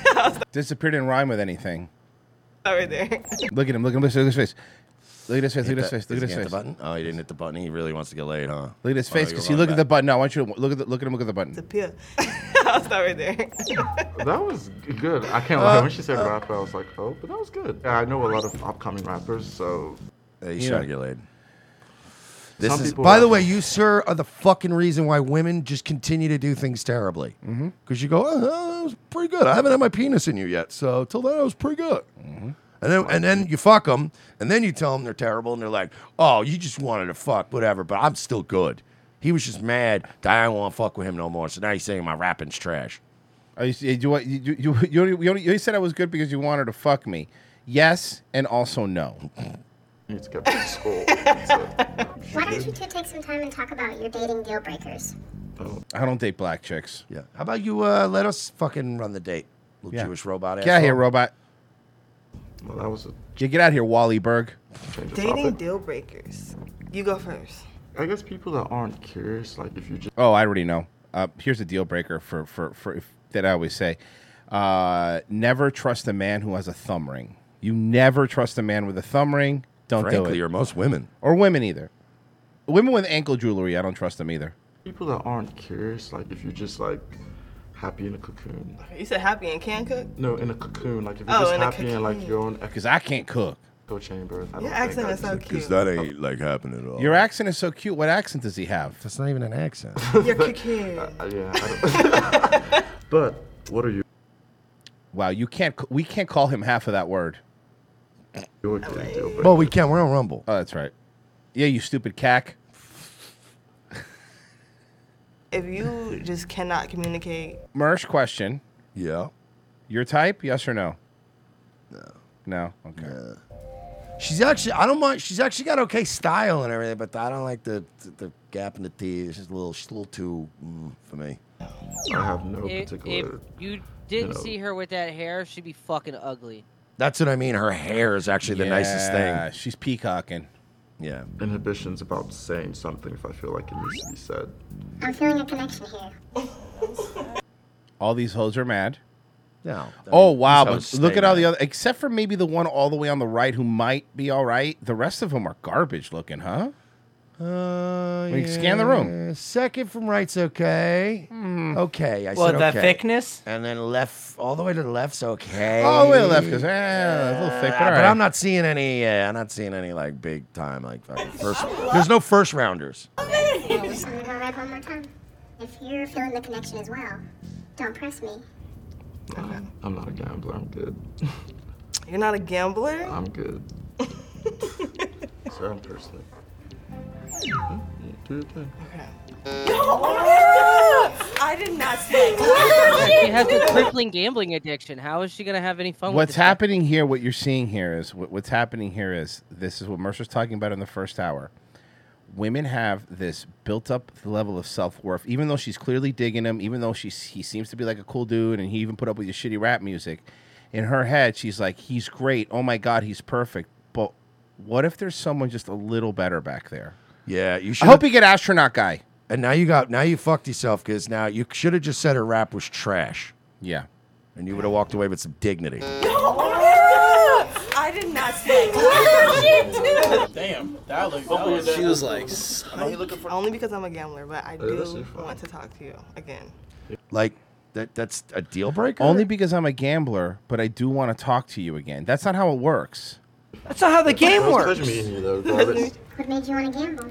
Stop Disappeared in rhyme with anything. right there. Look at him. Look at him. Look at his face. Look at his face. Hit Look at his that- face. Look does at his he hit face. the button? Oh, he didn't hit the button. He really wants to get laid, huh? Look at his Why face don't because you he looked at run the button. No, I want you to look at the, look at him. Look at the button. Disappear. Stop right there. That was g- good. I can't lie. When she said rapper, I was like, oh, but that was good. Yeah, I know a lot of upcoming rappers, so. he's trying to get laid. This Some is, people by are- the way, you sir are the fucking reason why women just continue to do things terribly. Because Mm-hmm. you go, oh, oh, that was pretty good. I haven't had my penis in you yet, so till then I was pretty good. Mm-hmm. And then and then you fuck them, and then you tell them they're terrible, and they're like, oh, you just wanted to fuck, whatever. But I'm still good. He was just mad that I don't want to fuck with him no more. So now he's saying my rapping's trash. Oh, you, see- you, you, you, you, you, you, you said I was good because you wanted to fuck me. Yes, and also no. Need to get back to school. Why don't you two take some time and talk about your dating deal breakers? I don't date black chicks. Yeah. How about you uh, let us fucking run the date, little Jewish robot? Get out asshole. here, robot. Well, that was a. Yeah, get out here, Wally Berg. Dating deal breakers. You go first. I guess people that aren't curious, like if you just Oh, I already know. Uh, here's a deal breaker for for, for if, that I always say: uh, never trust a man who has a thumb ring. You never trust a man with a thumb ring. Don't do Frankly, it. or most women. or women either. Women with ankle jewelry, I don't trust them either. people that aren't curious, like if you just like happy in a cocoon. You said happy and can cook? No, in a cocoon. Like if you're Oh, just in a happy in like cocoon. your own Because I can't cook. echo chamber. I Your don't think accent I is so can- cute. that ain't like happening at all. Your accent is so cute. What accent does he have? That's not even an accent. Your cocoon. Uh, yeah. I don't- but what are you? Wow, you can't. c- We can't call him half of that word. Well, we can. We're on Rumble. Oh, that's right. Yeah, you stupid cack. If you just cannot communicate, Mersh question. Yeah. Your type? Yes or no? No. No. Okay. She's actually, I don't mind. She's actually got okay style and everything, but I don't like the the, the gap in the teeth. She's a little, she's a little too mm, for me. I have no If, if you didn't see her with that hair, she'd be fucking ugly. That's what I mean. Her hair is actually the nicest Yeah, thing. She's peacocking. Yeah. Inhibitions about saying something if I feel like it needs to be said. I'm feeling a connection here. All these hoes are mad. No. oh wow! But hoes look stay at all the mad. other, except for maybe the one all the way on the right who might be all right. The rest of them are garbage looking, huh? Uh, We can scan the room. yeah. Second from right's okay. Hmm. Okay. I Well, said the okay. thickness? And then left, all the way to the left's okay. All the way to the left goes, eh, a little thick, Uh, but all but right. I'm not seeing any. Uh, I'm not seeing any like big time like fucking first. There's no first rounders. I'm gonna go right one more time. If you're feeling the connection as well, don't press me. I'm not a gambler. I'm good. you're not a gambler? I'm good. Sir, I'm thirsty. Do your thing. Uh, I did not say that. She has a crippling gambling addiction. How is she gonna have any fun? What's with this stuff? happening here? What you're seeing here is what, what's happening here is this is what Mercer's talking about in the first hour. Women have this built-up level of self-worth, even though she's clearly digging him, even though she's he seems to be like a cool dude, and he even put up with your shitty rap music. In her head, she's like, "He's great. Oh my god, he's perfect." But what if there's someone just a little better back there? Yeah, you I should. hope you get astronaut guy. And now you got now you fucked yourself because now you should have just said her rap was trash. Yeah. And you would have walked away with some dignity. I did not say that. Damn, that looked. That was, she was like, "Son." Only because I'm a gambler, but I Oh, that's your do want to talk to you again. Like that that's a deal breaker? Only because I'm a gambler, but I do want to talk to you again. That's not how it works. That's not how the game It was a pleasure works. meeting you, though, Jarvis. What made you want to gamble?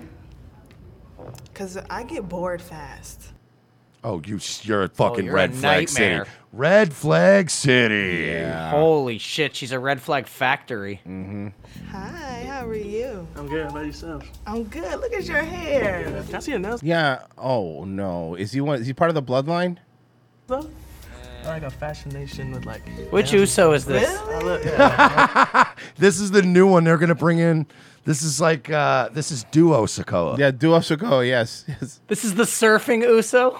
Cause I get bored fast. Oh, you s- you're a fucking you're a red flag city. nightmare. Red flag city. Holy shit, she's a red flag factory. Mm-hmm. Hi, how are you? I'm good. How about yourself? I'm good. Look at your hair. Can I see your nose? Yeah. Oh no. Is he one? Is he part of the bloodline? though? I like a fashion nation with like. Which nails. Uso is this? I look- yeah. this is the new one they're gonna bring in. This is like uh this is duo Sokoa. Yeah, duo Sokoa, yes. yes. This is the surfing Uso?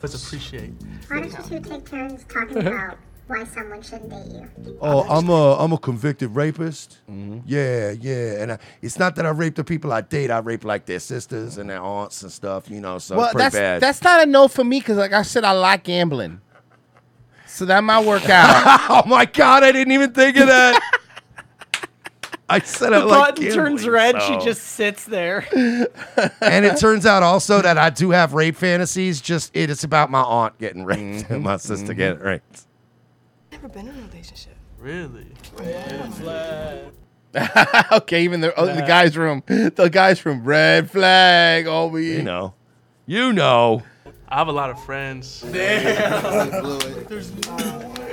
Let's appreciate. Why don't you two take turns talking about why someone shouldn't date you? Oh, I'm a I'm a convicted rapist. Mm-hmm. Yeah, yeah, and I, it's not that I rape the people I date. I rape like their sisters and their aunts and stuff. You know, so it's well, pretty that's bad. that's not a no for me because, like I said, I like gambling. So that might work out. oh my god, I didn't even think of that. I said The it like button gambling, turns red, she Oh. so. just sits there. and it turns out also that I do have rape fantasies. Just it is about my aunt getting raped and Mm-hmm. my sister getting raped. Never been in a relationship. Really? okay, even the, oh, the guy's room, the guy's room, red flag. All we You know. You know. I have a lot of friends.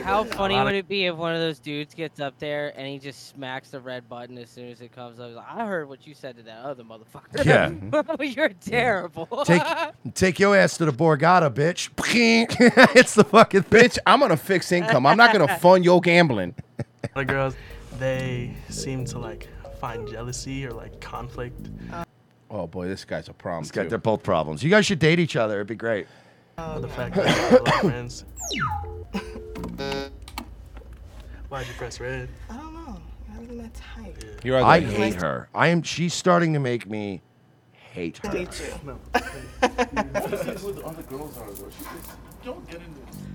How funny A lot of- would it be if one of those dudes gets up there and he just smacks the red button as soon as it comes up? He's like, I heard what you said to that other motherfucker. Yeah. You're terrible. Take take your ass to the Borgata, bitch. it's the fucking bitch. I'm gonna fix income. I'm not gonna fund your gambling. A lot of girls, they seem to like find jealousy or like conflict. Oh boy, this guy's a problem. This guy, they're both problems. You guys should date each other. It'd be great. Oh, The fact that I have a lot of friends. Why'd you press red? I don't know. I wasn't that tight. I hate her. I am. She's starting to make me hate her. Me too.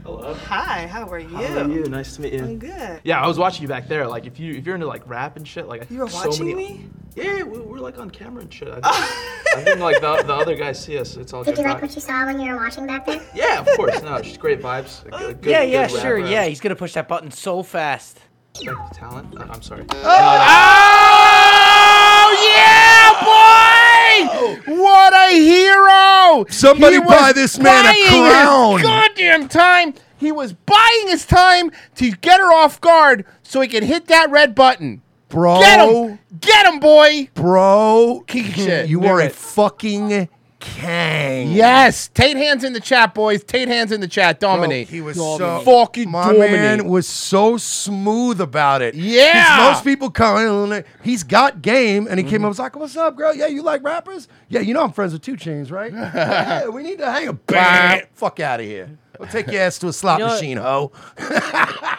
Hi, how are you? How are you? Nice to meet you. I'm good. Yeah, I was watching you back there. Like, if you if you're into like rap and shit, like I You were think so watching many- me? Yeah, we, we're like on camera and shit. I think, I think like the, the other guys see us. It's all Did good you like vibes. what you saw when you were watching back there? Yeah, of course. No, she's great vibes. Uh, A good, yeah, good yeah, rapper. sure, yeah. He's gonna push that button so fast. Respect the talent. Uh, I'm sorry. Oh yeah, boy! What a hero! Somebody He was buy this man a buying his crown. goddamn time. He was buying his time to get her off guard so he could hit that red button. Bro. Get him! Get him, boy! Bro, shit. you are a fucking king. Yes, Tate hands in the chat, boys. Tate hands in the chat. Dominate. He was Dominate. so fucking My dominate. man was so smooth about it. Yeah. Mm-hmm. He's- most people come in. He's got game, and he came up. Was like, "What's up, girl? Yeah, you like rappers? Yeah, you know I'm friends with Two Chains, right? yeah, we need to hang a bang. Fuck out of here. I'll take your ass to a slot Oh. You know- machine, hoe.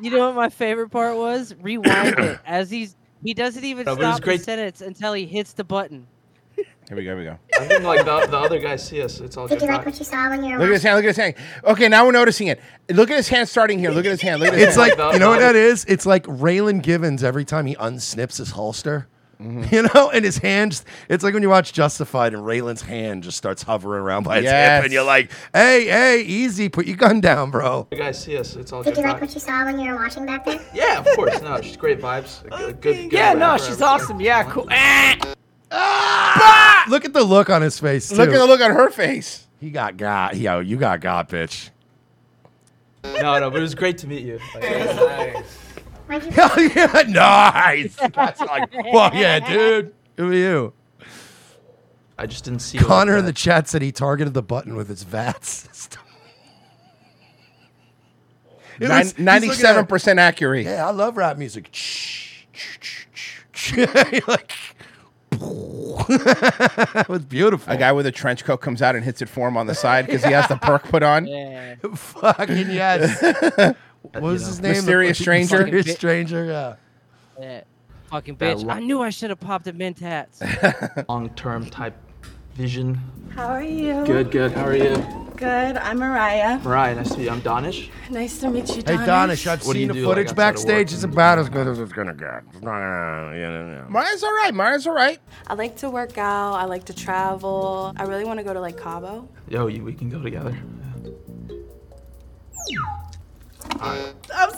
You know what my favorite part was? Rewind it as he's he doesn't even No, but it was stop the great- sentence until he hits the button. Here we go. Here we go. I think like the, the other guys see us. It's all Did good you like vibes. what you saw when you were Look at his watching? hand. Look at his hand. Okay, now we're noticing it. Look at his hand starting here. Look at his hand. Look at It's his hand. like you know what that is. It's like Raylan Givens every time he unsnips his holster. Mm-hmm. You know, and his hands, it's like when you watch Justified and Raylan's hand just starts hovering around by his hip, Yes. and you're like, hey, hey, easy, put your gun down, bro. The guys see us. It's all good Did you like vibes. what you saw when you were watching back there? Yeah, of course. No, she's great vibes. A good, good, good yeah, no, rapper, she's everything. awesome. Yeah, cool. Look at the look on his face. Ah! Look too. at the look on her face. He got God. Yo, you got God, bitch. No, no, but it was great to meet you. Hell yeah, nice. That's like, well, yeah, dude. Who are you? I just didn't see Connor in the chat said he targeted the button with his VAT system. It was- he's looking at it. Ninety-seven percent accurate. Yeah, I love rap music. You're like, that was beautiful. A guy with a trench coat comes out and hits it for him on the side because he has the perk put on. Yeah. Fucking yes. what was his name? Mysterious stranger? Mysterious stranger. Yeah. Yeah. Fucking bitch. lo- I knew I should have popped a mint hats. Long-term type vision. How are you? Good, good. How are you? Good. I'm Mariah. Mariah, nice to meet you. I'm Donish. Nice to meet you, Hey, Donish. Donish, I've What do you seen the do, like, footage outside of backstage. work? It's about as good as it's gonna get. It's not gonna, you know, no. Mariah's all right. Mariah's all right. I like to work out. I like to travel. I really want to go to like Cabo. Yo, you, we can go together. I'm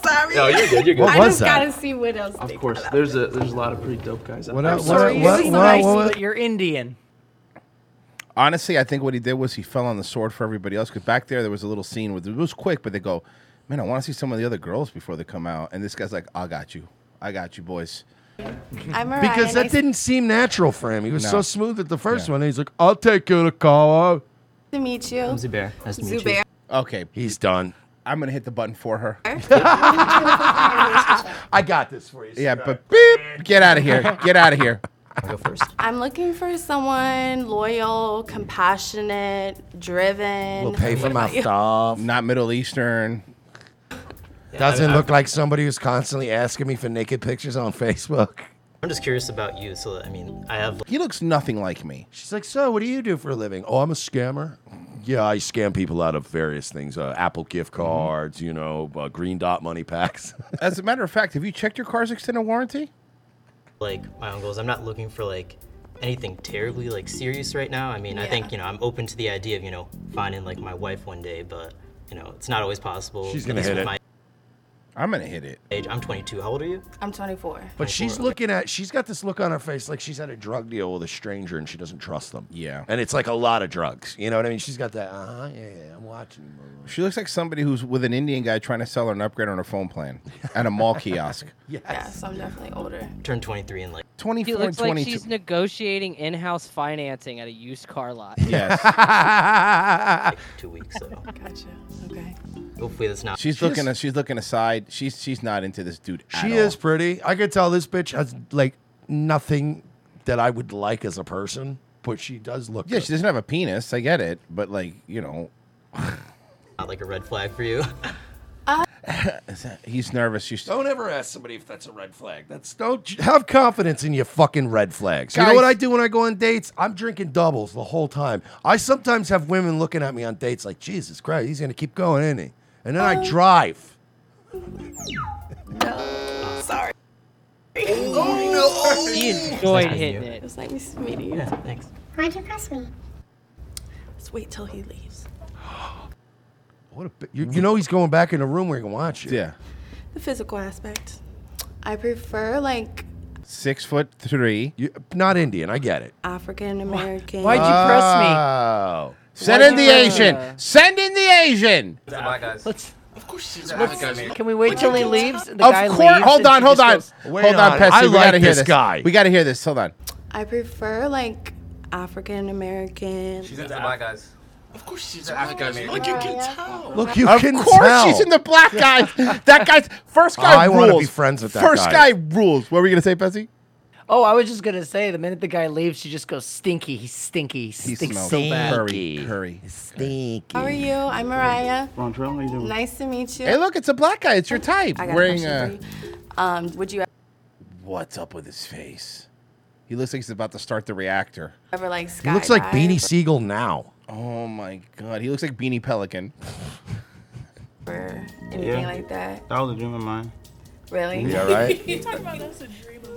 sorry. No, you're good, you're good. What I was just that? gotta see what else. Of course, there's a there's a lot of pretty dope guys. out What there. else- I'm sorry. what- what- what- what- But you're Indian. Honestly, I think what he did was he fell on the sword for everybody else because back there there was a little scene with it was quick, but they go, "Man, I want to see some of the other girls before they come out," and this guy's like, "I got you, I got you, boys." I'm Mariah. Because that nice- didn't seem natural for him. He was No. so smooth at the first one. He's like, I'll take you to call. to meet you. Zubair. Nice Oh. Zubair. Okay, he's done. I'm gonna hit the button for her. I got this for you. Yeah, but beep, get out of here, get out of here. I'll go first. I'm looking for someone loyal, compassionate, driven. We'll pay for What my about you? stuff. Not Middle Eastern. Doesn't look like somebody who's constantly asking me for naked pictures on Facebook. I'm just curious about you. So, I mean, I have He looks nothing like me. She's like, so what do you do for a living? Oh, I'm a scammer. Yeah, I scam people out of various things. Uh, Apple gift Mm-hmm. cards, you know, uh, green dot money packs. As a matter of fact, have you checked your car's extended warranty? like my uncles. I'm not looking for like anything terribly like serious right now. I mean, I think you know I'm open to the idea of you know finding like my wife one day, but you know it's not always possible. She's at gonna least hit with it. My, I'm gonna hit it. Age, I'm 22. How old are you? I'm 24. But she's looking at, she's got this look on her face like she's had a drug deal with a stranger and she doesn't trust them. Yeah. And it's like a lot of drugs. You know what I mean? She's got that, uh huh, yeah, yeah, I'm watching. She looks like somebody who's with an Indian guy trying to sell her an upgrade on her phone plan at a mall kiosk. Yes. I'm definitely older. Turned 23 in like 24 She and looks like 22. she's negotiating in-house financing at a used car lot. Yes. like two weeks. So Gotcha. Okay. hopefully that's not. She's looking. She's looking aside. She's she's not into this dude. At She all. is pretty. I could tell this bitch has like nothing that I would like as a person, but she does look. Yeah, she doesn't have a penis. I get it, but like you know, Not like a red flag for you. he's nervous. She's Don't ever ask somebody if that's a red flag. That's don't j- have confidence in your fucking red flags. you know Guys- what I do when I go on dates? I'm drinking doubles the whole time. I sometimes have women looking at me on dates like, Jesus Christ, he's gonna keep going, isn't he? And then I drive. No. Sorry. Oh, no. He enjoyed hitting it. It was nice meeting you. Yeah, thanks. Why'd you press me? Let's wait till he leaves. What a bi- you, you know he's going back in the room where he can watch it. Yeah. The physical aspect. I prefer like six foot three. not Indian. I get it. African American. Why'd you press me? Oh. Send Why'd in you the press me? Asian. Send in the Asian. Let's. Of course she's Can we wait till he leaves? The of guy course. leaves. Hold and on. she Hold just on. goes, Hold on, Pesci. we gotta hear this guy. We gotta hear this. Hold on. I prefer like African American. She's into black guys. Of course she's into black guys. Look, you can tell. Look, you of can course tell. she's in the black guys. that guy's first guy I rules. wanna be friends with that First guy. guy rules. What were you gonna say, Pesci? Oh, I was just gonna say, the minute the guy leaves, she just goes stinky. He's stinky. He stinks smells so bad. Curry. Curry. Stinky. How are you? I'm Mariah. Montreal, how you doing? Nice to meet you. Oh, Hey, look, it's a black guy. It's your type. I got Wearing a a. question for you. Um, would you What's up with his face? He looks like he's about to start the reactor. ever like skydive? He looks like Beanie Siegel now. Oh my god, he looks like Beanie Pelican. or anything like that. That was a dream of mine. Really? Yeah, right? You talk about that's a dream of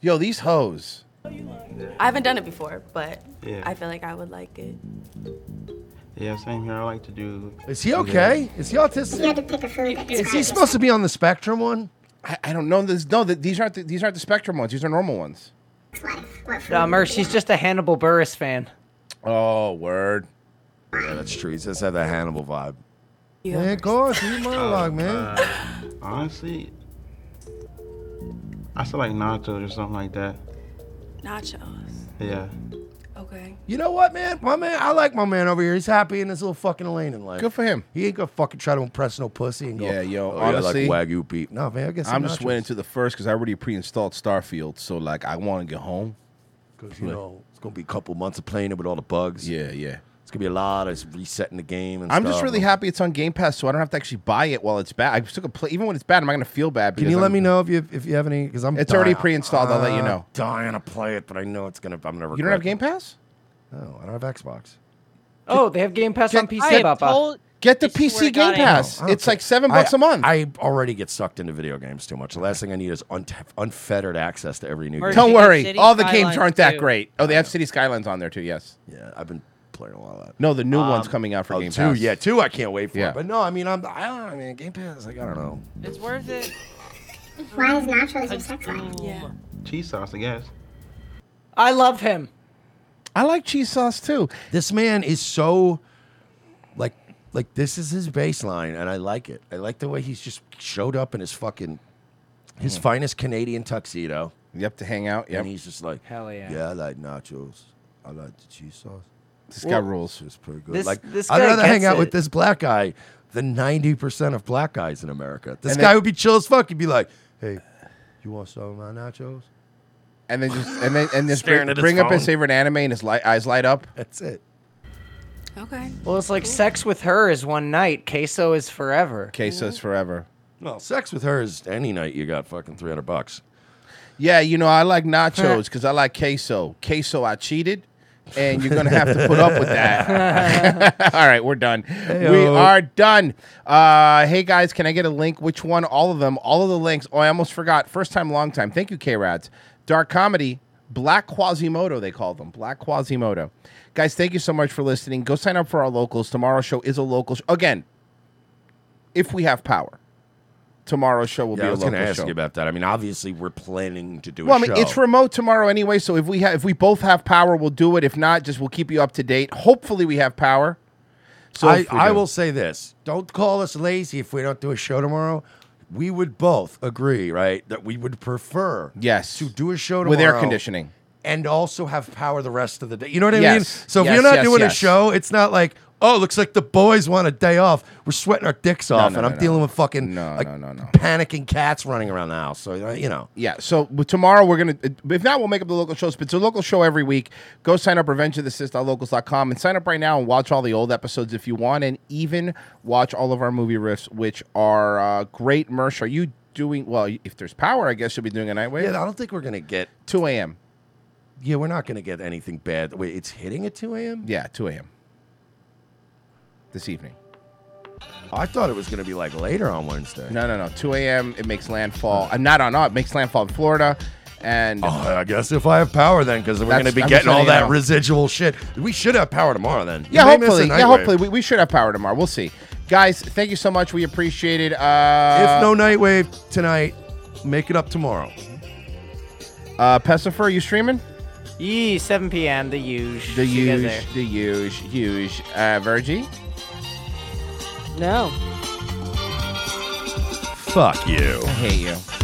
Yo, these hoes. I haven't done it before, but Yeah. I feel like I would like it. Yeah, same here. I like to do. Is he okay? Is he autistic? You had to pick a food that Is he describes supposed to be on the spectrum one? I, I don't know. This, no, th these aren't the, these aren't the spectrum ones. These are normal ones. No, Mer, she's just a Hannibal Burris fan. Oh, word. Yeah, that's true. He just had that Hannibal vibe. Yeah, of course. He's monologue, man. Oh, Honestly, I feel like nachos or something like that. Nachos. Yeah. Okay. You know what, man? My man, I like my man over here. He's happy in his little fucking lane in life. Good for him. He ain't gonna fucking try to impress no pussy and go. Yeah, yo, "Oh, honestly, yeah, I like wagyu beef. No, man, I guess I'm just nachos. waiting to the first because I already pre-installed Starfield, so like I want to get home. 'Cause, you know it's gonna be a couple months of playing it with all the bugs. Yeah, yeah. It's gonna be a lot of resetting the game and I'm stuff. just really happy it's on Game Pass, so I don't have to actually buy it while it's bad. I still can play even when it's bad. I'm not gonna feel bad. Can you because let I'm- me know if you if you have any? Because I'm. It's already dying- pre-installed, I'll let you I'm know. Dying to play it, but I know it's gonna. I'm never. You don't have Game Pass? No, I don't have Xbox. Oh, they have Game Pass on PC, I am Papa. told- Get the PC Game Pass. I don't It's like care. seven I- bucks a month. I already get sucked into video games too much. The last thing I need is unt- unfettered access to every new game. Don't worry, all the games Skylines aren't that too. great. Oh, they have City Skylines on there too. Yes. Yeah, I've been playing a lot of that. No, the new Um, one's coming out for oh, Game two, Pass. yeah, two. I can't wait for Yeah. it. But no, I mean, I'm. I don't know. I mean, Game Pass. Like, I don't know. It's worth it. Why is nachos your sex life? Yeah. Cheese sauce, I guess. I love him. I like cheese sauce too. This man is so, like, like this is his baseline, and I like it. I like the way he's just showed up in his fucking, his finest Canadian tuxedo. Mm. Yep, to hang out. Yep. And he's just like, Hell yeah. yeah, I like nachos. I like the cheese sauce. This guy rules. It's pretty good. This- like, this I'd guy rather hang gets out it. with this black guy than ninety percent of black guys in America. This And guy then- would be chill as fuck. He'd be like, hey, you want some of my nachos? And then just and then and just bring, Staring at his bring up his phone. favorite anime and his li- eyes light up. That's it. Okay. Well, it's like sex with her is one night, queso is forever. Queso's forever. Well, sex with her is any night you got fucking 300 bucks. Yeah, you know I like nachos because I like queso. Queso, I cheated, and you're gonna have to put up with that. All right, we're done. We Heyo. are done. Uh, hey guys, can I get a link? Which one? All of them. All of the links. Oh, I almost forgot. First time, long time. Thank you, K Rads. Dark comedy. Black Quasimodo, they call them. Black Quasimodo. Guys, thank you so much for listening. Go sign up for our locals. Tomorrow's show is a local show. Again, if we have power. Tomorrow's show will Yeah, be I a was local going to ask show. you about that. I mean, obviously, we're planning to do well, a I mean, show. it's remote tomorrow anyway, so if we have if we both have power, we'll do it. If not, just we'll keep you up to date. Hopefully, we have power. So I, if we I do- will say this. Don't call us lazy if we don't do a show tomorrow. We would both agree, right, that we would prefer yes to do a show tomorrow With air conditioning. and also have power the rest of the day. You know what I Yes. mean? So if Yes, you're not yes, doing yes. a show, it's not like, oh, looks like the boys want a day off. We're sweating our dicks No, off, no, and no, I'm no. dealing with fucking like, panicking cats running around the house. So uh, you know, Yeah. So w- tomorrow we're gonna. uh, If not, we'll make up the local shows. But it's a local show every week. Go sign up revengeofthesist.locals.com and sign up right now and watch all the old episodes if you want, and even watch all of our movie riffs, which are uh, great. Mersh, are you doing well? If there's power, I guess you'll be doing a night wave. Yeah, I don't think we're gonna get two a.m. Yeah, we're not gonna get anything bad. Wait, it's hitting at two a.m. Yeah, two a.m. This evening. I thought it was gonna be like later on Wednesday. No, no, no. 2 a.m. It makes landfall. Uh, not on us. It makes landfall in Florida. And Oh, I guess if I have power then, because we're That's- going to be I'm getting all saying, that you know. residual shit. We should have power tomorrow then. yeah, We may miss hopefully, a night yeah, wave. hopefully we, we should have power tomorrow. We'll see, guys. Thank you so much. We appreciate it. Uh, If no night wave tonight, make it up tomorrow. uh, Pessifer, you streaming? Yee, 7 p.m. The huge. The huge, the huge, huge. Uh, Virgie, No. Fuck you. I hate you.